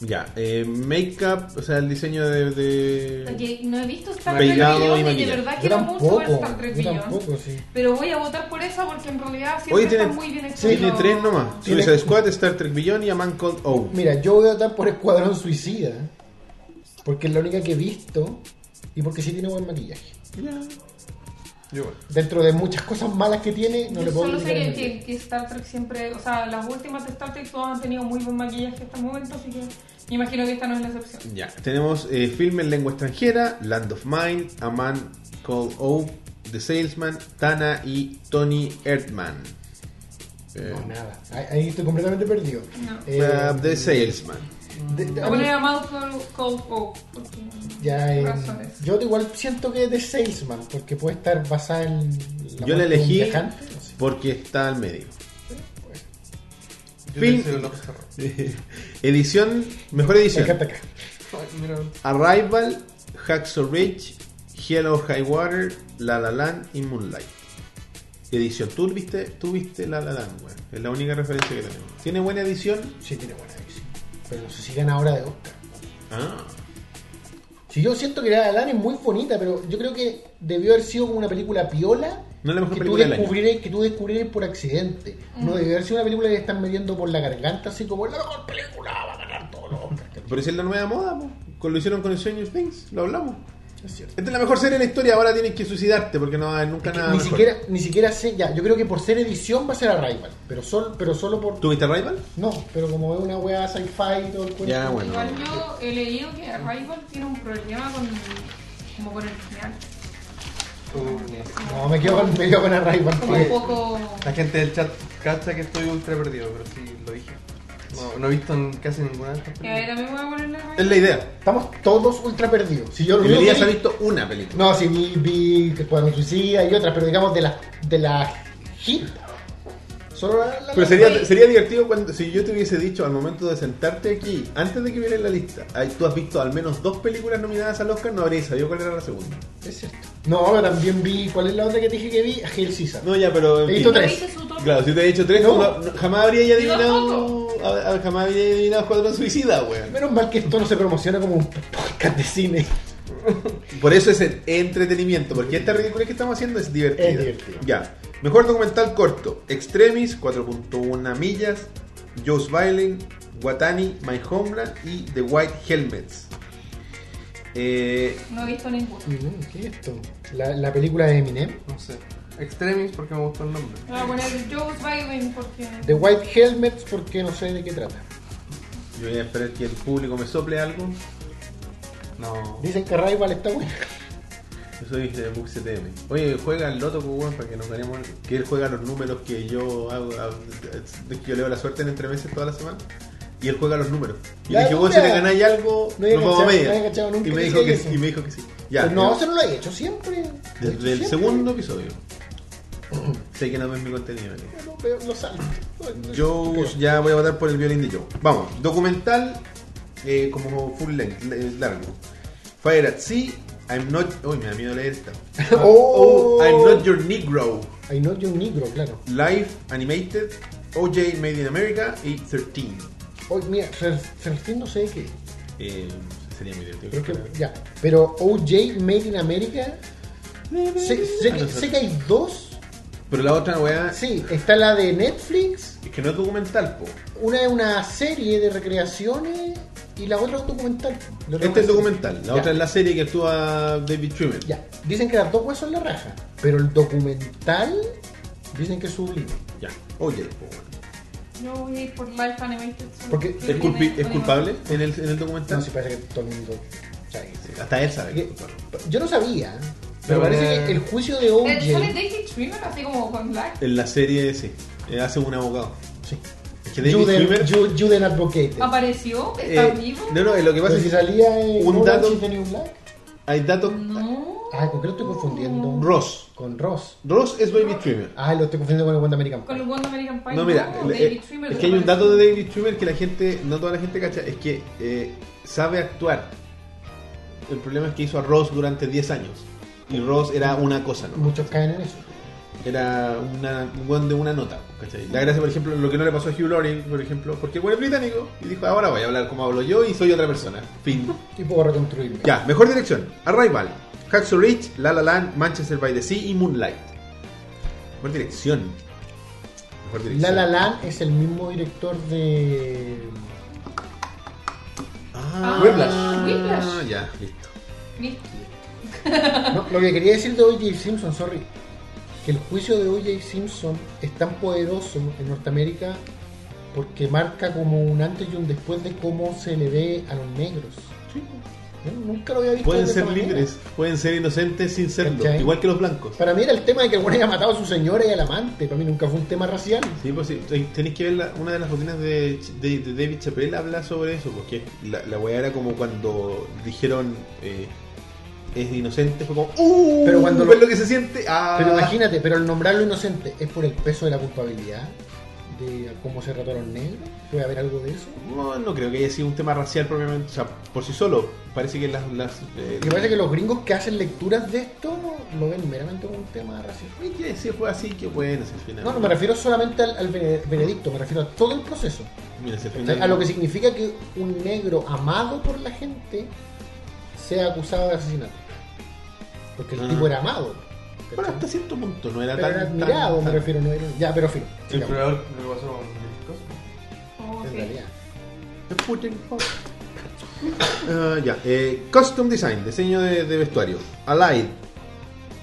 Speaker 1: Ya, eh, make-up, o sea, el diseño de... de-
Speaker 4: Hasta que no he visto Star Trek
Speaker 1: Peinado y
Speaker 4: Beyond y de
Speaker 1: maquillaje.
Speaker 4: verdad
Speaker 2: Yo
Speaker 4: quiero mucho
Speaker 2: tampoco.
Speaker 4: ver Star Trek
Speaker 2: Yo
Speaker 4: Beyond.
Speaker 2: tampoco, sí.
Speaker 4: Pero voy a votar por esa porque en realidad siempre
Speaker 1: Oye, tiene,
Speaker 4: están muy bien hechos.
Speaker 1: tiene
Speaker 4: los-
Speaker 1: tres nomás.
Speaker 2: Tiene-
Speaker 1: Suicide Squad, Star Trek Beyond y A Man Called O.
Speaker 2: Mira, yo voy a votar por Escuadrón Suicida. Porque es la única que he visto. Y porque sí tiene buen maquillaje.
Speaker 3: Yo, bueno.
Speaker 2: Dentro de muchas cosas malas que tiene, no
Speaker 4: Yo
Speaker 2: le puedo
Speaker 4: solo sé
Speaker 2: criticar el
Speaker 4: que,
Speaker 2: maquillaje.
Speaker 4: que- que Star Trek siempre, o sea, las últimas de Star Trek todas han tenido muy buen maquillaje hasta el momento, así que me imagino que esta no es la excepción.
Speaker 1: Ya, tenemos eh, film en lengua extranjera, Land of Mine, A Man Called O, The Salesman, Tana y Tony Erdman. Eh,
Speaker 2: No, nada. Ahí- Ahí estoy completamente perdido. Eh,
Speaker 4: No.
Speaker 1: uh, the Salesman.
Speaker 2: de- de-
Speaker 4: Voy
Speaker 2: a mí-
Speaker 4: a poner a Malcolm Cold Oak, porque
Speaker 2: ya, eh,
Speaker 4: razones.
Speaker 2: yo igual siento que es de Salesman, porque puede estar basada en.
Speaker 1: Yo la
Speaker 2: la muerte de un
Speaker 1: elegí
Speaker 2: viajante, no sé.
Speaker 1: porque está al medio.
Speaker 3: Yo
Speaker 1: Film.
Speaker 3: le hice el ojo cerrado.
Speaker 1: Edición, mejor
Speaker 2: Me
Speaker 1: edición.
Speaker 2: encanta acá.
Speaker 3: Ay, mira.
Speaker 1: Arrival, Hacksaw Ridge, Hello High Water, La La Land y Moonlight. Edición, tú viste, tú viste La La Land, weón. Es la única referencia que tenemos. ¿Tiene buena edición?
Speaker 2: Sí, tiene buena edición. Pero no sé si gana ahora de Oscar.
Speaker 1: Ah.
Speaker 2: Si yo siento que la Alan es muy bonita, pero yo creo que debió haber sido como una película piola
Speaker 1: No es la mejor
Speaker 2: que tú
Speaker 1: película del año.
Speaker 2: descubrieras que tú descubrieras por accidente. No
Speaker 4: Mm.
Speaker 2: debería haber sido una película que le están metiendo por la garganta, así como es la mejor película, va a ganar todos los Oscars. ¿cachai?
Speaker 1: Pero si es la nueva moda, po. Con- lo hicieron con el Stranger Things, lo hablamos.
Speaker 2: Es cierto.
Speaker 1: Esta es la mejor serie de la historia, ahora tienes que suicidarte porque no va a haber nunca nada
Speaker 2: Ni
Speaker 1: mejor.
Speaker 2: siquiera, ni siquiera sé, ya, yo creo que por ser edición va a ser Arrival, pero, sol, pero solo por...
Speaker 1: ¿Tú viste Rival?
Speaker 2: No, pero como es una weá sci-fi y todo el cuento.
Speaker 1: Ya, bueno.
Speaker 4: Igual yo he leído que Arrival tiene un problema con, como con el final.
Speaker 2: No, me quedo con, me quedo con Arrival.
Speaker 4: Como
Speaker 2: pues.
Speaker 4: un poco...
Speaker 3: La gente del chat cacha que estoy ultra perdido, pero sí lo dije. No, no he visto en casi ninguna de estas
Speaker 4: Y a ver,
Speaker 3: películas.
Speaker 4: también voy a poner la...
Speaker 1: Es la idea.
Speaker 2: Estamos todos ultra perdidos. Si yo lo único
Speaker 1: Deberías
Speaker 2: que vi-
Speaker 1: haber visto una película.
Speaker 2: No, sí, vi, vi que cuando suicida y otras, pero digamos de las de la hit. Solo la, la-
Speaker 1: Pero sería, sería divertido cuando, si yo te hubiese dicho al momento de sentarte aquí, antes de que viera la lista, ay, tú has visto al menos dos películas nominadas al Oscar, no habrías sabido cuál era la segunda.
Speaker 2: Es cierto. No, pero también vi. ¿Cuál es la otra que te dije que vi? Hail Caesar.
Speaker 1: No, ya, pero. en
Speaker 2: He
Speaker 1: fin.
Speaker 2: visto
Speaker 4: Yo
Speaker 2: tres.
Speaker 4: hice su top.
Speaker 1: Claro, si te he dicho tres,
Speaker 2: No.
Speaker 1: tú no- no- jamás habría ya
Speaker 4: Yo
Speaker 1: adivinado. a- a- jamás habría adivinado Escuadrón Suicida, weón.
Speaker 2: Menos mal que esto no se promociona como un podcast de cine.
Speaker 1: Por eso es el entretenimiento, porque esta ridícula que estamos haciendo es divertida.
Speaker 2: Es divertido.
Speaker 1: Ya. Mejor documental corto: Extremis, 4.1 millas, Joe's Violin, Watani, My Homeland y The White Helmets. Eh,
Speaker 4: No he visto ninguno.
Speaker 2: Mm, ¿Qué es esto? La, la película de Eminem.
Speaker 3: No sé. Extremis porque me gustó el nombre.
Speaker 4: Voy a poner Joe's Violin porque...
Speaker 2: The White Helmets, porque no sé de qué trata.
Speaker 1: yo voy a esperar que el público me sople algo.
Speaker 3: No.
Speaker 2: Dicen que Rival está buena.
Speaker 1: Yo soy de BuxTM. Oye, juega el loto, pues, weón, para que nos ganemos. Que él juega los números que yo hago. a- de que yo leo la suerte en entre meses toda la semana. Y él juega los números. Y
Speaker 2: Ya,
Speaker 1: le dije, vos, si
Speaker 2: mira.
Speaker 1: le ganáis algo,
Speaker 2: No había
Speaker 1: nos vamos a
Speaker 2: cachado-
Speaker 1: media.
Speaker 2: no había cachado nunca
Speaker 1: y, me
Speaker 2: que
Speaker 1: dijo que,
Speaker 2: hacía
Speaker 1: sí,
Speaker 2: eso.
Speaker 1: y me dijo que sí. Ya.
Speaker 2: Pero no,
Speaker 1: mira,
Speaker 2: se no lo he hecho siempre. Lo he hecho
Speaker 1: desde el
Speaker 2: siempre.
Speaker 1: segundo
Speaker 2: [COUGHS]
Speaker 1: episodio. sé que no ves mi contenido. ¿no?
Speaker 2: No, veo- no salgo. No, no-
Speaker 1: Yo
Speaker 2: creo.
Speaker 1: ya voy a votar por el violín de Joe. Vamos, documental eh, como full length, le- largo. Fire at Sea, I'm not. Uy, me da miedo leer esta.
Speaker 2: Oh.
Speaker 1: Ah, I'm not your Negro.
Speaker 2: I know you're negro, claro.
Speaker 1: Live Animated, OJ Made in America y 13.
Speaker 2: Hoy, mira, Fer- Ferfín no sé de qué.
Speaker 1: Eh, sería muy divertido.
Speaker 2: Creo que, ya. Pero OJ Made in America. Sé, sé que, sé que hay dos.
Speaker 1: Pero la otra weá
Speaker 2: Sí, está la de Netflix.
Speaker 1: es que no es documental, po.
Speaker 2: Una es una serie de recreaciones. Y la otra es un documental. La
Speaker 1: Este es
Speaker 2: otra una serie.
Speaker 1: documental, la
Speaker 2: Ya,
Speaker 1: otra es la serie que actúa David Schwimmer.
Speaker 2: Ya. Dicen que las dos huesos son la raja. Pero el documental. Dicen que es sublime.
Speaker 1: Ya. OJ, po. weón.
Speaker 4: Yo voy a ir por Life Animated. solo
Speaker 2: Porque
Speaker 4: porque
Speaker 1: ¿Es, culpi-
Speaker 4: tiene-
Speaker 1: es culpable en el, en el documental?
Speaker 2: No, si parece que todo el mundo sabe.
Speaker 1: Sí, Hasta él sabe que es
Speaker 2: Porque-
Speaker 1: culpable.
Speaker 2: Eh, Yo no sabía. Pero
Speaker 3: Pero,
Speaker 2: parece
Speaker 3: eh,
Speaker 2: que el juicio de
Speaker 1: Oh,
Speaker 4: Pero ¿Sale
Speaker 2: OJ.
Speaker 4: David Schwimmer así como con Black?
Speaker 1: En la serie, sí. Eh, hace un abogado.
Speaker 2: Sí.
Speaker 1: Es que David
Speaker 2: Juden,
Speaker 1: Schwimmer,
Speaker 2: Ju- Juden Advocate.
Speaker 4: ¿Apareció? ¿Está
Speaker 1: eh,
Speaker 4: vivo?
Speaker 1: no, no, eh, lo que pasa
Speaker 2: Pero
Speaker 1: es
Speaker 2: si
Speaker 1: que
Speaker 2: salía en
Speaker 1: un
Speaker 2: Orange
Speaker 1: dato-
Speaker 2: is the New Black.
Speaker 1: hay datos.
Speaker 4: No.
Speaker 2: Ah, ¿con qué lo estoy confundiendo?
Speaker 1: Ross.
Speaker 2: Con Ross.
Speaker 1: Ross es David Schwimmer.
Speaker 2: Ah, lo estoy confundiendo con el Wanda American
Speaker 4: Con el
Speaker 2: Pie.
Speaker 4: Wonder American Pie.
Speaker 1: No, mira,
Speaker 4: David
Speaker 1: eh,
Speaker 4: Schwimmer
Speaker 1: es que hay un dato
Speaker 4: desapareció.
Speaker 1: de David Schwimmer que la gente, no toda la gente cacha, es que eh, sabe actuar. El problema es que hizo a Ross durante 10 años. Y Ross era una cosa, ¿no?
Speaker 2: Muchos caen en eso.
Speaker 1: Era una, un weón de una nota, ¿cachai? La gracia, por ejemplo, lo que no le pasó a Hugh Laurie, por ejemplo, porque el weón es británico y dijo, ahora voy a hablar como hablo yo y soy otra persona.
Speaker 4: [LAUGHS]
Speaker 1: Fin.
Speaker 2: Y puedo reconstruirme.
Speaker 1: Ya, mejor dirección. Arrival, Hacksaw Ridge, La La Land, Manchester by the Sea y Moonlight. Mejor dirección. Mejor
Speaker 2: La
Speaker 1: dirección.
Speaker 2: La Land es el mismo director de.
Speaker 1: Ah,
Speaker 4: Whiplash. Whiplash.
Speaker 1: Ya, listo.
Speaker 4: Listo.
Speaker 2: No, lo que quería decir de O.J. Simpson, sorry. Que el juicio de O.J. Simpson es tan poderoso en Norteamérica porque marca como un antes y un después de cómo se le ve a los negros. Yo nunca lo había visto.
Speaker 1: Pueden
Speaker 2: de esa
Speaker 1: ser
Speaker 2: manera.
Speaker 1: libres, pueden ser inocentes sin serlo,
Speaker 2: ¿Cachai?
Speaker 1: igual que los blancos.
Speaker 2: Para mí era el tema de que el güey haya matado a su señora y al amante. Para mí nunca fue un tema racial.
Speaker 1: Sí, pues sí, ten- tenéis que ver la- una de las rutinas de, de- de David Chappelle habla sobre eso, porque la, la weá era como cuando dijeron eh, es inocente, fue como ¡Uh!
Speaker 2: Pero cuando lo-
Speaker 1: ¿Ves lo... que se siente? ¡Ah!
Speaker 2: Pero imagínate, pero el nombrarlo inocente es por el peso de la culpabilidad, de cómo se trató a los negros. ¿Puede haber algo de eso?
Speaker 1: No, no creo que haya sido un tema racial propiamente, o sea, por sí solo. Parece que las... las eh,
Speaker 2: Y parece que los gringos que hacen lecturas de esto lo ven meramente como un tema racial.
Speaker 1: Ay, que si fue así, que bueno, si al final...
Speaker 2: No, no me refiero solamente al, al bene- veredicto, me refiero a todo el proceso.
Speaker 1: Mira, si al
Speaker 2: O
Speaker 1: final...
Speaker 2: sea, a lo que significa que un negro amado por la gente sea acusado de asesinato. Porque el
Speaker 1: Ah.
Speaker 2: tipo era amado. ¿cachai?
Speaker 1: Pero hasta cierto punto no era
Speaker 2: Pero
Speaker 1: tan.
Speaker 2: era
Speaker 1: tan-
Speaker 2: admirado, me
Speaker 1: tan-
Speaker 2: refiero, no era... Ya, pero fin.
Speaker 3: El
Speaker 2: sigamos,
Speaker 3: creador lo que pasó con Jeff Cosby.
Speaker 4: Oh,
Speaker 2: en
Speaker 4: sí.
Speaker 2: realidad.
Speaker 1: Putin, por favor. Ah, ya. Eh, costume Design, diseño de, de vestuario. Allied,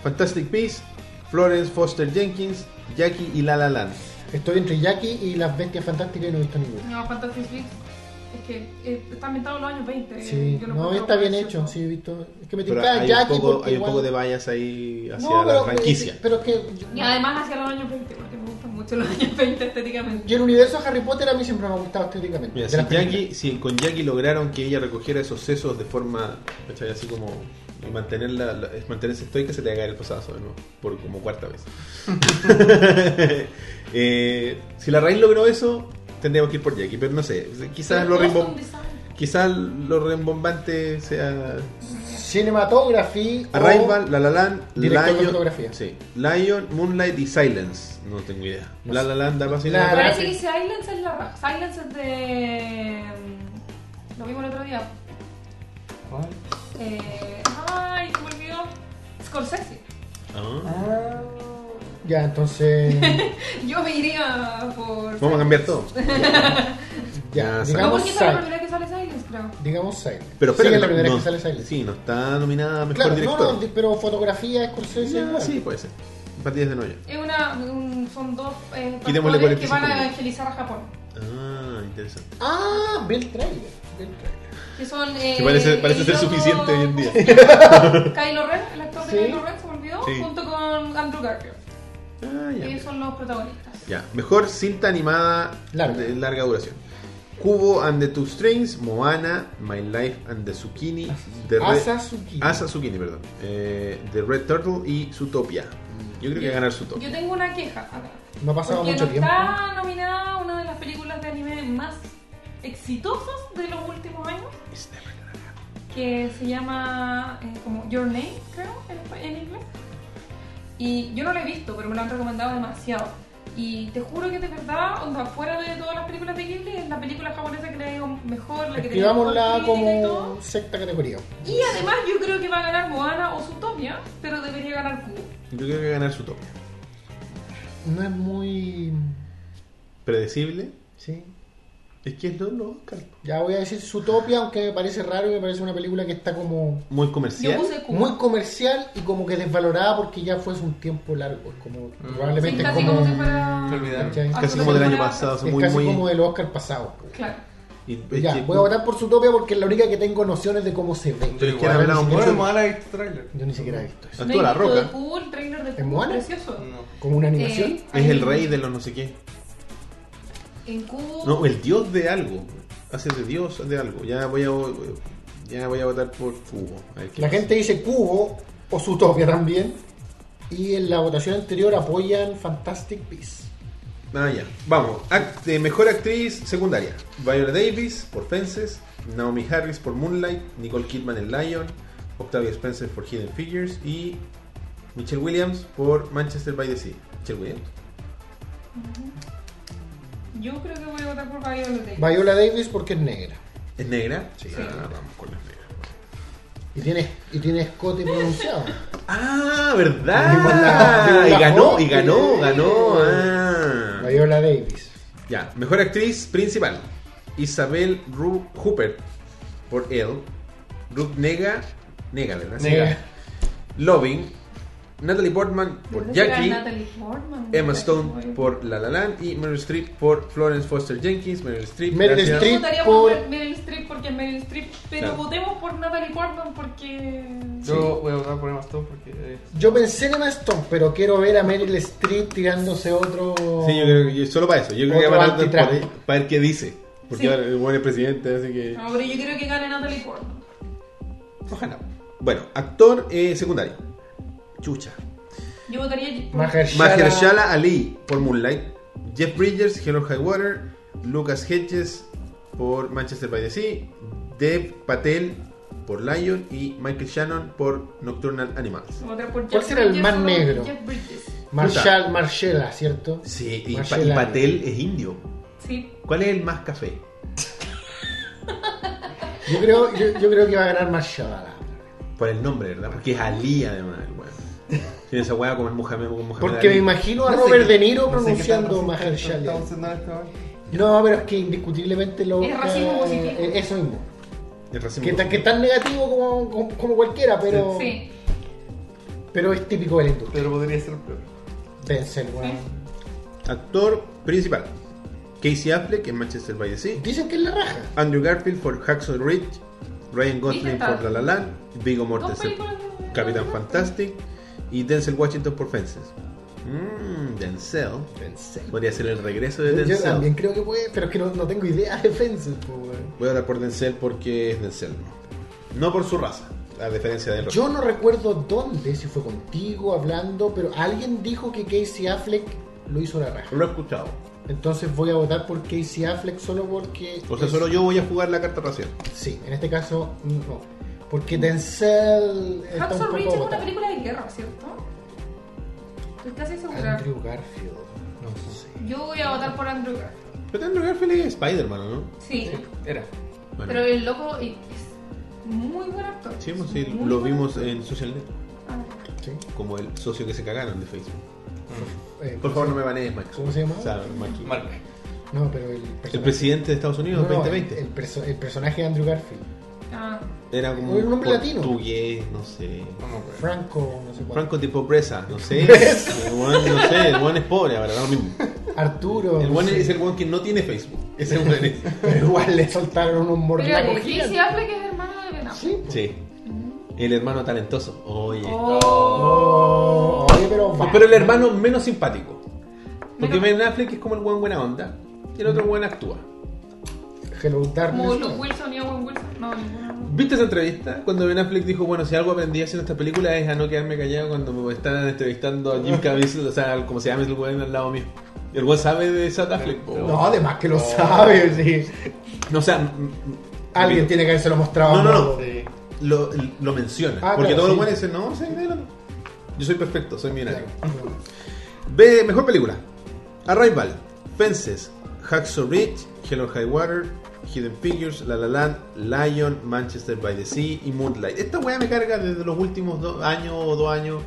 Speaker 1: Fantastic Beasts, Florence Foster Jenkins, Jackie y La La Land.
Speaker 2: Estoy entre Jackie y las bestias fantásticas y no he visto ninguna.
Speaker 4: No, Fantastic Beasts. Es que eh, está ambientado en los años 20.
Speaker 2: Sí,
Speaker 4: Eh, yo lo
Speaker 2: no,
Speaker 4: encuentro
Speaker 2: está bien
Speaker 4: gracioso.
Speaker 2: hecho, sí, he visto. Es que me
Speaker 1: Pero
Speaker 2: tincaba
Speaker 1: hay un
Speaker 2: Jackie
Speaker 1: poco,
Speaker 2: porque
Speaker 1: hay un
Speaker 2: igual-
Speaker 1: poco de vallas ahí hacia
Speaker 2: No,
Speaker 1: la
Speaker 2: pero- eh,
Speaker 1: franquicia.
Speaker 2: Pero es que
Speaker 4: Y además hacia los años 20, porque me gustan mucho los años 20 estéticamente.
Speaker 2: Y el universo de Harry Potter a mí siempre me ha gustado estéticamente.
Speaker 1: Mira,
Speaker 2: de
Speaker 1: si,
Speaker 2: las películas.
Speaker 1: Jackie, si con Jackie lograron que ella recogiera esos sesos de forma, ¿cachai? Así como. Y mantenerla, la- es mantenerse estoica, se te va a caer el pasazo, ¿no? Por como cuarta
Speaker 2: [LAUGHS]
Speaker 1: vez. Eh, si la raíz logró eso, tendríamos que ir por Jackie, pero no sé. Quizás lo, Ah,
Speaker 4: Costume
Speaker 1: rimbom-
Speaker 4: Design.
Speaker 1: quizás lo rembombante sea.
Speaker 2: Cinematography. o-
Speaker 1: Arrival, La La Land,
Speaker 2: Director de
Speaker 1: Lion-
Speaker 2: fotografía.
Speaker 1: sí. Lion, Moonlight y Silence. No tengo idea.
Speaker 2: No
Speaker 1: La
Speaker 2: sé.
Speaker 1: La Land da más
Speaker 2: La-
Speaker 4: Me
Speaker 2: la-
Speaker 1: idea.
Speaker 4: Parece que Silence es la raja. Silence es de. mm, Lo vimos el otro día.
Speaker 3: ¿Cuál?
Speaker 2: Ah.
Speaker 4: Eh, ay, se me olvidó. Scorsese. [LAUGHS]
Speaker 1: Ah.
Speaker 3: Ah.
Speaker 1: [LAUGHS]
Speaker 2: Ya, entonces.
Speaker 4: Yo me iría por.
Speaker 1: Vamos a cambiar todo.
Speaker 2: ya,
Speaker 1: Ya,
Speaker 4: No,
Speaker 2: digamos
Speaker 4: porque esa es la
Speaker 2: Silent.
Speaker 4: primera que sale Silence, creo.
Speaker 2: Digamos Silent.
Speaker 1: Pero
Speaker 2: sí,
Speaker 1: espérate,
Speaker 2: es la primera
Speaker 1: no-
Speaker 2: que sale Silent.
Speaker 1: Sí, no está nominada a mejor
Speaker 2: claro,
Speaker 1: director.
Speaker 2: no, no, di- pero fotografía, Scorsese.
Speaker 1: Ya,
Speaker 2: igual.
Speaker 1: sí, puede ser. Partidas de Noya.
Speaker 4: Es una, un- son dos eh,
Speaker 1: Quitémosle
Speaker 4: actores que
Speaker 1: 45
Speaker 4: van a
Speaker 1: minutos.
Speaker 4: evangelizar a Japón.
Speaker 1: Ah, interesante.
Speaker 2: Ah, ve el trailer. Ve el trailer.
Speaker 4: Que son. Eh,
Speaker 1: Que parece- parece
Speaker 4: el
Speaker 1: ser
Speaker 4: loco-
Speaker 1: suficiente hoy en día.
Speaker 4: ¿cómo se llama? [LAUGHS] Kylo Ren, el actor de
Speaker 2: Sí.
Speaker 4: Kylo Ren se volvió,
Speaker 1: Sí.
Speaker 4: junto con Andrew Garfield.
Speaker 1: Ah, ya.
Speaker 4: Ellos son los protagonistas.
Speaker 1: Ya, mejor cinta animada
Speaker 2: Larga.
Speaker 1: de larga duración. Cubo and the Two Strings, Moana, My Life and the Zucchini,
Speaker 2: Ah,
Speaker 1: The Red-
Speaker 2: Asazuki.
Speaker 1: Asa Zucchini, perdón. Eh, the Red Turtle y Zootopia. Yo creo que va a ganar Zootopia.
Speaker 4: Yo tengo una queja acá.
Speaker 2: No ha pasado
Speaker 4: Porque
Speaker 2: mucho
Speaker 4: no
Speaker 2: tiempo.
Speaker 4: está nominada a una de las películas de anime más exitosas de los últimos años,
Speaker 1: It's never gonna happen.
Speaker 4: que se llama eh, como Your Name, creo, en, espa- en inglés. Y yo no la he visto, pero me la han recomendado demasiado. Y te juro que de verdad, onda, fuera de todas las películas de Ghibli, es la película japonesa que le ha ido mejor, la que tiene mejor
Speaker 2: Escribámosla
Speaker 4: crítica y todo.
Speaker 2: como sexta categoría.
Speaker 4: Y además yo creo que va a ganar Moana o Zootopia, pero debería ganar Kubo.
Speaker 1: Yo creo que va a ganar Zootopia.
Speaker 2: No es muy.
Speaker 1: Predecible.
Speaker 2: Sí.
Speaker 1: Es que es lo, lo Oscar.
Speaker 2: Ya voy a decir Zootopia, aunque me parece raro y me parece una película que está como
Speaker 1: Muy
Speaker 4: Yo
Speaker 1: comercial.
Speaker 4: puse Kubo.
Speaker 2: muy comercial y como que desvalorada porque ya fue hace un tiempo largo. Es como
Speaker 1: Mm.
Speaker 4: Sí,
Speaker 2: probablemente es
Speaker 4: casi
Speaker 2: como,
Speaker 4: como si fuera...
Speaker 3: Se olvidaron.
Speaker 2: ¿cachai?
Speaker 1: Casi como del año pasado.
Speaker 2: es
Speaker 1: son muy,
Speaker 2: casi
Speaker 1: muy...
Speaker 2: como el Oscar pasado.
Speaker 4: Claro.
Speaker 1: y es
Speaker 2: ya,
Speaker 1: que-
Speaker 2: voy a votar por Zootopia porque es la única que tengo nociones de cómo se ve.
Speaker 1: Yo
Speaker 3: Igual,
Speaker 1: quiero hablar un
Speaker 3: bueno,
Speaker 1: poco-
Speaker 3: Moana y tu trailer.
Speaker 2: Yo ni siquiera he visto eso.
Speaker 1: Actúa la
Speaker 4: No he visto
Speaker 1: roca. Mm.
Speaker 4: de Kubo, el trailer de
Speaker 2: ¿En
Speaker 4: Kubo
Speaker 2: Moana?
Speaker 4: es precioso.
Speaker 3: No.
Speaker 2: Como una animación.
Speaker 4: Eh,
Speaker 1: Es
Speaker 4: hay-
Speaker 1: el rey de los no sé qué.
Speaker 4: En Kubo.
Speaker 1: No, el dios de algo. Hace de dios de algo. Ya voy a, ya voy a votar por Cubo. A ver qué
Speaker 2: la
Speaker 1: pasa.
Speaker 2: gente dice Cubo o Zootopia también. Y en la votación anterior apoyan Fantastic Beasts.
Speaker 1: Ah, ya. Vamos. Act- eh, mejor actriz secundaria. Viola Davis por Fences. Naomi Harris por Moonlight. Nicole Kidman en Lion. Octavia Spencer por Hidden Figures. Y Michelle Williams por Manchester by the Sea. Michelle Williams.
Speaker 4: Yo creo que voy a votar por Viola Davis.
Speaker 2: Viola Davis porque es negra.
Speaker 1: ¿Es negra? Sí. ah,
Speaker 4: Sí.
Speaker 1: vamos con las negras.
Speaker 2: Y tiene, y tiene
Speaker 1: [LAUGHS]
Speaker 2: escote pronunciado.
Speaker 1: Ah,
Speaker 2: Vimos la-
Speaker 1: ¿verdad?
Speaker 2: vimos
Speaker 1: Y
Speaker 2: la
Speaker 1: ganó,
Speaker 2: foto.
Speaker 1: y ganó, ganó. Ah.
Speaker 2: Viola Davis.
Speaker 1: Ya, mejor actriz principal. Isabel Ru Hooper por Elle. Ruth Nega. Nega, ¿verdad? Sí.
Speaker 3: Nega.
Speaker 1: Loving. Natalie Portman por
Speaker 4: Yo creo que
Speaker 1: Jackie.
Speaker 4: era Natalie Portman.
Speaker 1: Emma Stone por La La Land. Y Meryl Streep por Florence Foster Jenkins. Meryl Streep.
Speaker 2: Meryl
Speaker 1: gracias.
Speaker 4: Yo
Speaker 2: Streep.
Speaker 4: votaría
Speaker 2: por-
Speaker 4: por Meryl Streep porque es Meryl Streep, pero
Speaker 1: Claro.
Speaker 4: votemos por Natalie Portman porque...
Speaker 3: Yo voy a votar por Emma Stone porque. eh,
Speaker 2: Yo pensé en Emma Stone, pero quiero ver a Meryl Streep tirándose otro.
Speaker 1: Sí, yo creo que yo- solo para eso. Yo creo que
Speaker 2: Otro
Speaker 1: va a ganar
Speaker 2: antitrap.
Speaker 1: por- para ver qué dice. Porque
Speaker 4: Sí.
Speaker 1: ahora el buen presidente, así que.
Speaker 4: No, pero yo creo que gane Natalie Portman.
Speaker 3: Ojalá.
Speaker 1: Bueno, actor eh, secundario. Chucha.
Speaker 4: Yo votaría por...
Speaker 2: Mahershala.
Speaker 1: Mahershala Ali por Moonlight, Jeff Bridges, Hello Highwater, Lucas Hedges por Manchester by the Sea, Dev Patel por Lion y Michael Shannon por Nocturnal Animals.
Speaker 4: Votar por
Speaker 2: ¿Cuál
Speaker 4: Jeff
Speaker 2: será el
Speaker 4: Bridges
Speaker 2: más
Speaker 4: o
Speaker 2: negro?
Speaker 4: Jeff Bridges.
Speaker 2: Marshall, Marshella, ¿cierto?
Speaker 1: Sí, y, Pa- y
Speaker 2: Mahershala.
Speaker 1: Patel es indio.
Speaker 4: Sí.
Speaker 1: ¿Cuál es el más café?
Speaker 2: Yo creo, yo, yo creo que va a ganar Marshall.
Speaker 1: Por el nombre, ¿verdad? Porque es Ali además, el weón. Sí, esa weá como el Mohamed, como Mohamed
Speaker 2: Porque me
Speaker 1: Ali.
Speaker 2: imagino a
Speaker 3: No sé
Speaker 2: Robert
Speaker 3: qué-
Speaker 2: De Niro
Speaker 3: no sé qué tan
Speaker 2: pronunciando
Speaker 3: racista
Speaker 2: Mahershala.
Speaker 3: estamos siendo en este momento.
Speaker 2: No, pero es que indiscutiblemente lo.
Speaker 4: Es racismo
Speaker 2: eh,
Speaker 4: positivo.
Speaker 2: eh, eso mismo.
Speaker 1: El racismo.
Speaker 2: Que, tan- que es tan negativo como, como, como cualquiera, pero.
Speaker 4: Sí.
Speaker 2: Pero es típico de la industria.
Speaker 3: Pero podría ser peor.
Speaker 2: Denzel, weón.
Speaker 1: Actor principal. Casey Affleck en Manchester by the Sea.
Speaker 2: Dicen que es la raja.
Speaker 1: Andrew Garfield por Jackson Ridge. Ryan Gosling
Speaker 4: Mira.
Speaker 1: por La La Land. Vigo
Speaker 4: Dos
Speaker 1: Mortensen
Speaker 4: películas de-
Speaker 1: Capitán
Speaker 4: de-
Speaker 1: Fantastic. Y Denzel Washington por Fences. Mmm, Denzel. Podría ser el regreso de
Speaker 2: Yo, yo
Speaker 1: Denzel.
Speaker 2: también creo que puede, pero es que no, no tengo idea de Denzel, po, weón.
Speaker 1: Voy a hablar por Denzel porque es Denzel. No, No por su raza, a diferencia de
Speaker 2: Yo no recuerdo dónde, si fue contigo hablando, pero alguien dijo que Casey Affleck lo hizo la raja.
Speaker 1: Lo he escuchado.
Speaker 2: Entonces voy a votar por Casey Affleck solo porque.
Speaker 1: O sea,
Speaker 2: es-
Speaker 1: solo yo voy a jugar la carta racial.
Speaker 2: Sí, en este caso no. Porque Denzel está un poco
Speaker 4: Hacksaw Ridge es una
Speaker 2: agotado.
Speaker 4: película de guerra, ¿cierto? Estoy casi segura.
Speaker 2: Ah, Andrew Garfield.
Speaker 3: No sé.
Speaker 4: Yo voy a votar por Andrew Garfield.
Speaker 1: Pero Andrew Garfield es Spider-Man, ¿o ¿no?
Speaker 4: Sí,
Speaker 3: Era.
Speaker 1: Bueno.
Speaker 4: pero el loco es es muy buen actor.
Speaker 1: Sí, pues sí,
Speaker 4: Muy
Speaker 1: lo
Speaker 4: buen
Speaker 1: vimos
Speaker 4: actor.
Speaker 1: en Social Network,
Speaker 4: Ah,
Speaker 2: Sí.
Speaker 1: como el socio que se cagaron de Facebook.
Speaker 2: Eh,
Speaker 1: Por favor, no me banees, Max.
Speaker 2: ¿Cómo se llama?
Speaker 1: O sea, Max.
Speaker 3: Mark.
Speaker 2: No, pero el
Speaker 1: El
Speaker 2: personaje.
Speaker 1: presidente de Estados Unidos,
Speaker 2: no, eh, no,
Speaker 1: 2020.
Speaker 2: el, perso- el personaje de Andrew Garfield.
Speaker 4: ah.
Speaker 1: Era como
Speaker 2: Era eh, un hombre latino.
Speaker 1: portugués, no sé.
Speaker 3: No me acuerdo.
Speaker 2: Franco, no sé cuál.
Speaker 1: Franco tipo presa, no sé. El buen, no sé, el buen es pobre, ahora da lo
Speaker 2: [LAUGHS]
Speaker 1: mismo.
Speaker 2: Arturo.
Speaker 1: El
Speaker 2: no
Speaker 1: buen
Speaker 2: sé.
Speaker 1: es el buen que no tiene Facebook. Ese buen es.
Speaker 2: [LAUGHS]
Speaker 1: [LAUGHS]
Speaker 2: Pero igual le soltaron un humor de la
Speaker 4: Pero
Speaker 2: cogida.
Speaker 4: Casey Affleck es hermano de Ben Affleck.
Speaker 2: Sí. po.
Speaker 1: Sí. El hermano talentoso. Oye.
Speaker 4: Oh,
Speaker 2: Oh, oye, pero. va.
Speaker 1: Pero el hermano menos simpático. Porque
Speaker 4: Menos-
Speaker 1: Ben Affleck es como el buen buena onda. Y el otro buen actúa.
Speaker 2: Hello
Speaker 4: Como
Speaker 2: Darkness.
Speaker 4: Luke Wilson y Owen Wilson. No, ninguno.
Speaker 1: ¿Viste esa entrevista? Cuando Ben Affleck dijo, bueno, si algo aprendí haciendo esta película es a no quedarme callado cuando me están entrevistando a
Speaker 2: [LAUGHS]
Speaker 1: Jim Caviezel, o sea, como se llama el weón al lado mío. Y el weón sabe de South Affleck. po.
Speaker 2: No, además que lo sabe. sí.
Speaker 1: No, o sea, mm, mm,
Speaker 2: Alguien
Speaker 1: vi-
Speaker 2: tiene que haberse lo mostrado.
Speaker 1: No,
Speaker 2: a
Speaker 1: no,
Speaker 2: modo
Speaker 1: no.
Speaker 2: de-
Speaker 1: Lo, lo menciona.
Speaker 2: Ah,
Speaker 1: porque todos
Speaker 2: claro, sí.
Speaker 1: los buenos dicen, no, sí, adelante. Yo soy perfecto, soy millonario.
Speaker 2: Claro.
Speaker 1: Ve, mejor película. Arrival, Fences, Hacksaw Ridge, Hello High Water, Hidden Figures, La La Land, Lion, Manchester by the Sea y Moonlight. Esta weá me carga desde los últimos dos años o dos años.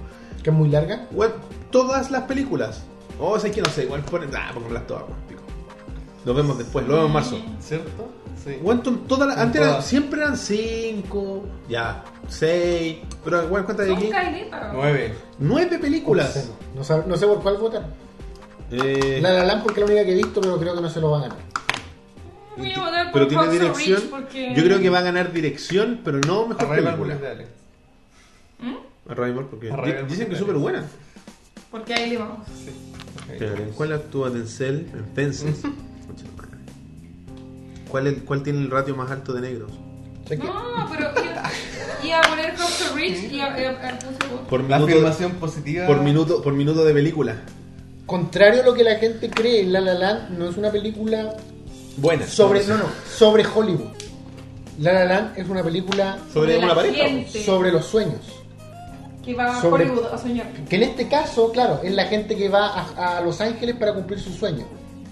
Speaker 2: Que es muy larga.
Speaker 1: Weón, todas las películas. O sea, es que no sé, igual ponen, ah, ponganlas todas, weón, pico. Nos vemos después, lo vemos en marzo.
Speaker 3: ¿Cierto? Sí.
Speaker 1: Weón, son todas las- antes eran-
Speaker 3: Todas.
Speaker 1: siempre eran cinco, ya, seis, pero weón, ¿cuántas de
Speaker 4: Son
Speaker 1: aquí?
Speaker 4: caletas.
Speaker 3: Nueve.
Speaker 1: Nueve películas.
Speaker 2: No, sab- no sé por cuál votar.
Speaker 1: Eh,
Speaker 2: La La Land porque es la única que he visto, pero creo que no se lo va a ganar.
Speaker 4: Voy a votar por
Speaker 1: eh, pero tiene
Speaker 4: Hacksaw Ridge
Speaker 1: dirección.
Speaker 4: porque-
Speaker 1: Yo creo que va a ganar dirección, pero no mejor
Speaker 3: Arriba el
Speaker 1: película.
Speaker 3: de Alex.
Speaker 4: ¿Mm?
Speaker 1: Arrival, porque di-
Speaker 3: Arrival,
Speaker 1: dicen que
Speaker 3: porque-
Speaker 1: es súper buena.
Speaker 4: Porque ahí le vamos.
Speaker 1: Pero ¿en cuál actúa Denzel? En
Speaker 3: [LAUGHS]
Speaker 1: Fences. ¿Cuál, el- ¿Cuál tiene el ratio más alto de negros?
Speaker 2: O sea que-
Speaker 4: No, pero iba, iba a poner Hacksaw Ridge y a- eh, eh, puse otro.
Speaker 1: Por
Speaker 3: La
Speaker 1: minuto,
Speaker 3: afirmación positiva.
Speaker 1: por minuto, por minuto de película.
Speaker 2: Contrario a lo que la gente cree, La La Land no es una película
Speaker 1: Buena.
Speaker 2: sobre, no, no, sobre Hollywood. La La Land es una película
Speaker 1: Sobre
Speaker 4: la
Speaker 1: una pareja.
Speaker 4: gente
Speaker 2: sobre los sueños.
Speaker 4: que va
Speaker 2: sobre-
Speaker 4: a Hollywood oh, a soñar.
Speaker 2: Que en este caso, claro, es la gente que va a, a Los Ángeles para cumplir su sueño.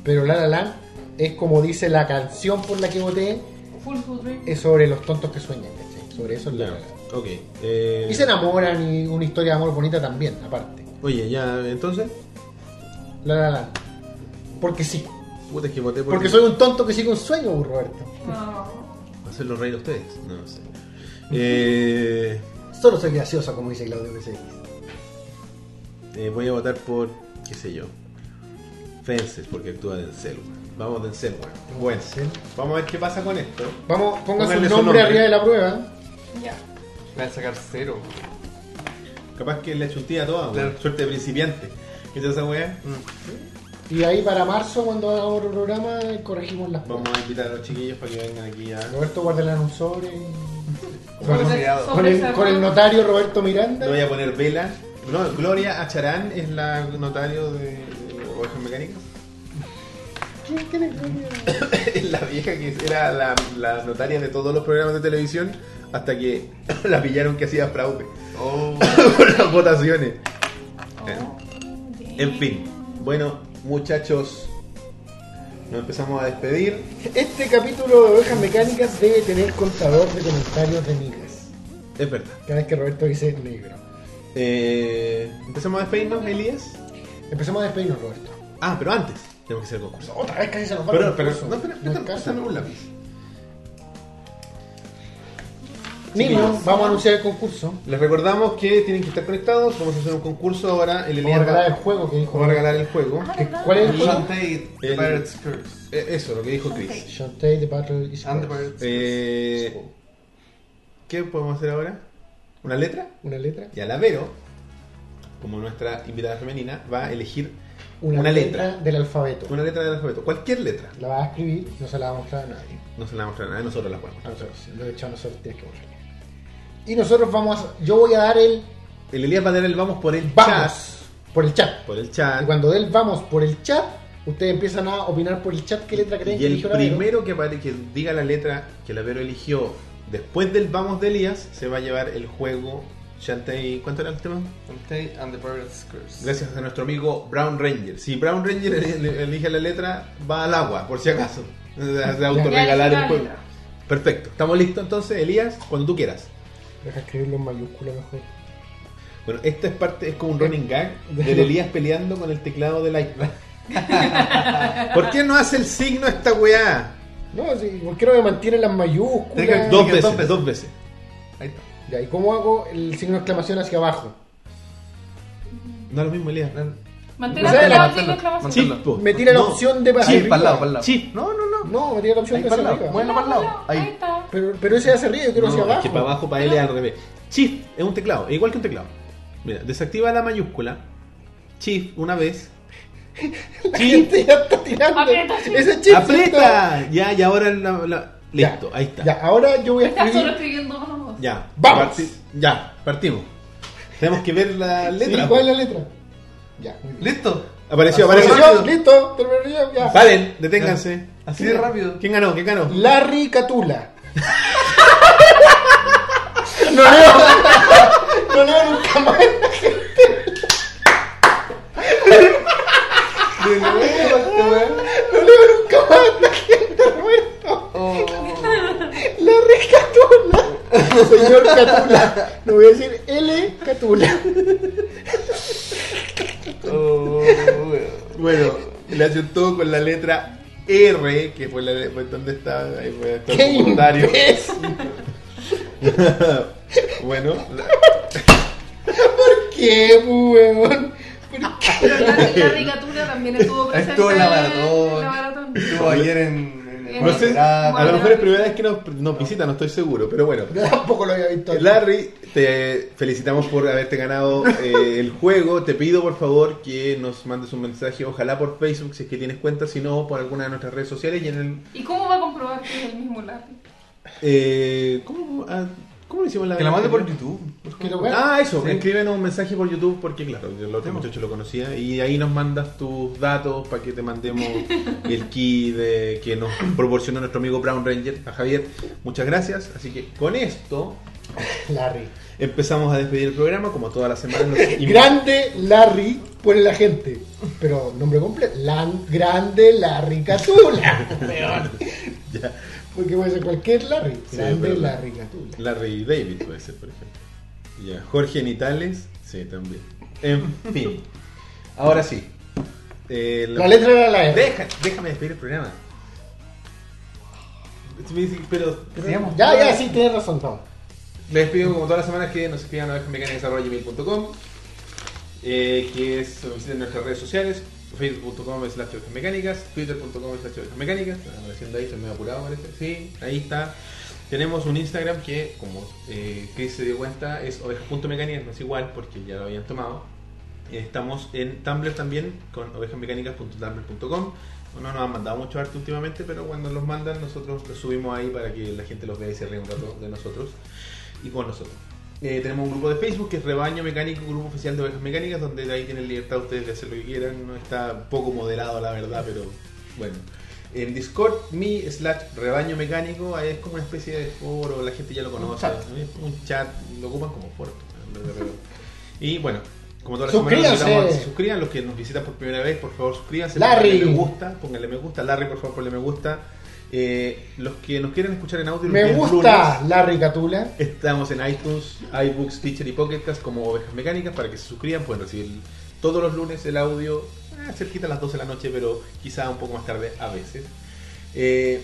Speaker 2: Pero La La Land es como dice la canción por la que voté,
Speaker 4: Full Full Dream.
Speaker 1: Eh.
Speaker 2: es sobre los tontos que sueñan. ¿cachai? Sobre eso es La
Speaker 1: Ya,
Speaker 2: La Land.
Speaker 1: ok. eh,
Speaker 2: Y se enamoran y una historia de amor bonita también, aparte.
Speaker 1: oye, ya, entonces.
Speaker 2: La La Land. Porque sí.
Speaker 1: Puta, es que voté por.
Speaker 2: Porque soy un tonto que sigue un sueño, Roberto.
Speaker 4: No.
Speaker 1: Hacerlo reír a ustedes. No, no sé. Eh,
Speaker 2: Solo soy graciosa, como dice Claudio Becerra.
Speaker 1: eh, voy a votar por. qué sé yo. Fences, porque actúa Denzel. weón. Vamos, Denzel, weón. Bueno,
Speaker 2: Denzel.
Speaker 1: vamos a ver qué pasa con esto.
Speaker 2: Vamos, póngase
Speaker 1: Póngale
Speaker 2: un
Speaker 1: su
Speaker 2: nombre
Speaker 1: nombre.
Speaker 2: arriba de la prueba.
Speaker 4: Ya.
Speaker 3: Me van a sacar cero.
Speaker 1: Capaz que le chuntía a todas, weón.
Speaker 3: Claro.
Speaker 1: Suerte de principiante. ¿Qué tal esa weá?
Speaker 2: Y ahí para marzo, cuando hagamos otro programa, corregimos las
Speaker 1: Vamos a invitar a los chiquillos para que vengan aquí a.
Speaker 2: Roberto guárdala en un sobre. y-
Speaker 3: Como
Speaker 4: Sobre-
Speaker 3: asociado.
Speaker 4: sobre
Speaker 2: Con el,
Speaker 4: esa-
Speaker 2: con el notario Roberto Miranda.
Speaker 1: Le voy a poner vela. No, Gloria Acharán es la notario de, de Ovejas Mecánicas.
Speaker 2: ¿Quién- quién es
Speaker 1: [COUGHS]
Speaker 2: Gloria?
Speaker 1: la vieja que era la, la notaria de todos los programas de televisión hasta que [COUGHS] la pillaron que hacía fraude [COUGHS]
Speaker 3: [LAUGHS] Oh.
Speaker 1: por las votaciones.
Speaker 4: Oh,
Speaker 1: En fin, bueno, muchachos, nos empezamos a despedir.
Speaker 2: Este capítulo de Ovejas Mecánicas debe tener contador de comentarios de niggas.
Speaker 1: Es verdad.
Speaker 2: Cada vez que Roberto dice negro.
Speaker 1: Eh, Empezamos a despedirnos, Elías.
Speaker 2: Empecemos a despedirnos, Roberto.
Speaker 1: Ah, pero antes tenemos que hacer el concurso.
Speaker 2: Otra vez casi se nos va
Speaker 1: Pero,
Speaker 2: el
Speaker 1: pero,
Speaker 2: curso.
Speaker 1: no, pero,
Speaker 2: No
Speaker 1: espera,
Speaker 2: alcanza.
Speaker 1: pásame un lápiz.
Speaker 2: Niño, vamos a anunciar el concurso.
Speaker 1: Les recordamos que tienen que estar conectados. Vamos a hacer un concurso ahora. El
Speaker 2: Vamos a
Speaker 1: Elías
Speaker 2: regalar el
Speaker 1: va,
Speaker 2: juego que dijo.
Speaker 1: vamos a regalar el juego.
Speaker 4: Ah,
Speaker 1: Que-
Speaker 4: ¿verdad?
Speaker 2: ¿Cuál es el juego?
Speaker 3: Shantae
Speaker 1: El-
Speaker 3: Pirates Curse.
Speaker 1: eh, eso, lo que dijo Chris.
Speaker 2: Shantae the Battle is
Speaker 3: And the
Speaker 2: Over.
Speaker 3: Pirates
Speaker 1: Eh, ¿Qué podemos hacer ahora? ¿Una letra?
Speaker 2: Una letra.
Speaker 1: Y a la Vero, como nuestra invitada femenina, va a elegir
Speaker 2: Una,
Speaker 1: Una
Speaker 2: letra.
Speaker 1: letra.
Speaker 2: del alfabeto.
Speaker 1: una letra del alfabeto. Cualquier letra.
Speaker 2: La vas a escribir, no se la va a mostrar a nadie.
Speaker 1: No se la vamos a mostrar a nadie, nosotros la podemos
Speaker 2: A
Speaker 1: mostrar.
Speaker 2: nosotros. Lo he hecho a nosotros, tienes que mostrarla. Y nosotros vamos a. Yo voy a dar el
Speaker 1: El Elías va a dar el vamos por el
Speaker 2: vamos por el chat.
Speaker 1: chat. Por el chat.
Speaker 2: Y cuando del vamos por el chat, ustedes empiezan a opinar por el chat qué letra creen
Speaker 1: Y
Speaker 2: que
Speaker 1: el
Speaker 2: eligió la Vero.
Speaker 1: primero que, apare- que diga la letra que la Vero eligió después del vamos de Elías se va a llevar el juego Shantae. ¿Cuánto era el tema?
Speaker 3: Shantae and the Pirates Curse.
Speaker 1: Gracias a nuestro amigo Brown Ranger. Si Brown Ranger [LAUGHS] el- el- elige la letra, va al agua, por si acaso. Se hace autorregalar el
Speaker 4: Ya,
Speaker 1: juego.
Speaker 4: ya.
Speaker 1: Perfecto. ¿Estamos listos entonces, Elías? Cuando tú quieras.
Speaker 2: Deja escribirlo en mayúscula mejor.
Speaker 1: Bueno, esta es parte, es como un running gag
Speaker 2: [LAUGHS]
Speaker 1: del Elías peleando con el teclado del iPad. [LAUGHS] ¿Por qué no hace el signo esta weá?
Speaker 2: No, sí, ¿por qué no me mantienen las mayúsculas?
Speaker 1: Dos
Speaker 3: Dije dos
Speaker 1: veces,
Speaker 3: veces.
Speaker 1: dos veces.
Speaker 3: Ahí está.
Speaker 2: Ya, ¿y cómo hago el signo de exclamación hacia abajo?
Speaker 1: No es lo mismo, Elías.
Speaker 4: Mantén
Speaker 2: No
Speaker 4: la
Speaker 2: sé, la-
Speaker 4: palabra, tengo exclamación.
Speaker 1: Sí, po.
Speaker 2: Me tira la
Speaker 1: No.
Speaker 2: opción de para
Speaker 3: Sí,
Speaker 2: arriba.
Speaker 3: para el lado, para el lado.
Speaker 1: Sí.
Speaker 3: No, no, no.
Speaker 2: No, me tira la opción
Speaker 3: Ahí
Speaker 2: de hacia
Speaker 3: para el lado.
Speaker 2: arriba.
Speaker 3: Bueno, para el lado.
Speaker 4: Ahí
Speaker 3: Ahí.
Speaker 4: está.
Speaker 2: Pero, pero ese hacia arriba, yo quiero
Speaker 1: No,
Speaker 2: hacia
Speaker 1: es
Speaker 2: abajo.
Speaker 1: que
Speaker 2: [LAUGHS]
Speaker 1: para abajo, para L al revés. Shift es un teclado, es igual que un teclado. Mira, desactiva la mayúscula. Shift una vez.
Speaker 2: [LAUGHS] La gente este ya está tirando.
Speaker 4: Aprieta, sí.
Speaker 2: Ese chip.
Speaker 1: ¡Aprieta! Ya, y ahora la, la- listo, ahí está.
Speaker 2: Ya, ahora yo
Speaker 4: [LAUGHS]
Speaker 2: voy a
Speaker 4: Estás solo
Speaker 2: escribir.
Speaker 4: escribiendo vamos.
Speaker 1: Ya.
Speaker 2: ¡Vamos!
Speaker 1: ya, partimos. Tenemos que ver la letra.
Speaker 2: Sí, ¿Cuál es la letra? Ya, muy bien.
Speaker 3: Listo.
Speaker 1: Apareció,
Speaker 3: Azul,
Speaker 1: apareció.
Speaker 2: Listo,
Speaker 3: rápido.
Speaker 2: listo, terminé, ya.
Speaker 1: Paren, deténganse.
Speaker 3: Así de rápido.
Speaker 1: ¿Quién ganó? ¿Quién ganó?
Speaker 2: Larry Catula. no leo. No leo nunca más.
Speaker 3: De nuevo, este weón.
Speaker 2: No leo nunca más. La gente muerto.
Speaker 3: Oh.
Speaker 2: Larry Catula. Señor Catula. No voy a decir L Catula.
Speaker 3: Oh, weón.
Speaker 1: Bueno, le aceptó con la letra R, que fue la de, fue donde estaba, ahí fue todo
Speaker 2: ¡Qué
Speaker 1: el comentario.
Speaker 2: imbécil!
Speaker 1: bueno, la-
Speaker 2: ¿Por qué, weón? ¿Por qué?
Speaker 4: Pero [LAUGHS] la, la ricatura también estuvo presente.
Speaker 3: Estuvo en la
Speaker 4: en la maratón.
Speaker 3: maratón. Estuvo ayer en. en el
Speaker 4: No
Speaker 1: no
Speaker 3: Juan
Speaker 1: sé,
Speaker 3: Verá-
Speaker 1: a lo mejor es primera vez que nos, nos visita, no estoy seguro, pero bueno.
Speaker 2: Yo tampoco lo había visto.
Speaker 1: Larry, te felicitamos por haberte ganado eh, el juego. Te pido por favor que nos mandes un mensaje, ojalá por Facebook, si es que tienes cuenta, si no, por alguna de nuestras redes sociales y en el...
Speaker 4: ¿Y cómo va a comprobar que es el mismo lápiz?
Speaker 1: eh, ¿cómo, ah, cómo lo hicimos la
Speaker 3: Que la mande por YouTube.
Speaker 2: Que lo weón.
Speaker 1: Ah, eso,
Speaker 3: Sí.
Speaker 1: escríbenos un mensaje por YouTube porque, claro, el otro
Speaker 3: Sí.
Speaker 1: muchacho lo conocía y ahí nos mandas tus datos para que te mandemos el key de, que nos proporcionó nuestro amigo Brown Ranger, a Javier. Muchas gracias. Así que con esto
Speaker 2: Larry.
Speaker 1: empezamos a despedir el programa, como todas las semanas. los invitamos-
Speaker 2: Grande Larry, pone la gente. Pero nombre completo. Lan- grande Larry Catula. weón.
Speaker 1: Ya.
Speaker 2: Porque puede ser cualquier Larry.
Speaker 1: Sí,
Speaker 2: grande
Speaker 1: pero-
Speaker 2: Larry Catula.
Speaker 1: Larry David puede ser, por ejemplo. Ya, Jorge Nitales, sí, también. En fin. Ahora sí. Eh,
Speaker 2: La letra era la R.
Speaker 1: Deja- déjame despedir el programa. Me dice, pero
Speaker 3: Sigamos.
Speaker 2: Ya, ya, sí, tienes razón, Tom.
Speaker 1: Les pido como todas las semanas que nos escriban a ovejasmecánicas.com eh, que es, visiten nuestras redes sociales, facebook.com slash ovejasmecánicas, twitter.com slash ovejasmecánicas, están apareciendo ahí, estoy medio apurado parece, sí, ahí está. Tenemos un Instagram que, como eh, Chris se dio cuenta, es ovejas.mecánicas, no es igual porque ya lo habían tomado. Eh, Estamos en Tumblr también, con ovejasmecánicas.tumblr.com. No nos han mandado mucho arte últimamente, pero cuando los mandan nosotros los subimos ahí para que la gente los vea y se ríe un rato de nosotros y con nosotros. Eh, tenemos un grupo de Facebook que es Rebaño Mecánico, grupo oficial de ovejas mecánicas, donde de ahí tienen libertad ustedes de hacer lo que quieran. No está poco moderado, la verdad, pero bueno. En Discord, mi slash rebaño mecánico ahí es como una especie de foro, la gente ya lo conoce.
Speaker 3: chat.
Speaker 1: ¿no? Es Un chat, lo ocupan como foro. Y bueno, como todas las
Speaker 2: Suscríbanse.
Speaker 1: semanas, los invitamos a que se suscriban. Los que nos visitan por primera vez, por favor, suscríbanse.
Speaker 2: Larry.
Speaker 1: Pónganle me gusta, pónganle me gusta. Larry, por favor, ponle me gusta. Eh, los que nos quieren escuchar en audio, los
Speaker 2: Me
Speaker 1: días
Speaker 2: gusta
Speaker 1: lunes,
Speaker 2: la ricatula.
Speaker 1: estamos en iTunes, iBooks, Teacher y Pocketcast como Ovejas Mecánicas para que se suscriban. Pueden recibir todos los lunes el audio, ah, cerquita a las 12 de la noche, pero quizá un poco más tarde a veces. Eh,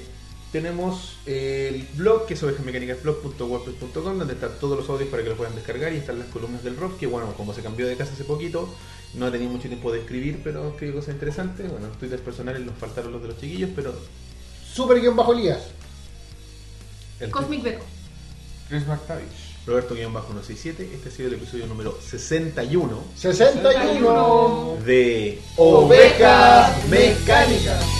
Speaker 1: tenemos el blog que es ovejasmecánicasblog.wordpress.com donde están todos los audios para que los puedan descargar y están las columnas del rock que bueno, como se cambió de casa hace poquito, no ha tenido mucho tiempo de escribir, pero escribí cosas interesantes. Bueno, en Twitter personales nos faltaron los de los chiquillos, pero
Speaker 2: Super guión bajo Elías.
Speaker 1: el
Speaker 4: Cosmic Beco.
Speaker 3: Chris McTavish.
Speaker 1: Roberto-167, este ha sido el episodio número 61
Speaker 2: 61.
Speaker 1: de
Speaker 2: Ovejas Mecánicas.